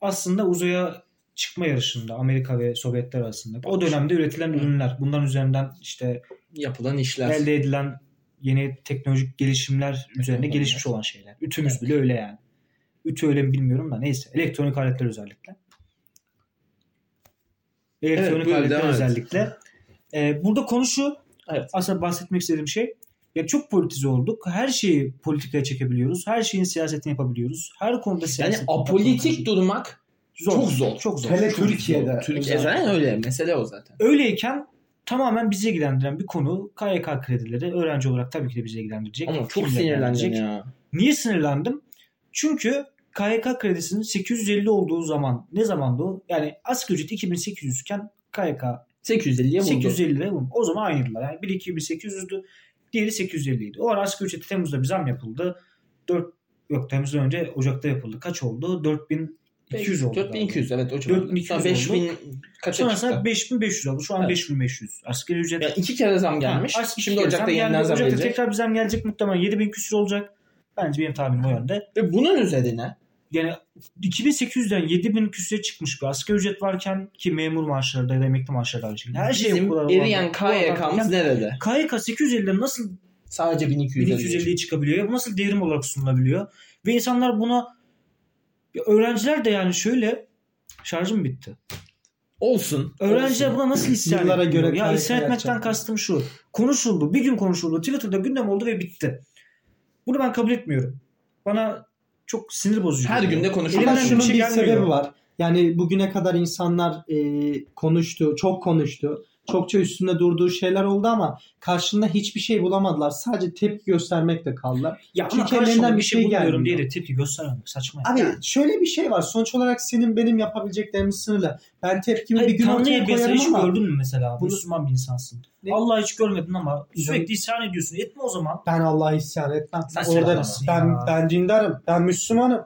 Speaker 2: aslında uzaya çıkma yarışında Amerika ve Sovyetler arasında o dönemde üretilen ürünler. Bundan üzerinden işte
Speaker 1: Yapılan işler.
Speaker 2: elde edilen yeni teknolojik gelişimler üzerine
Speaker 1: Teknolojiler.
Speaker 2: gelişmiş olan şeyler. Ütümüz bile öyle yani. Ütü öyle mi bilmiyorum da neyse. Elektronik aletler özellikle. Elektronik
Speaker 1: buyurun,
Speaker 2: aletler
Speaker 1: devam et.
Speaker 2: özellikle. Ee, burada konu şu.
Speaker 1: Evet.
Speaker 2: Aslında bahsetmek istediğim şey. Ya çok politize olduk. Her şeyi politikaya çekebiliyoruz. Her şeyin siyasetini yapabiliyoruz. Her konuda
Speaker 1: Yani
Speaker 2: siyaset.
Speaker 1: apolitik durmak çok zor.
Speaker 2: Çok zor.
Speaker 3: Hele
Speaker 2: Çok zor.
Speaker 3: Türkiye'de.
Speaker 1: Türkiye zaten öyle. Mesele o zaten.
Speaker 2: Öyleyken tamamen bizi ilgilendiren bir konu KYK kredileri öğrenci olarak tabii ki de bizi ilgilendirecek.
Speaker 1: Ama çok
Speaker 2: Kimle
Speaker 1: sinirlendim
Speaker 2: ilgilendirecek?
Speaker 1: ya.
Speaker 2: Niye sinirlendim? Çünkü KYK kredisinin 850 olduğu zaman ne zamandı o? Yani asgari ücret 2800 iken KYK
Speaker 1: 850'ye vurdu.
Speaker 2: 850 liraya bulundu. O zaman aynıydılar. Yani biri 2800'dü, diğeri 850 idi. O ara asgari ücreti Temmuz'da bir zam yapıldı. 4 yok Temmuz'dan önce Ocak'ta yapıldı. Kaç oldu? 4200 oldu.
Speaker 1: 4200 evet o
Speaker 2: 4200
Speaker 1: civarında. 5000
Speaker 2: oldu.
Speaker 1: kaça çıktı?
Speaker 2: Sonrasında 5500 oldu. Şu an
Speaker 1: Evet.
Speaker 2: 5500. Asgari ücret
Speaker 1: Yani iki kere zam gelmiş.
Speaker 2: Ha, asgari
Speaker 1: Şimdi
Speaker 2: ücret
Speaker 1: Ocak'ta
Speaker 2: zam geldi.
Speaker 1: yeniden zam
Speaker 2: Ocak'ta
Speaker 1: gelecek.
Speaker 2: tekrar bir zam gelecek muhtemelen 7000 küsür olacak. Bence benim tahminim o yönde.
Speaker 1: Ve bunun üzerine
Speaker 2: yani 2800'den 7000 küsüre çıkmış bir asgari ücret varken ki memur maaşları da ya da emekli maaşları da aynı şekilde. Her şey bu
Speaker 1: bizim
Speaker 2: kadar
Speaker 1: eriyen
Speaker 2: olan- bu kadar
Speaker 1: KYK'mız
Speaker 2: olan-
Speaker 1: nerede?
Speaker 2: KYK 850'den nasıl
Speaker 1: Sadece 1250.
Speaker 2: 1250'ye çıkabiliyor? Ya bu nasıl devrim olarak sunulabiliyor? Ve insanlar buna Ya öğrenciler de yani şöyle şarjım bitti.
Speaker 1: Olsun.
Speaker 2: Öğrenciler
Speaker 1: olsun.
Speaker 2: buna nasıl isyan
Speaker 3: Yıllara
Speaker 2: ediyor?
Speaker 3: göre
Speaker 2: ya
Speaker 3: KYK
Speaker 2: isyan etmekten
Speaker 3: yapacak.
Speaker 2: kastım şu. Konuşuldu. Bir gün konuşuldu. Twitter'da gündem oldu ve bitti. Bunu ben kabul etmiyorum. Bana çok sinir bozucu.
Speaker 1: her
Speaker 2: geliyor.
Speaker 1: günde konuşulan
Speaker 3: Ama
Speaker 2: Elimden
Speaker 3: şunun
Speaker 2: bir şey
Speaker 3: bir
Speaker 2: gelmiyor.
Speaker 3: sebebi var. Yani bugüne kadar insanlar e, konuştu, çok konuştu. Çokça üstünde durduğu şeyler oldu ama karşında hiçbir şey bulamadılar. Sadece tepki göstermekle kaldılar.
Speaker 2: Ya ama
Speaker 3: Çünkü
Speaker 2: karşımda
Speaker 3: elinden
Speaker 2: bir
Speaker 3: bir
Speaker 2: şey
Speaker 3: şey
Speaker 2: bulmuyorum diye
Speaker 3: gelmiyor.
Speaker 2: de tepki göstermemek saçma. ya.
Speaker 3: Abi şöyle bir şey var. Sonuç olarak senin benim yapabileceklerimiz sınırlı. Ben tepkimi
Speaker 2: Hayır,
Speaker 3: bir gün
Speaker 2: Tanrı'yı
Speaker 3: ortaya
Speaker 2: mesela
Speaker 3: koyarım
Speaker 2: hiç
Speaker 3: ama
Speaker 2: gördün mü mesela?
Speaker 3: Bunu-
Speaker 2: Müslüman bir insansın.
Speaker 3: Ne?
Speaker 2: Allah'ı hiç görmedin ama sürekli
Speaker 3: Ben-
Speaker 2: isyan ediyorsun. Etme o zaman.
Speaker 3: ben Allah'a isyan etmem.
Speaker 1: Sen
Speaker 3: Orada
Speaker 2: isyan
Speaker 3: ben,
Speaker 2: ya.
Speaker 3: ben dindarım. Ben Müslümanım.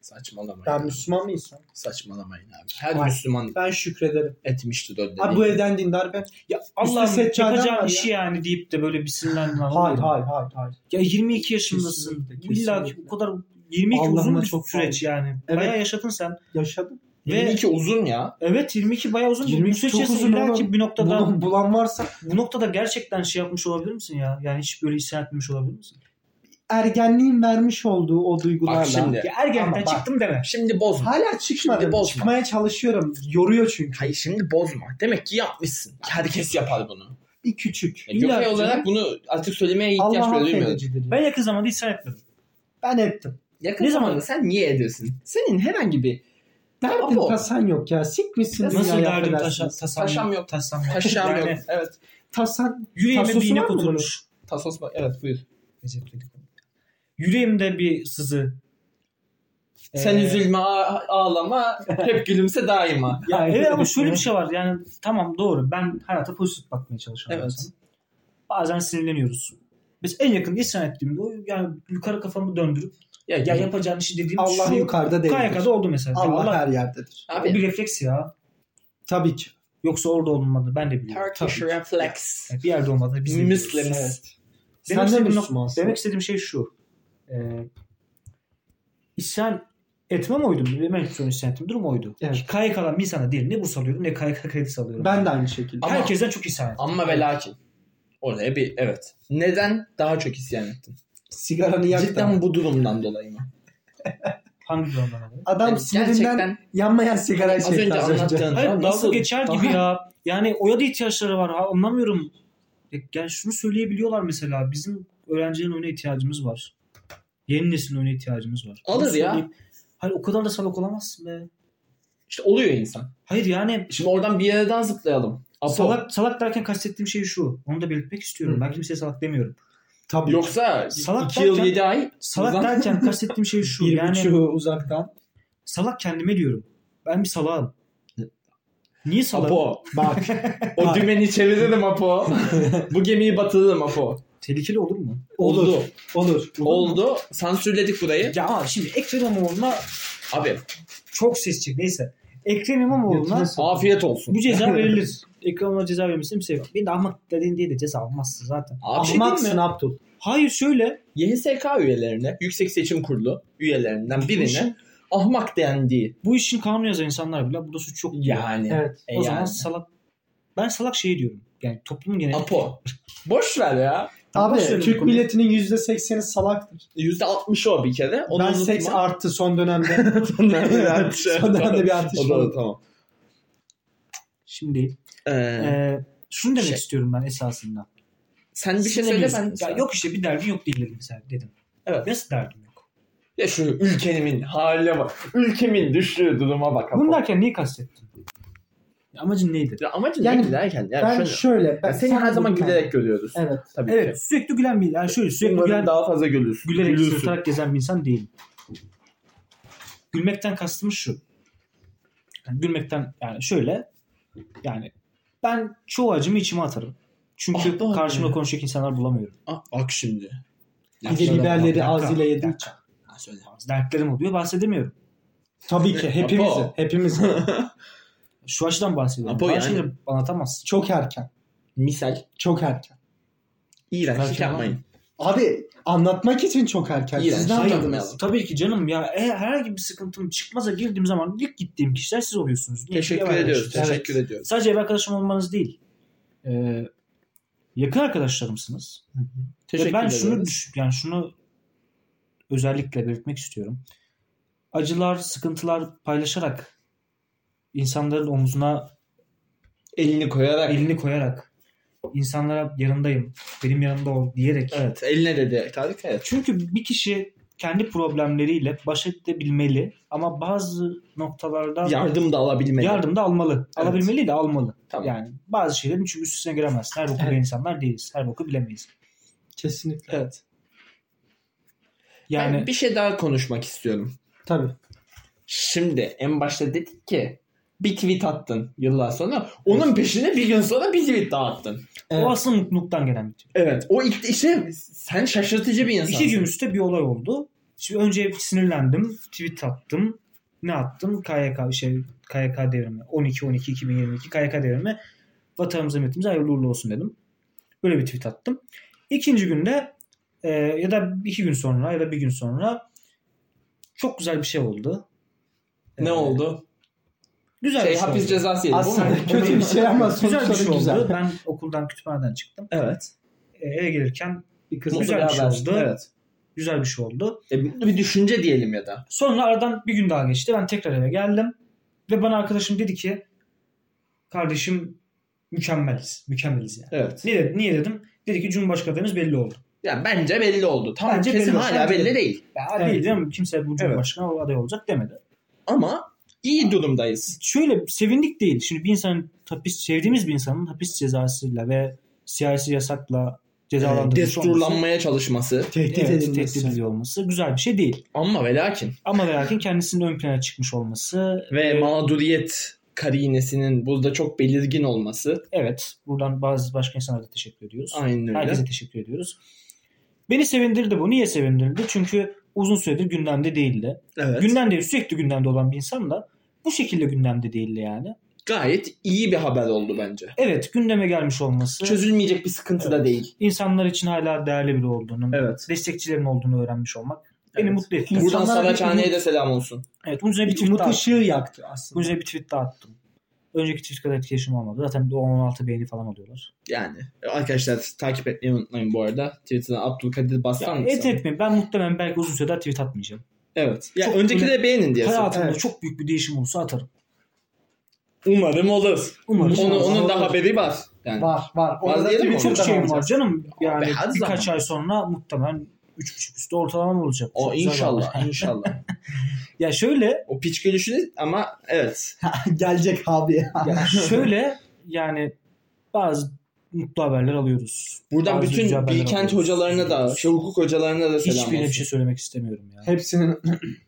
Speaker 1: Saçmalamayın.
Speaker 3: Ben Müslüman bir insan.
Speaker 1: Saçmalamayın abi. Her
Speaker 3: Hayır.
Speaker 1: Müslüman
Speaker 3: Ben şükrederim.
Speaker 1: etmiştir o
Speaker 3: Abi
Speaker 1: dediğini.
Speaker 3: bu evden dindar ben.
Speaker 2: Ya
Speaker 3: Üstü
Speaker 2: Allah'ın
Speaker 3: seccadem var
Speaker 2: yapacağı
Speaker 3: ya.
Speaker 2: işi yani deyip de böyle bir sinirlenme.
Speaker 3: Hayır hayır hayır hayır.
Speaker 2: Ya 22 yaşındasın.
Speaker 3: Kesinlikle,
Speaker 2: İlla ki bu
Speaker 3: kesinlikle.
Speaker 2: kadar 22 uzun
Speaker 3: Allah'ına
Speaker 2: bir
Speaker 3: çok
Speaker 2: süreç yani.
Speaker 3: Evet.
Speaker 2: Bayağı yaşadın sen.
Speaker 3: Yaşadım.
Speaker 2: Ve
Speaker 1: 22 uzun ya.
Speaker 2: evet 22 bayağı uzun. 22 bir
Speaker 3: 22
Speaker 2: süreç
Speaker 3: çok
Speaker 2: yaşadın.
Speaker 3: uzun
Speaker 2: İlla ki
Speaker 3: oğlum.
Speaker 2: bir noktada
Speaker 3: Bulan, bulan varsa
Speaker 2: bu noktada gerçekten şey yapmış olabilir misin ya? Yani hiç böyle isyan etmemiş olabilir misin?
Speaker 3: ergenliğin vermiş olduğu o duygularla.
Speaker 1: Bak şimdi.
Speaker 2: Ya ergenlikten
Speaker 3: Ama bak-
Speaker 2: çıktım deme.
Speaker 1: Şimdi bozma.
Speaker 3: Hala çıkmadım.
Speaker 1: Şimdi bozma.
Speaker 3: Çıkmaya çalışıyorum. Yoruyor çünkü.
Speaker 1: Hayır şimdi bozma. Demek ki yapmışsın. Herkes yapar bunu.
Speaker 3: Bir küçük.
Speaker 1: Yani Gökay
Speaker 2: ki-
Speaker 1: olarak bunu artık söylemeye ihtiyaç
Speaker 3: Allah
Speaker 1: duymuyorum.
Speaker 3: affedicidir. Ben,
Speaker 2: Ben yakın zamanda isyan etmedim.
Speaker 3: ben ettim.
Speaker 1: Yakın
Speaker 2: Ne
Speaker 1: ne
Speaker 2: zaman-
Speaker 1: zaman sen niye ediyorsun? Senin herhangi bir
Speaker 3: Derdin
Speaker 1: Abo.
Speaker 3: tasan yok ya. Sikmişsin
Speaker 2: Nasıl
Speaker 3: dünyayı,
Speaker 2: derdim
Speaker 3: affedersiniz.
Speaker 2: taşa, tasam,
Speaker 1: Taşam
Speaker 2: yok.
Speaker 1: yok.
Speaker 2: Tasam yok.
Speaker 1: taşam yok.
Speaker 2: Yani
Speaker 1: Evet.
Speaker 3: Tasan.
Speaker 2: Yüreğime bir
Speaker 3: Tasosu
Speaker 2: iğne
Speaker 3: var mı bunun?
Speaker 2: oturmuş.
Speaker 1: Tasos var. Evet buyur.
Speaker 2: Yüreğimde bir sızı.
Speaker 1: Sen
Speaker 2: Ee,
Speaker 1: üzülme, ağ- ağlama, hep gülümse daima.
Speaker 2: Ya
Speaker 3: Hayır,
Speaker 2: evet ama
Speaker 3: evet,
Speaker 2: şöyle bir
Speaker 3: evet.
Speaker 2: şey var. Yani tamam doğru. Ben hayata pozitif bakmaya çalışan bir
Speaker 1: Evet.
Speaker 2: insanım. Bazen sinirleniyoruz. Biz en yakın isyan ettiğimde o yani yukarı kafamı döndürüp
Speaker 1: Ya,
Speaker 2: ya yapacağın işi dediğim
Speaker 3: Allah
Speaker 2: şu
Speaker 3: yukarıda değil.
Speaker 2: KYK'da oldu mesela.
Speaker 3: Allah,
Speaker 2: Allah,
Speaker 3: her yerdedir.
Speaker 2: o bir
Speaker 1: Abi,
Speaker 2: refleks ya.
Speaker 3: Tabii ki.
Speaker 2: Yoksa orada olmadığını ben de biliyorum.
Speaker 1: Turkish
Speaker 2: Tabii.
Speaker 1: reflex.
Speaker 2: Yani bir yerde olmadığını biz de biliyoruz.
Speaker 1: Müslümiz.
Speaker 3: Sen de
Speaker 2: istediğim nok-
Speaker 3: Müslümansın.
Speaker 2: Demek istediğim şey şu. Ee, isyan etmem oydu. Demek ki isyan ettim. Durum oydu.
Speaker 3: Evet.
Speaker 2: KYK'dan bir insana değil. Ne burs alıyorum ne KYK kredisi alıyorum.
Speaker 3: Ben de aynı şekilde.
Speaker 1: Ama-
Speaker 2: Herkesten çok isyan ettim.
Speaker 1: Amma ve lakin. Oraya bir evet. Neden daha çok isyan ettin?
Speaker 3: Sigaranı yaktı.
Speaker 1: Cidden bu durumdan dolayı mı?
Speaker 2: Hangi durumdan dolayı?
Speaker 3: Adam
Speaker 1: Yani
Speaker 3: sinirinden
Speaker 1: Hani gerçekten
Speaker 3: yanmayan sigara
Speaker 1: az
Speaker 3: içti
Speaker 1: önce anlattığın
Speaker 2: Hayır
Speaker 1: Lan
Speaker 2: dalga
Speaker 1: nasıl-
Speaker 2: geçer gibi ya. Yani oya da ihtiyaçları var. Ha, anlamıyorum. E, Yani şunu söyleyebiliyorlar mesela. Bizim öğrencilerin oyuna ihtiyacımız var. Yeni neslin oyuna ihtiyacımız var. Bunu
Speaker 1: Alır ya.
Speaker 2: söyleyip- Hayır o kadar da salak olamazsın be.
Speaker 1: İşte oluyor insan.
Speaker 2: Hayır yani
Speaker 1: Şimdi oradan bir yere daha zıplayalım. Apo.
Speaker 2: salak, salak derken kastettiğim şey şu. Onu da belirtmek istiyorum. Ben kimseye salak demiyorum.
Speaker 3: Tabii.
Speaker 1: Yoksa
Speaker 2: Salak
Speaker 1: 2 yıl
Speaker 2: derken-
Speaker 1: 7 ay
Speaker 2: Salak
Speaker 1: Ulan-
Speaker 2: derken kastettiğim şey şu.
Speaker 3: bir
Speaker 2: yani
Speaker 3: buçuğu uzaktan.
Speaker 2: salak kendime diyorum. Ben bir salağım. Niye salak?
Speaker 1: Apo.
Speaker 3: Bak.
Speaker 1: O
Speaker 3: Bak.
Speaker 1: dümeni çeviririm Apo. Bu gemiyi batırırım Apo.
Speaker 2: Tehlikeli olur mu?
Speaker 3: Olur.
Speaker 1: Oldu.
Speaker 3: Olur.
Speaker 1: Oldu. Sansürledik burayı.
Speaker 2: Ya abi şimdi Ekrem İmamoğlu'na
Speaker 1: Abi
Speaker 2: çok ses çık. Neyse. Ekrem İmamoğlu'na
Speaker 3: Götüne s-
Speaker 1: afiyet olsun.
Speaker 2: bu ceza verilir. Ekrem İmamoğlu'na ceza vermesini seviyorum. Beni de ahmak dediğin diye de ceza almazsın zaten.
Speaker 1: Abi şey diyeyim
Speaker 3: Ahmaksın
Speaker 1: mi?
Speaker 3: Abdül.
Speaker 2: Hayır şöyle.
Speaker 1: YSK üyelerine, Yüksek Seçim Kurulu üyelerinden birine ahmak dendiği.
Speaker 2: Bu işin kanunu yazan insanlar bile burada suç çok diyor.
Speaker 1: Yani.
Speaker 3: Evet.
Speaker 1: E
Speaker 2: o zaman
Speaker 1: yani.
Speaker 2: salak. Ben salak şey diyorum. Yani toplum geneli.
Speaker 1: Apo. Boş ver ya.
Speaker 2: Boş verin
Speaker 3: Abi
Speaker 2: bu
Speaker 3: Türk
Speaker 2: konuyu.
Speaker 3: milletinin %80'i salaktır.
Speaker 1: %60 o bir kere. Onu
Speaker 3: ben
Speaker 1: unutma.
Speaker 3: seks arttı son dönemde.
Speaker 1: Son dönemde bir artış.
Speaker 3: Son dönemde bir artış
Speaker 1: O da-
Speaker 3: oldu.
Speaker 1: tamam.
Speaker 2: Şimdi değil.
Speaker 1: Ee,
Speaker 2: Ee, şunu demek
Speaker 1: Şey-
Speaker 2: istiyorum ben esasında.
Speaker 1: sen bir şey
Speaker 2: Siz ne
Speaker 1: söyle ben.
Speaker 2: diyorsunuz? Ya yok işte bir derdin yok değil dedim mesela dedim.
Speaker 1: Evet.
Speaker 2: Nasıl derdim yok?
Speaker 1: Ya şu ülkemin haline bak. Ülkemin düştüğü duruma bak. Apo.
Speaker 2: Bunu derken neyi kastettin? Ya Amacın neydi?
Speaker 1: Ya amacın
Speaker 3: Yani
Speaker 1: ne derken? Yani
Speaker 3: Ben
Speaker 1: şöyle-
Speaker 3: şöyle. Ben
Speaker 1: Ya seni her zaman gülerek görüyoruz.
Speaker 3: Evet.
Speaker 1: Tabii
Speaker 2: Evet
Speaker 1: ki.
Speaker 2: sürekli gülen bir yani şöyle sürekli
Speaker 1: Umarım
Speaker 2: gülen,
Speaker 1: daha fazla gülürsün.
Speaker 2: gülerek
Speaker 1: Gülürsün.
Speaker 2: sırıtarak gezen bir insan değil. Gülmekten kastım şu. Yani gülmekten yani şöyle yani ben çoğu acımı içime atarım. Çünkü
Speaker 1: Ah, doğru.
Speaker 2: karşımda konuşacak insanlar bulamıyorum.
Speaker 1: Ah, bak şimdi.
Speaker 3: Bir de biberleri
Speaker 2: Dakika,
Speaker 3: ağzıyla
Speaker 2: bir
Speaker 3: yedik.
Speaker 2: dakika.
Speaker 1: Ha, söyle.
Speaker 2: Dertlerim oluyor bahsedemiyorum.
Speaker 3: Tabii ki hepimiz.
Speaker 1: Apo.
Speaker 3: Hepimiz.
Speaker 2: Şu açıdan bahsediyorum.
Speaker 1: Apo
Speaker 2: Bazı
Speaker 1: yani.
Speaker 2: şeyleri anlatamazsın.
Speaker 3: Çok erken.
Speaker 1: Misal.
Speaker 3: Çok erken.
Speaker 1: İğrençlik
Speaker 2: Belki
Speaker 1: yapmayın.
Speaker 3: Abi anlatmak için çok erken.
Speaker 1: İğrenç. Şey-
Speaker 3: Siz ne
Speaker 1: Hayır.
Speaker 3: anladınız?
Speaker 1: Anlamayalım.
Speaker 2: Şey Tabii ki canım ya e, herhangi bir sıkıntım çıkmaza girdiğim zaman ilk gittiğim kişiler siz oluyorsunuz. İlk
Speaker 1: Teşekkür
Speaker 2: ev
Speaker 1: ediyoruz.
Speaker 2: arkadaşım.
Speaker 1: Teşekkür ediyoruz.
Speaker 2: Sadece ev arkadaşım olmanız değil. Ee, yakın arkadaşlarımsınız. Ve
Speaker 1: Teşekkür
Speaker 2: ben
Speaker 1: ediyoruz.
Speaker 2: şunu düş- yani şunu özellikle belirtmek istiyorum. Acılar, sıkıntılar paylaşarak insanların omzuna
Speaker 1: elini koyarak
Speaker 2: elini koyarak insanlara yanındayım, benim yanımda ol diyerek
Speaker 1: Evet, eline dedi. Tarık evet.
Speaker 2: Çünkü bir kişi kendi problemleriyle baş edebilmeli ama bazı noktalarda
Speaker 1: Yardım da alabilmeli.
Speaker 2: yardım da almalı.
Speaker 1: Evet.
Speaker 2: Alabilmeli de almalı.
Speaker 1: Tamam.
Speaker 2: Yani bazı şeylerin çünkü üstüne giremezsin. Her boku
Speaker 3: Evet.
Speaker 2: bilen insanlar değiliz. Her boku bilemeyiz.
Speaker 3: Kesinlikle.
Speaker 1: Evet. Yani
Speaker 2: Yani
Speaker 1: bir şey daha konuşmak istiyorum.
Speaker 3: Tabii.
Speaker 1: Şimdi en başta dedik ki bir tweet attın yıllar sonra. Onun peşine bir gün sonra bir tweet daha attın.
Speaker 2: o
Speaker 3: Evet.
Speaker 2: aslında mutluluktan gelen bir şey.
Speaker 1: Evet. O ilk işte sen şaşırtıcı bir insansın.
Speaker 2: İki gün üstte bir olay oldu. Şimdi önce sinirlendim. Tweet attım. Ne attım? KYK şey KYK devrimi. 12 12 2022 KYK devrimi. Vatanımıza milletimize hayırlı uğurlu olsun dedim. Böyle bir tweet attım. İkinci günde e, ya da iki gün sonra ya da bir gün sonra çok güzel bir şey oldu.
Speaker 1: Ne
Speaker 2: E,
Speaker 1: oldu?
Speaker 2: Güzel
Speaker 1: Şey
Speaker 2: bir şey
Speaker 1: hapis
Speaker 2: oldu.
Speaker 1: cezası yedi. bu mu?
Speaker 3: Aslında kötü bir şey ama
Speaker 2: Güzel bir
Speaker 3: sonuçları
Speaker 2: şey oldu.
Speaker 3: güzel.
Speaker 2: Ben okuldan kütüphaneden çıktım.
Speaker 1: Evet.
Speaker 2: E, eve gelirken
Speaker 3: Bir kız
Speaker 1: Mutlu
Speaker 2: Güzel bir şey
Speaker 1: haber.
Speaker 2: oldu.
Speaker 1: Evet.
Speaker 2: güzel bir şey oldu.
Speaker 1: E, mutlu bir düşünce diyelim ya da.
Speaker 2: Sonra aradan bir gün daha geçti. Ben tekrar eve geldim. Ve bana arkadaşım dedi ki kardeşim mükemmeliz. Mükemmeliz yani.
Speaker 1: Evet.
Speaker 2: Niye, dedi- niye dedim? Dedi ki Cumhurbaşkanımız belli oldu.
Speaker 1: Yani bence belli oldu. Tam
Speaker 2: Bence
Speaker 1: kesin
Speaker 2: belli oldu.
Speaker 1: hala belli değil.
Speaker 2: Ya
Speaker 3: Evet.
Speaker 2: değil değil mi? Kimse bu
Speaker 1: Evet.
Speaker 2: Cumhurbaşkanı aday olacak demedi.
Speaker 1: Ama iyi durumdayız.
Speaker 2: Şöyle sevindik değil. Şimdi bir insanın hapis, sevdiğimiz bir insanın hapis cezasıyla ve siyasi yasakla cezalandırılmış olması,
Speaker 1: E, Desturlanmaya çalışması.
Speaker 3: Tehdit
Speaker 2: evet, tehdit
Speaker 3: edilmesi.
Speaker 2: ediliyor olması güzel bir şey değil.
Speaker 1: Ama ve lakin.
Speaker 2: Ama ve lakin kendisinin ön plana çıkmış olması
Speaker 1: Ve mağduriyet karinesinin burada çok belirgin olması.
Speaker 2: evet buradan bazı başka insanlara da teşekkür ediyoruz.
Speaker 1: Aynen öyle.
Speaker 2: Herkese teşekkür ediyoruz. Beni sevindirdi bu. Niye sevindirdi? Çünkü uzun süredir gündemde değildi.
Speaker 1: evet.
Speaker 2: Gündemde sürekli gündemde olan bir insan da bu şekilde gündemde değildi yani.
Speaker 1: Gayet iyi bir haber oldu bence.
Speaker 2: Evet gündeme gelmiş olması
Speaker 1: Çözülmeyecek bir sıkıntı da değil.
Speaker 2: insanlar için hala değerli biri olduğunu,
Speaker 1: Evet.
Speaker 2: destekçilerin olduğunu öğrenmiş olmak beni
Speaker 1: Evet.
Speaker 2: mutlu etti.
Speaker 1: Buradan
Speaker 3: İnsanlar bir
Speaker 1: Saraçhane'ye de selam olsun.
Speaker 2: Evet bunun üzerine bir
Speaker 3: Bir
Speaker 2: tweet
Speaker 3: umut
Speaker 2: daha,
Speaker 3: ışığı yaktı
Speaker 2: bunun
Speaker 3: aslında.
Speaker 2: üzerine bir tweet daha attım. Önceki Twitch kadar etkileşim olmadı. Zaten o 16 beğeni falan alıyorlar.
Speaker 1: Yani e, arkadaşlar takip etmeyi unutmayın bu arada. Twitter'dan Abdülkadir Bastan. mı
Speaker 2: et
Speaker 1: sana?
Speaker 2: etmeyin. Ben muhtemelen belki uzun süre daha tweet atmayacağım.
Speaker 1: Evet. Ya
Speaker 2: Çok
Speaker 1: önceki
Speaker 2: önemli.
Speaker 1: de beğenin diye.
Speaker 2: Hayatımda
Speaker 1: Evet.
Speaker 2: çok büyük bir değişim olursa atarım.
Speaker 1: Umarım olur.
Speaker 2: Umarım.
Speaker 1: Onu,
Speaker 3: olur.
Speaker 1: onun da haberi var. Yani.
Speaker 3: Var var.
Speaker 1: Var
Speaker 3: Orada şey
Speaker 1: diyelim mi?
Speaker 3: Twitter'dan
Speaker 2: Çok şeyim var
Speaker 3: alacağız.
Speaker 2: canım. Yani
Speaker 1: Abi, her
Speaker 2: birkaç
Speaker 1: zaman.
Speaker 2: ay sonra muhtemelen 3.5 üstü ortalamam olacak.
Speaker 1: O
Speaker 2: Çok güzel
Speaker 1: inşallah
Speaker 2: vallahi.
Speaker 1: inşallah.
Speaker 2: Ya şöyle
Speaker 1: o piç gülüşü ama evet.
Speaker 3: Gelecek abi.
Speaker 2: Ya şöyle yani bazı mutlu haberler alıyoruz.
Speaker 1: Buradan
Speaker 2: Bazı güzel
Speaker 1: bütün
Speaker 2: haberler
Speaker 1: Bilkent
Speaker 2: alıyoruz.
Speaker 1: hocalarına da, şey, hukuk hocalarına da selam
Speaker 2: Hiçbirine bir
Speaker 1: olsun.
Speaker 2: şey söylemek istemiyorum ya.
Speaker 3: Hepsinin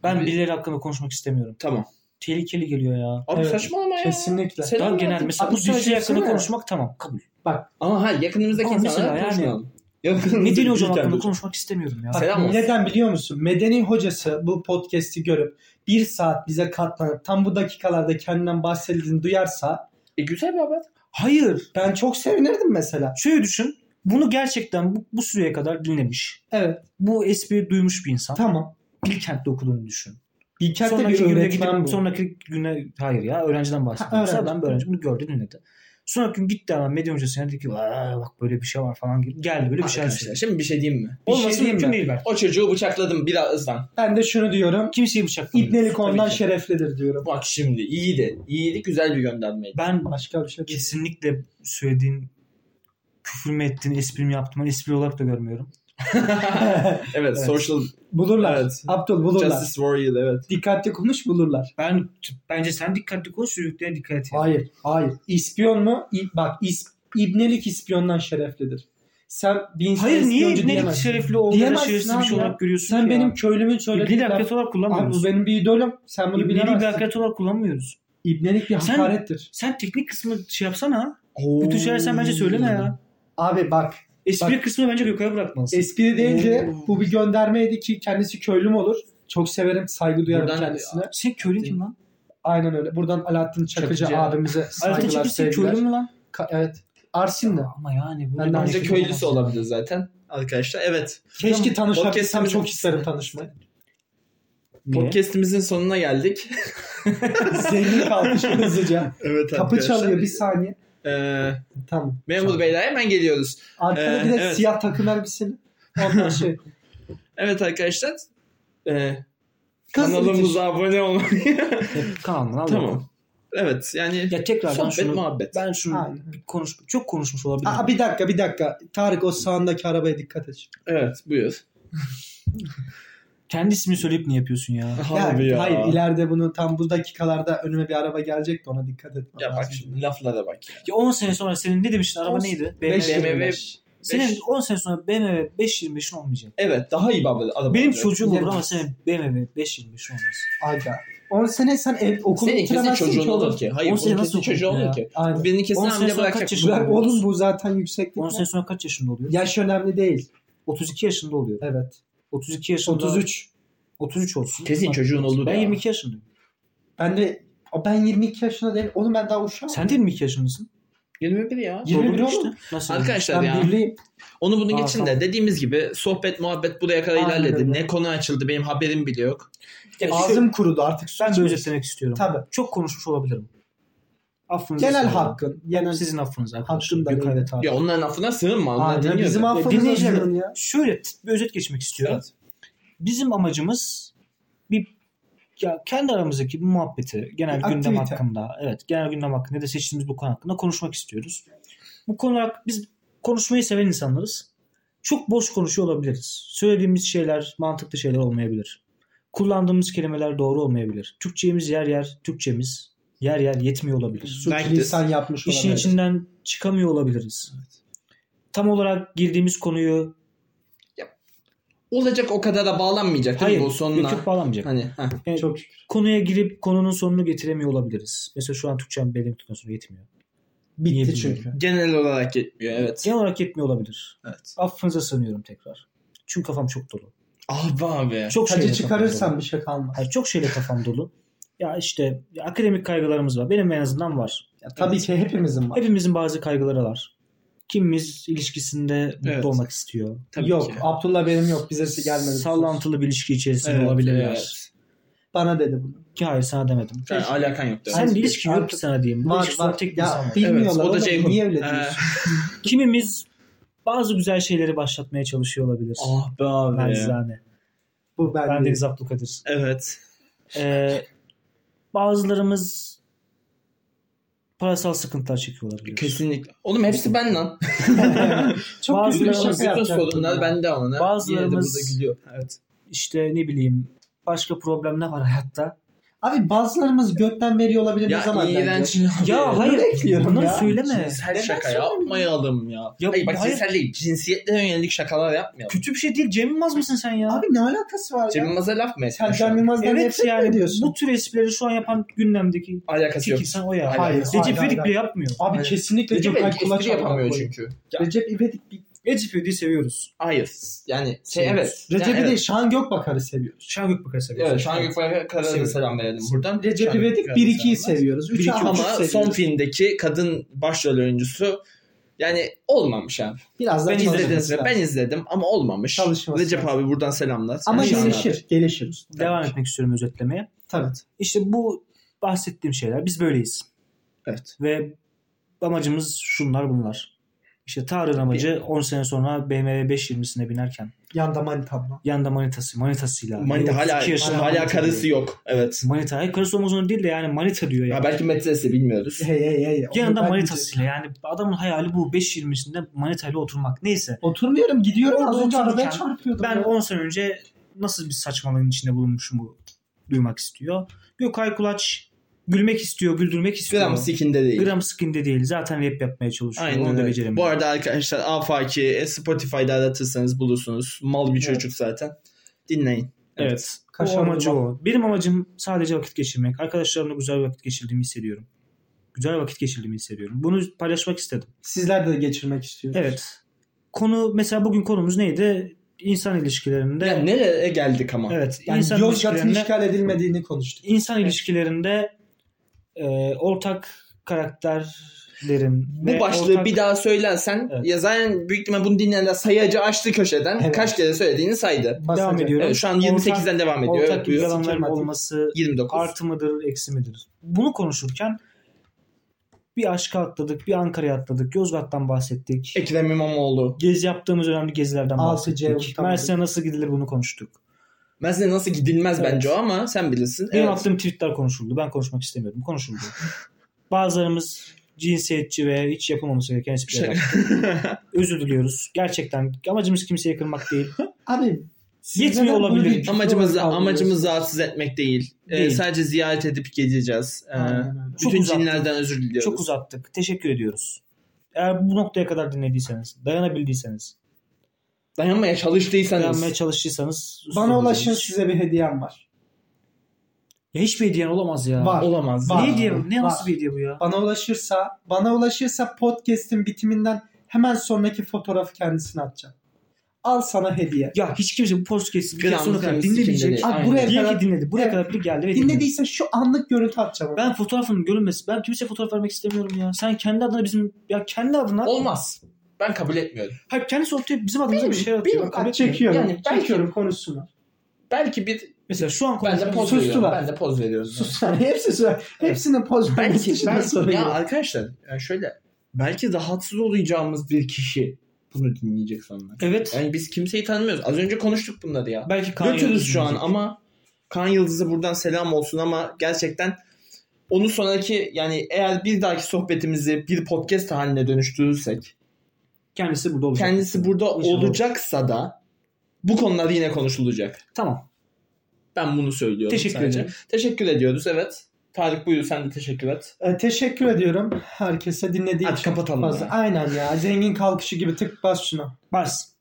Speaker 2: Ben
Speaker 1: Bir-
Speaker 2: birileri hakkında konuşmak istemiyorum.
Speaker 1: Tamam.
Speaker 2: Tehlikeli geliyor ya.
Speaker 1: Abi
Speaker 3: Evet.
Speaker 1: saçmalama ya.
Speaker 3: kesinlikle.
Speaker 1: Selam
Speaker 2: Daha
Speaker 1: olsun.
Speaker 2: genel mesela
Speaker 3: Abi
Speaker 2: bu süreci
Speaker 3: düşünsene.
Speaker 2: hakkında konuşmak tamam kabul.
Speaker 1: Ama hayır yakınımızdaki
Speaker 2: Ama
Speaker 1: insanlara
Speaker 2: mesela yani-
Speaker 1: konuşmayalım. Yakınımızdaki
Speaker 2: Medeni hocam
Speaker 1: Bilkent
Speaker 2: hakkında
Speaker 1: hoca.
Speaker 2: konuşmak istemiyorum ya.
Speaker 3: Bak,
Speaker 1: Selam olsun.
Speaker 3: neden biliyor musun? Medeni hocası bu podcast'i görüp bir saat bize katlanıp tam bu dakikalarda kendinden bahsedildiğini duyarsa
Speaker 1: E, güzel bir haber.
Speaker 2: Hayır.
Speaker 3: ben çok sevinirdim mesela.
Speaker 2: Şöyle düşün. Bunu gerçekten bu, bu süreye kadar dinlemiş.
Speaker 3: Evet
Speaker 2: Bu espriyi duymuş bir insan.
Speaker 3: tamam.
Speaker 2: Bilkent'te okuduğunu düşün.
Speaker 3: Bilkent'te
Speaker 2: Sonraki
Speaker 3: bir
Speaker 2: güne
Speaker 3: öğretmen
Speaker 2: gidip,
Speaker 3: bu.
Speaker 2: sonraki güne hayır ya öğrenciden bahsediyorum.
Speaker 3: Ha, öğrenci.
Speaker 2: Mesela ben bir öğrenci bunu gördü dinledi. Sonraki gün gitti hemen medya hocasına dedi ki "Aa, bak böyle bir şey var falan gibi. Geldi böyle bir şey
Speaker 1: Arkadaşlar
Speaker 2: söyledi.
Speaker 1: şimdi bir şey diyeyim mi?
Speaker 3: Bir şey
Speaker 2: Olması
Speaker 3: diyeyim
Speaker 2: mümkün
Speaker 3: mi?
Speaker 2: değil belki.
Speaker 1: O çocuğu bıçakladım birazdan.
Speaker 3: Ben de şunu diyorum.
Speaker 2: Kimseyi bıçaklamıyor.
Speaker 3: İbnelik ondan
Speaker 1: ki.
Speaker 3: şereflidir diyorum.
Speaker 1: Bak şimdi iyiydi. İyiydi güzel bir göndermeydi.
Speaker 2: Ben
Speaker 3: Başka bir şey değil.
Speaker 2: kesinlikle söylediğin küfür mü ettin, espri mi yaptın? Ben espri olarak da görmüyorum.
Speaker 1: evet, social
Speaker 3: bulurlar.
Speaker 1: Evet.
Speaker 3: Abdul bulurlar.
Speaker 1: justice warrior evet.
Speaker 3: Dikkatli konuş bulurlar.
Speaker 2: Ben bence sen dikkatli konuş, sürüklere dikkat et. yani.
Speaker 3: Hayır, hayır. İspiyon mu? İ- bak, is- ibnelik ispiyondan şereflidir. Sen bir insan
Speaker 2: Hayır niye
Speaker 3: ispiyoncu
Speaker 2: ibnelik
Speaker 3: diyemezsin.
Speaker 2: şerefli olmayan
Speaker 3: Diyemezsin
Speaker 2: şerefsiz bir
Speaker 3: abi
Speaker 2: şey
Speaker 3: ya.
Speaker 2: olarak görüyorsun
Speaker 3: Sen
Speaker 2: ki
Speaker 3: benim
Speaker 2: ya.
Speaker 3: köylümün
Speaker 2: İbnelik
Speaker 3: söylediği laf-
Speaker 2: hareket olarak
Speaker 3: Abi
Speaker 2: kullanmıyoruz.
Speaker 3: bu benim bir idolüm. Sen bunu
Speaker 2: İbnelik bir
Speaker 3: bilemezsin.
Speaker 2: hareket olarak kullanmıyoruz.
Speaker 3: İbnelik bir
Speaker 2: Sen-
Speaker 3: hakarettir.
Speaker 2: Sen teknik kısmı şey yapsana. Bütün şeyler sen bence söyleme ya.
Speaker 3: Abi bak
Speaker 2: Espri kısmı bence yukarı bırakmalısın.
Speaker 3: espri değildi.
Speaker 1: Oo.
Speaker 3: Bu bir göndermeydi ki kendisi köylüm olur. Çok severim, saygı duyarım
Speaker 1: Buradan-
Speaker 3: kendisine.
Speaker 2: Sen köylün Şey, kim lan?
Speaker 3: Aynen öyle. Buradan Alaaddin Çakıcı,
Speaker 1: Çakıcı.
Speaker 3: abimize
Speaker 2: Alaaddin
Speaker 3: saygılar,
Speaker 2: Çakır sen
Speaker 3: sevgiler.
Speaker 2: köylü mü lan?
Speaker 3: Ka- evet. Arsin'de.
Speaker 2: Ama yani.
Speaker 3: Ben de
Speaker 1: Bence
Speaker 3: Hareket
Speaker 1: köylüsü olabilir zaten arkadaşlar. Evet.
Speaker 3: Keşke tanışabilsem
Speaker 1: Podcast'imiz-
Speaker 3: çok isterim tanışmayı.
Speaker 1: Podcast'imizin sonuna geldik.
Speaker 3: Zengin kalkış hızlıca.
Speaker 1: evet
Speaker 3: Kapı çalıyor bir saniye.
Speaker 1: Ee,
Speaker 3: Tamam.
Speaker 1: memur beyler hemen geliyoruz.
Speaker 3: Arkada bir de
Speaker 1: Ee, evet.
Speaker 3: siyah takım elbiseli. Ondan şey.
Speaker 1: Evet arkadaşlar. Ee,
Speaker 3: Kız
Speaker 1: kanalımıza abone olmayı.
Speaker 2: Kanalına
Speaker 1: tamam. Evet yani
Speaker 2: Ya tekrardan
Speaker 1: sohbet
Speaker 2: şunu.
Speaker 1: muhabbet.
Speaker 2: Ben şunu
Speaker 3: Aynen.
Speaker 2: bir konuş, çok konuşmuş olabilirim.
Speaker 3: Aa, bir dakika bir dakika. Tarık o sağındaki arabaya dikkat et.
Speaker 1: Evet buyur.
Speaker 2: Kendi ismini söyleyip ne yapıyorsun ya?
Speaker 1: Abi
Speaker 3: Yani,
Speaker 1: ya.
Speaker 3: hayır ileride bunu tam bu dakikalarda önüme bir araba gelecek de ona dikkat etmem
Speaker 1: Ya
Speaker 3: lazım.
Speaker 1: bak şimdi laflara bak ya.
Speaker 2: Ya 10 sene sonra senin ne demiştin araba
Speaker 3: On-
Speaker 2: neydi?
Speaker 3: Beş
Speaker 1: BMW.
Speaker 3: yirmi beş.
Speaker 2: Senin 10 sene sonra BMW 525'in olmayacak.
Speaker 1: Evet daha iyi baba. Adam
Speaker 2: Benim
Speaker 1: olacak.
Speaker 2: çocuğum olur
Speaker 3: Bilemem.
Speaker 2: ama senin BMW 525'in olmaz.
Speaker 3: Aga. 10 sene sen ev, okulu
Speaker 1: Senin kesin
Speaker 3: bitiremezsin
Speaker 1: çocuğun
Speaker 3: ki
Speaker 1: olur
Speaker 3: oğlum.
Speaker 1: ki. Hayır
Speaker 2: On
Speaker 1: onun
Speaker 2: sene
Speaker 1: kesin
Speaker 2: nasıl
Speaker 1: çocuğu
Speaker 2: olur ya?
Speaker 1: olur ki.
Speaker 3: Aynen.
Speaker 1: Benim kesin
Speaker 2: On sene
Speaker 1: hamile
Speaker 2: sonra
Speaker 1: bırakacak.
Speaker 2: kaç yaşında
Speaker 3: Bırak oğlum bu zaten yükseklik.
Speaker 2: 10 sene sonra kaç yaşında oluyor?
Speaker 3: Yaş önemli değil.
Speaker 2: 32 yaşında oluyor.
Speaker 3: Evet.
Speaker 2: 32 yaşında.
Speaker 3: 33.
Speaker 2: 33 olsun.
Speaker 1: Kesin
Speaker 2: Bak,
Speaker 1: çocuğun olur
Speaker 2: Ben
Speaker 1: ya.
Speaker 2: 22 yaşındayım.
Speaker 3: Ben de Aa, ben 22 yaşında değil. Oğlum ben daha uşağım.
Speaker 2: Sen de 22 yaşındasın.
Speaker 1: 21 ya.
Speaker 3: 21
Speaker 2: Doğru
Speaker 3: oğlum.
Speaker 2: Nasıl?
Speaker 1: Arkadaşlar ya.
Speaker 3: Ben birliyim.
Speaker 1: Onu bunu
Speaker 2: Aa,
Speaker 1: geçin de
Speaker 2: tamam.
Speaker 1: dediğimiz gibi sohbet muhabbet buraya kadar
Speaker 3: Aynen
Speaker 1: ilerledi.
Speaker 3: öyle.
Speaker 1: Ne konu açıldı benim haberim bile yok.
Speaker 2: Ya şu-
Speaker 3: Ağzım kurudu artık.
Speaker 2: ben de
Speaker 3: Sus-
Speaker 2: özetlemek istiyorum.
Speaker 3: Tabii.
Speaker 2: Çok konuşmuş olabilirim. Affınızı
Speaker 3: Genel
Speaker 2: istiyorum.
Speaker 3: hakkın. Genel
Speaker 2: Sizin affınız arkadaşlar.
Speaker 3: Hakkında
Speaker 2: Gökay
Speaker 3: değil.
Speaker 2: ve Tarık.
Speaker 1: Ya onların affına sığınma. Onlar
Speaker 3: Aynen,
Speaker 1: dinliyor
Speaker 3: bizim
Speaker 1: da.
Speaker 3: affımız
Speaker 2: dinleyiciler-
Speaker 3: özgürlüğün ya.
Speaker 2: Şöyle tık bir özet geçmek istiyorum.
Speaker 1: Evet.
Speaker 2: Bizim amacımız bir ya kendi aramızdaki bir muhabbeti genel
Speaker 3: Bir
Speaker 2: gündem
Speaker 3: aktivite.
Speaker 2: hakkında evet genel gündem hakkında ya da seçtiğimiz bu konu hakkında konuşmak istiyoruz. Bu konu hak- biz konuşmayı seven insanlarız. Çok boş konuşuyor olabiliriz. Söylediğimiz şeyler mantıklı şeyler olmayabilir. Kullandığımız kelimeler doğru olmayabilir. Türkçemiz yer yer Türkçemiz yer yer yetmiyor olabilir.
Speaker 1: Belki
Speaker 3: Suçlu
Speaker 1: de-
Speaker 3: insan yapmış
Speaker 2: İşin
Speaker 3: olabilir.
Speaker 2: içinden çıkamıyor olabiliriz. Tam olarak girdiğimiz konuyu
Speaker 1: Olacak o kadar da bağlanmayacak değil
Speaker 2: hayır
Speaker 1: mi bu sonuna?
Speaker 2: YouTube bağlamayacak.
Speaker 1: Hani heh.
Speaker 2: Yani
Speaker 3: Çok şükür.
Speaker 2: konuya girip konunun sonunu getiremiyor olabiliriz. Mesela şu an Türkçem benim Türkçem sonu yetmiyor. Niye
Speaker 3: Bitti
Speaker 2: bilmiyorum.
Speaker 3: çünkü.
Speaker 1: genel olarak yetmiyor evet.
Speaker 2: Genel olarak yetmiyor olabilir.
Speaker 1: evet.
Speaker 2: Affınıza sığınıyorum tekrar. Çünkü kafam çok dolu.
Speaker 1: Abi Ah abi.
Speaker 2: Çok
Speaker 3: Hacı
Speaker 2: şeyle kafam
Speaker 3: çıkarırsan
Speaker 2: dolu.
Speaker 3: bir şey kalmaz.
Speaker 2: Hayır, çok şeyle kafam dolu. Ya işte ya akademik kaygılarımız var. Benim en azından var.
Speaker 3: Ya tabii ki hepimizin var.
Speaker 2: Hepimizin bazı kaygıları var. Kimimiz ilişkisinde mutlu
Speaker 1: Evet.
Speaker 2: olmak istiyor.
Speaker 1: Tabii
Speaker 3: yok.
Speaker 1: ki.
Speaker 3: Abdullah benim yok. Bize gelmedi.
Speaker 2: Sallantılı bir ilişki içerisinde
Speaker 1: Evet,
Speaker 2: olabilirler.
Speaker 1: evet.
Speaker 3: Bana dedi bunu.
Speaker 2: Ki hayır sana demedim.
Speaker 1: Yani alakan yok.
Speaker 2: Sen
Speaker 1: demek.
Speaker 2: bir ilişki yok ki
Speaker 3: Artık-
Speaker 2: sana diyeyim. Bu
Speaker 3: Var,
Speaker 2: ilişki
Speaker 3: var.
Speaker 2: sonra tek bir insan
Speaker 3: Ya
Speaker 2: var.
Speaker 1: Evet, o da
Speaker 3: bilmiyorlar oğlum.
Speaker 1: Ceyhun.
Speaker 3: Niye öyle
Speaker 1: Ee,
Speaker 3: diyorsun?
Speaker 2: Kimimiz bazı güzel şeyleri başlatmaya çalışıyor olabilir.
Speaker 1: Ah be abi.
Speaker 2: Nacizane.
Speaker 3: Bu ben,
Speaker 2: Ben
Speaker 3: değilim.
Speaker 2: Deniz Abdülkadir.
Speaker 1: Evet.
Speaker 2: Ee, bazılarımız parasal sıkıntılar çekiyor olabilir.
Speaker 1: Kesinlikle. Oğlum hepsi ben lan.
Speaker 3: Çok
Speaker 2: Bazı-
Speaker 3: kötü bir
Speaker 1: Bütün
Speaker 3: şaka
Speaker 1: bütün
Speaker 3: yapacaktım.
Speaker 1: sorunlar
Speaker 3: ya.
Speaker 1: bende ama. ne? Yine de
Speaker 2: Bazılarımız-
Speaker 1: burada gülüyor. Evet.
Speaker 2: İşte ne bileyim başka problemler var hayatta.
Speaker 3: Abi bazılarımız gökten veriyor olabilir ne
Speaker 1: Ya
Speaker 3: zaman bence.
Speaker 1: iğrenç.
Speaker 2: Ya
Speaker 1: Abi.
Speaker 2: hayır
Speaker 3: bekliyorum
Speaker 2: bunları
Speaker 3: ya? Şey,
Speaker 2: söyleme.
Speaker 1: Cinsel
Speaker 3: Neden
Speaker 1: şaka
Speaker 3: söylemiyorsun?
Speaker 1: yapmayalım ya.
Speaker 2: Ya
Speaker 1: hayır bak
Speaker 2: hayır.
Speaker 1: cinsel değil. Cinsiyetlere yönelik şakalar yapmayalım.
Speaker 2: Kötü bir şey değil. Cem Yılmaz mısın sen ya?
Speaker 3: Abi ne alakası var
Speaker 1: Cem
Speaker 3: ya?
Speaker 1: Yılmaz'a laf mı
Speaker 3: Sen
Speaker 1: ettin şu
Speaker 3: Cem
Speaker 1: an?
Speaker 3: Yılmaz'dan
Speaker 2: evet
Speaker 3: nefret mi
Speaker 2: yani
Speaker 3: ediyorsun?
Speaker 2: bu tür esprileri şu an yapan gündemdeki
Speaker 1: Alakası yok.
Speaker 2: tek insan o ya.
Speaker 1: Hayır,
Speaker 2: Recep
Speaker 3: hayır,
Speaker 2: İvedik
Speaker 3: hayır.
Speaker 2: bile yapmıyor.
Speaker 3: Abi
Speaker 1: Hayır.
Speaker 3: kesinlikle
Speaker 1: Recep
Speaker 3: Gökay
Speaker 1: İvedik
Speaker 3: Kulaç
Speaker 1: espri yapamıyor
Speaker 3: olarak koyuyor.
Speaker 1: çünkü.
Speaker 3: Recep İvedik bir...
Speaker 2: Recep İvedik'i seviyoruz.
Speaker 1: Hayır. Yani şey evet.
Speaker 3: Recep
Speaker 1: yani,
Speaker 3: İvedik
Speaker 1: evet.
Speaker 3: Şahan Gökbakar'ı seviyoruz.
Speaker 2: Şahan Gökbakar'ı seviyoruz.
Speaker 1: Evet, şu an
Speaker 3: Şey,
Speaker 1: Gökbay'a Karar'a da
Speaker 2: Seviyorum.
Speaker 1: selam verelim buradan.
Speaker 3: Recep
Speaker 1: Şu an
Speaker 3: İvedik
Speaker 1: Gökbay'a
Speaker 3: 1-2'yi
Speaker 1: selam ver.
Speaker 3: seviyoruz. 3
Speaker 1: Bir iki
Speaker 3: ama
Speaker 1: ama
Speaker 3: seviyoruz.
Speaker 1: son filmdeki kadın başrol oyuncusu yani olmamış abi.
Speaker 3: Biraz da
Speaker 1: Ben
Speaker 3: çalışması
Speaker 1: izlediniz mi?
Speaker 3: lazım.
Speaker 1: Ben izledim ama olmamış.
Speaker 3: Çalışması
Speaker 1: Recep
Speaker 3: lazım.
Speaker 1: abi buradan selamlar. Şey,
Speaker 3: Ama
Speaker 1: Şahan abi.
Speaker 3: gelişir. Gelişir.
Speaker 2: Devam etmek istiyorum özetlemeye.
Speaker 3: Tabii.
Speaker 2: İşte bu bahsettiğim şeyler. Biz böyleyiz.
Speaker 1: Evet.
Speaker 2: Ve amacımız şunlar bunlar. İşte Tarık'ın amacı 10 sene sonra BMW 520'sine binerken
Speaker 3: Yanda manitamla.
Speaker 2: yanında manitası, manitasıyla.
Speaker 1: Manita
Speaker 2: Yani
Speaker 1: hala
Speaker 2: 32 yaşında
Speaker 1: hala
Speaker 2: manita
Speaker 1: karısı
Speaker 2: diyor.
Speaker 1: yok. Evet.
Speaker 2: Manita. Hayır karısı olmak zorunda değil de yani manita diyor
Speaker 1: Ha,
Speaker 2: yani.
Speaker 1: belki metresi bilmiyoruz.
Speaker 3: Hey hey hey. Onu
Speaker 2: Yanında
Speaker 3: ben
Speaker 2: manitasıyla yani adamın hayali bu 5.20'sinde manitayla oturmak. Neyse.
Speaker 3: Oturmuyorum gidiyorum
Speaker 2: Orada
Speaker 3: az önce arabaya
Speaker 2: otururken
Speaker 3: çarpıyordum.
Speaker 2: Ben
Speaker 3: ya.
Speaker 2: 10 sene önce nasıl bir saçmalığın içinde bulunmuşumu duymak istiyor. Gökay Kulaç gülmek istiyor, güldürmek istiyor.
Speaker 1: Gram sikinde değil.
Speaker 2: Gram skin'de değil. Zaten rap yapmaya çalışıyor. Onu
Speaker 1: Aynen
Speaker 2: da
Speaker 1: öyle. Bu
Speaker 2: beceremiyor.
Speaker 1: arada arkadaşlar Afaki e, Spotify'da aratırsanız bulursunuz. Mal bir çocuk zaten. Dinleyin.
Speaker 2: Evet.
Speaker 3: Kaşar
Speaker 2: o amacı
Speaker 3: bulmak.
Speaker 2: o. Benim amacım sadece vakit geçirmek. Arkadaşlarımla güzel vakit geçirdiğimi hissediyorum. Güzel vakit geçirdiğimi hissediyorum. Bunu paylaşmak istedim.
Speaker 3: Sizler de geçirmek istiyorsunuz.
Speaker 2: Evet. Konu mesela bugün konumuz neydi? İnsan ilişkilerinde.
Speaker 1: Ya nereye geldik ama?
Speaker 2: evet.
Speaker 3: Yani
Speaker 2: insan
Speaker 3: Yozgat'ın
Speaker 2: ilişkilerinde
Speaker 3: işgal edilmediğini konuştuk.
Speaker 2: insan
Speaker 3: Evet.
Speaker 2: ilişkilerinde e, ortak karakterlerin
Speaker 1: Bu başlığı bir daha söylersen
Speaker 2: Evet.
Speaker 1: ya zaten büyük ihtimal bunu dinleyenler sayacı açtı köşeden.
Speaker 3: Evet.
Speaker 1: Kaç kere söylediğini saydı.
Speaker 2: devam
Speaker 3: Basacak.
Speaker 2: ediyorum.
Speaker 1: Evet, şu an 28'den devam ediyor.
Speaker 2: ortak
Speaker 1: Evet, buyur.
Speaker 2: güzel anların
Speaker 3: Sikirmatik.
Speaker 2: olması
Speaker 1: 29.
Speaker 2: artı mıdır eksi midir? Bunu konuşurken bir aşka atladık, bir Ankara'ya atladık, Yozgat'tan bahsettik.
Speaker 1: Ekrem İmamoğlu.
Speaker 2: Gezi yaptığımız önemli gezilerden
Speaker 3: Altı
Speaker 2: bahsettik.
Speaker 3: Cevap,
Speaker 2: Mersin'e nasıl gidilir bunu konuştuk.
Speaker 1: Mesela nasıl gidilmez
Speaker 2: Evet.
Speaker 1: bence o ama sen bilirsin.
Speaker 2: Benim
Speaker 1: Evet.
Speaker 2: attığım tweetler konuşuldu. Ben konuşmak istemiyordum. Konuşuldu. Bazılarımız cinsiyetçi ve hiç yapılmaması gereken hiçbir şey yaptı. Özür diliyoruz. Gerçekten amacımız kimseyi kırmak değil.
Speaker 3: Abi siz
Speaker 2: Yetmiyor
Speaker 3: neden bunu
Speaker 2: olabilir.
Speaker 3: bir-
Speaker 1: amacımız
Speaker 3: Doğru kaldırıyorsunuz.
Speaker 1: amacımız rahatsız etmek değil. Ee,
Speaker 2: Değil.
Speaker 1: sadece ziyaret edip geleceğiz. Ee,
Speaker 3: Aynen öyle.
Speaker 2: Çok
Speaker 1: bütün
Speaker 2: uzattık.
Speaker 1: cinlerden özür diliyoruz.
Speaker 2: Çok uzattık. Teşekkür ediyoruz. Eğer bu noktaya kadar dinlediyseniz, dayanabildiyseniz,
Speaker 1: Dayanmaya çalıştıysanız.
Speaker 2: dayanmaya çalıştıysanız
Speaker 3: Bana
Speaker 2: özür
Speaker 3: ulaşın
Speaker 2: dileriz.
Speaker 3: size bir hediyem var.
Speaker 2: Ya hiçbir hediyen olamaz ya.
Speaker 3: Var.
Speaker 1: Olamaz.
Speaker 3: Var.
Speaker 2: Ne hediye bu? Ne
Speaker 3: Var.
Speaker 2: nasıl bir hediye bu ya?
Speaker 3: Bana ulaşırsa, bana ulaşırsa podcast'in bitiminden hemen sonraki fotoğrafı kendisine atacağım. Al sana hediye.
Speaker 2: Ya hiç kimse bu podcast'i bir
Speaker 1: Gram
Speaker 2: kere sonuna kadar
Speaker 1: kendisi
Speaker 2: dinlemeyecek.
Speaker 1: kendini-
Speaker 3: Abi
Speaker 1: Aynen.
Speaker 3: buraya
Speaker 2: Diye
Speaker 3: kadar
Speaker 2: ki dinledi. Buraya
Speaker 3: Evet.
Speaker 2: kadar bir geldi ve dinledi.
Speaker 3: dinlediyse şu anlık görüntü atacağım.
Speaker 2: Ben fotoğrafın görünmesi, ben kimseye fotoğraf vermek istemiyorum ya. Sen kendi adına bizim, ya kendi adına,
Speaker 1: Olmaz. Ben kabul etmiyorum.
Speaker 2: hayır kendisi ortaya bizim adımıza
Speaker 3: Benim-
Speaker 2: bir şey atıyor.
Speaker 3: benim
Speaker 2: Ben kabul
Speaker 3: at
Speaker 2: etmiyorum.
Speaker 3: çekiyorum.
Speaker 1: Yani belki-
Speaker 3: çekiyorum konusunu.
Speaker 1: Belki bir
Speaker 2: Mesela şu an
Speaker 1: ben de poz
Speaker 2: konuşuyoruz.
Speaker 3: Sustular.
Speaker 1: veriyorum. Ben de poz veriyorum.
Speaker 3: Sus yani hepsi söyle. Hepsinin poz vermesi
Speaker 1: belki
Speaker 3: dışında sorun
Speaker 1: belki ya
Speaker 3: yok.
Speaker 1: arkadaşlar yani şöyle belki rahatsız olacağımız bir kişi bunu dinleyecek sonra.
Speaker 2: Evet.
Speaker 1: Yani biz kimseyi tanımıyoruz. Az önce konuştuk bunları ya.
Speaker 2: belki Kaan
Speaker 1: Götürüz
Speaker 2: Yıldız
Speaker 1: şu an
Speaker 2: dinleyecek.
Speaker 1: ama Kan Yıldız'a buradan selam olsun ama gerçekten onu sonraki yani eğer bir dahaki sohbetimizi bir podcast haline dönüştürürsek
Speaker 2: Kendisi burada olacak.
Speaker 1: kendisi burada
Speaker 2: İnşallah.
Speaker 1: olacaksa da bu konular yine konuşulacak.
Speaker 2: Tamam.
Speaker 1: Ben bunu söylüyorum
Speaker 2: Teşekkür
Speaker 1: sadece.
Speaker 2: ederim.
Speaker 1: Teşekkür ediyoruz evet. Tarık buyur sen de teşekkür et.
Speaker 3: Ee, teşekkür ediyorum herkese dinlediği
Speaker 1: Hadi
Speaker 3: için.
Speaker 1: kapatalım
Speaker 3: Fazla.
Speaker 1: ya.
Speaker 3: Aynen ya. Zengin kalkışı gibi tık bas şuna.
Speaker 2: Bas.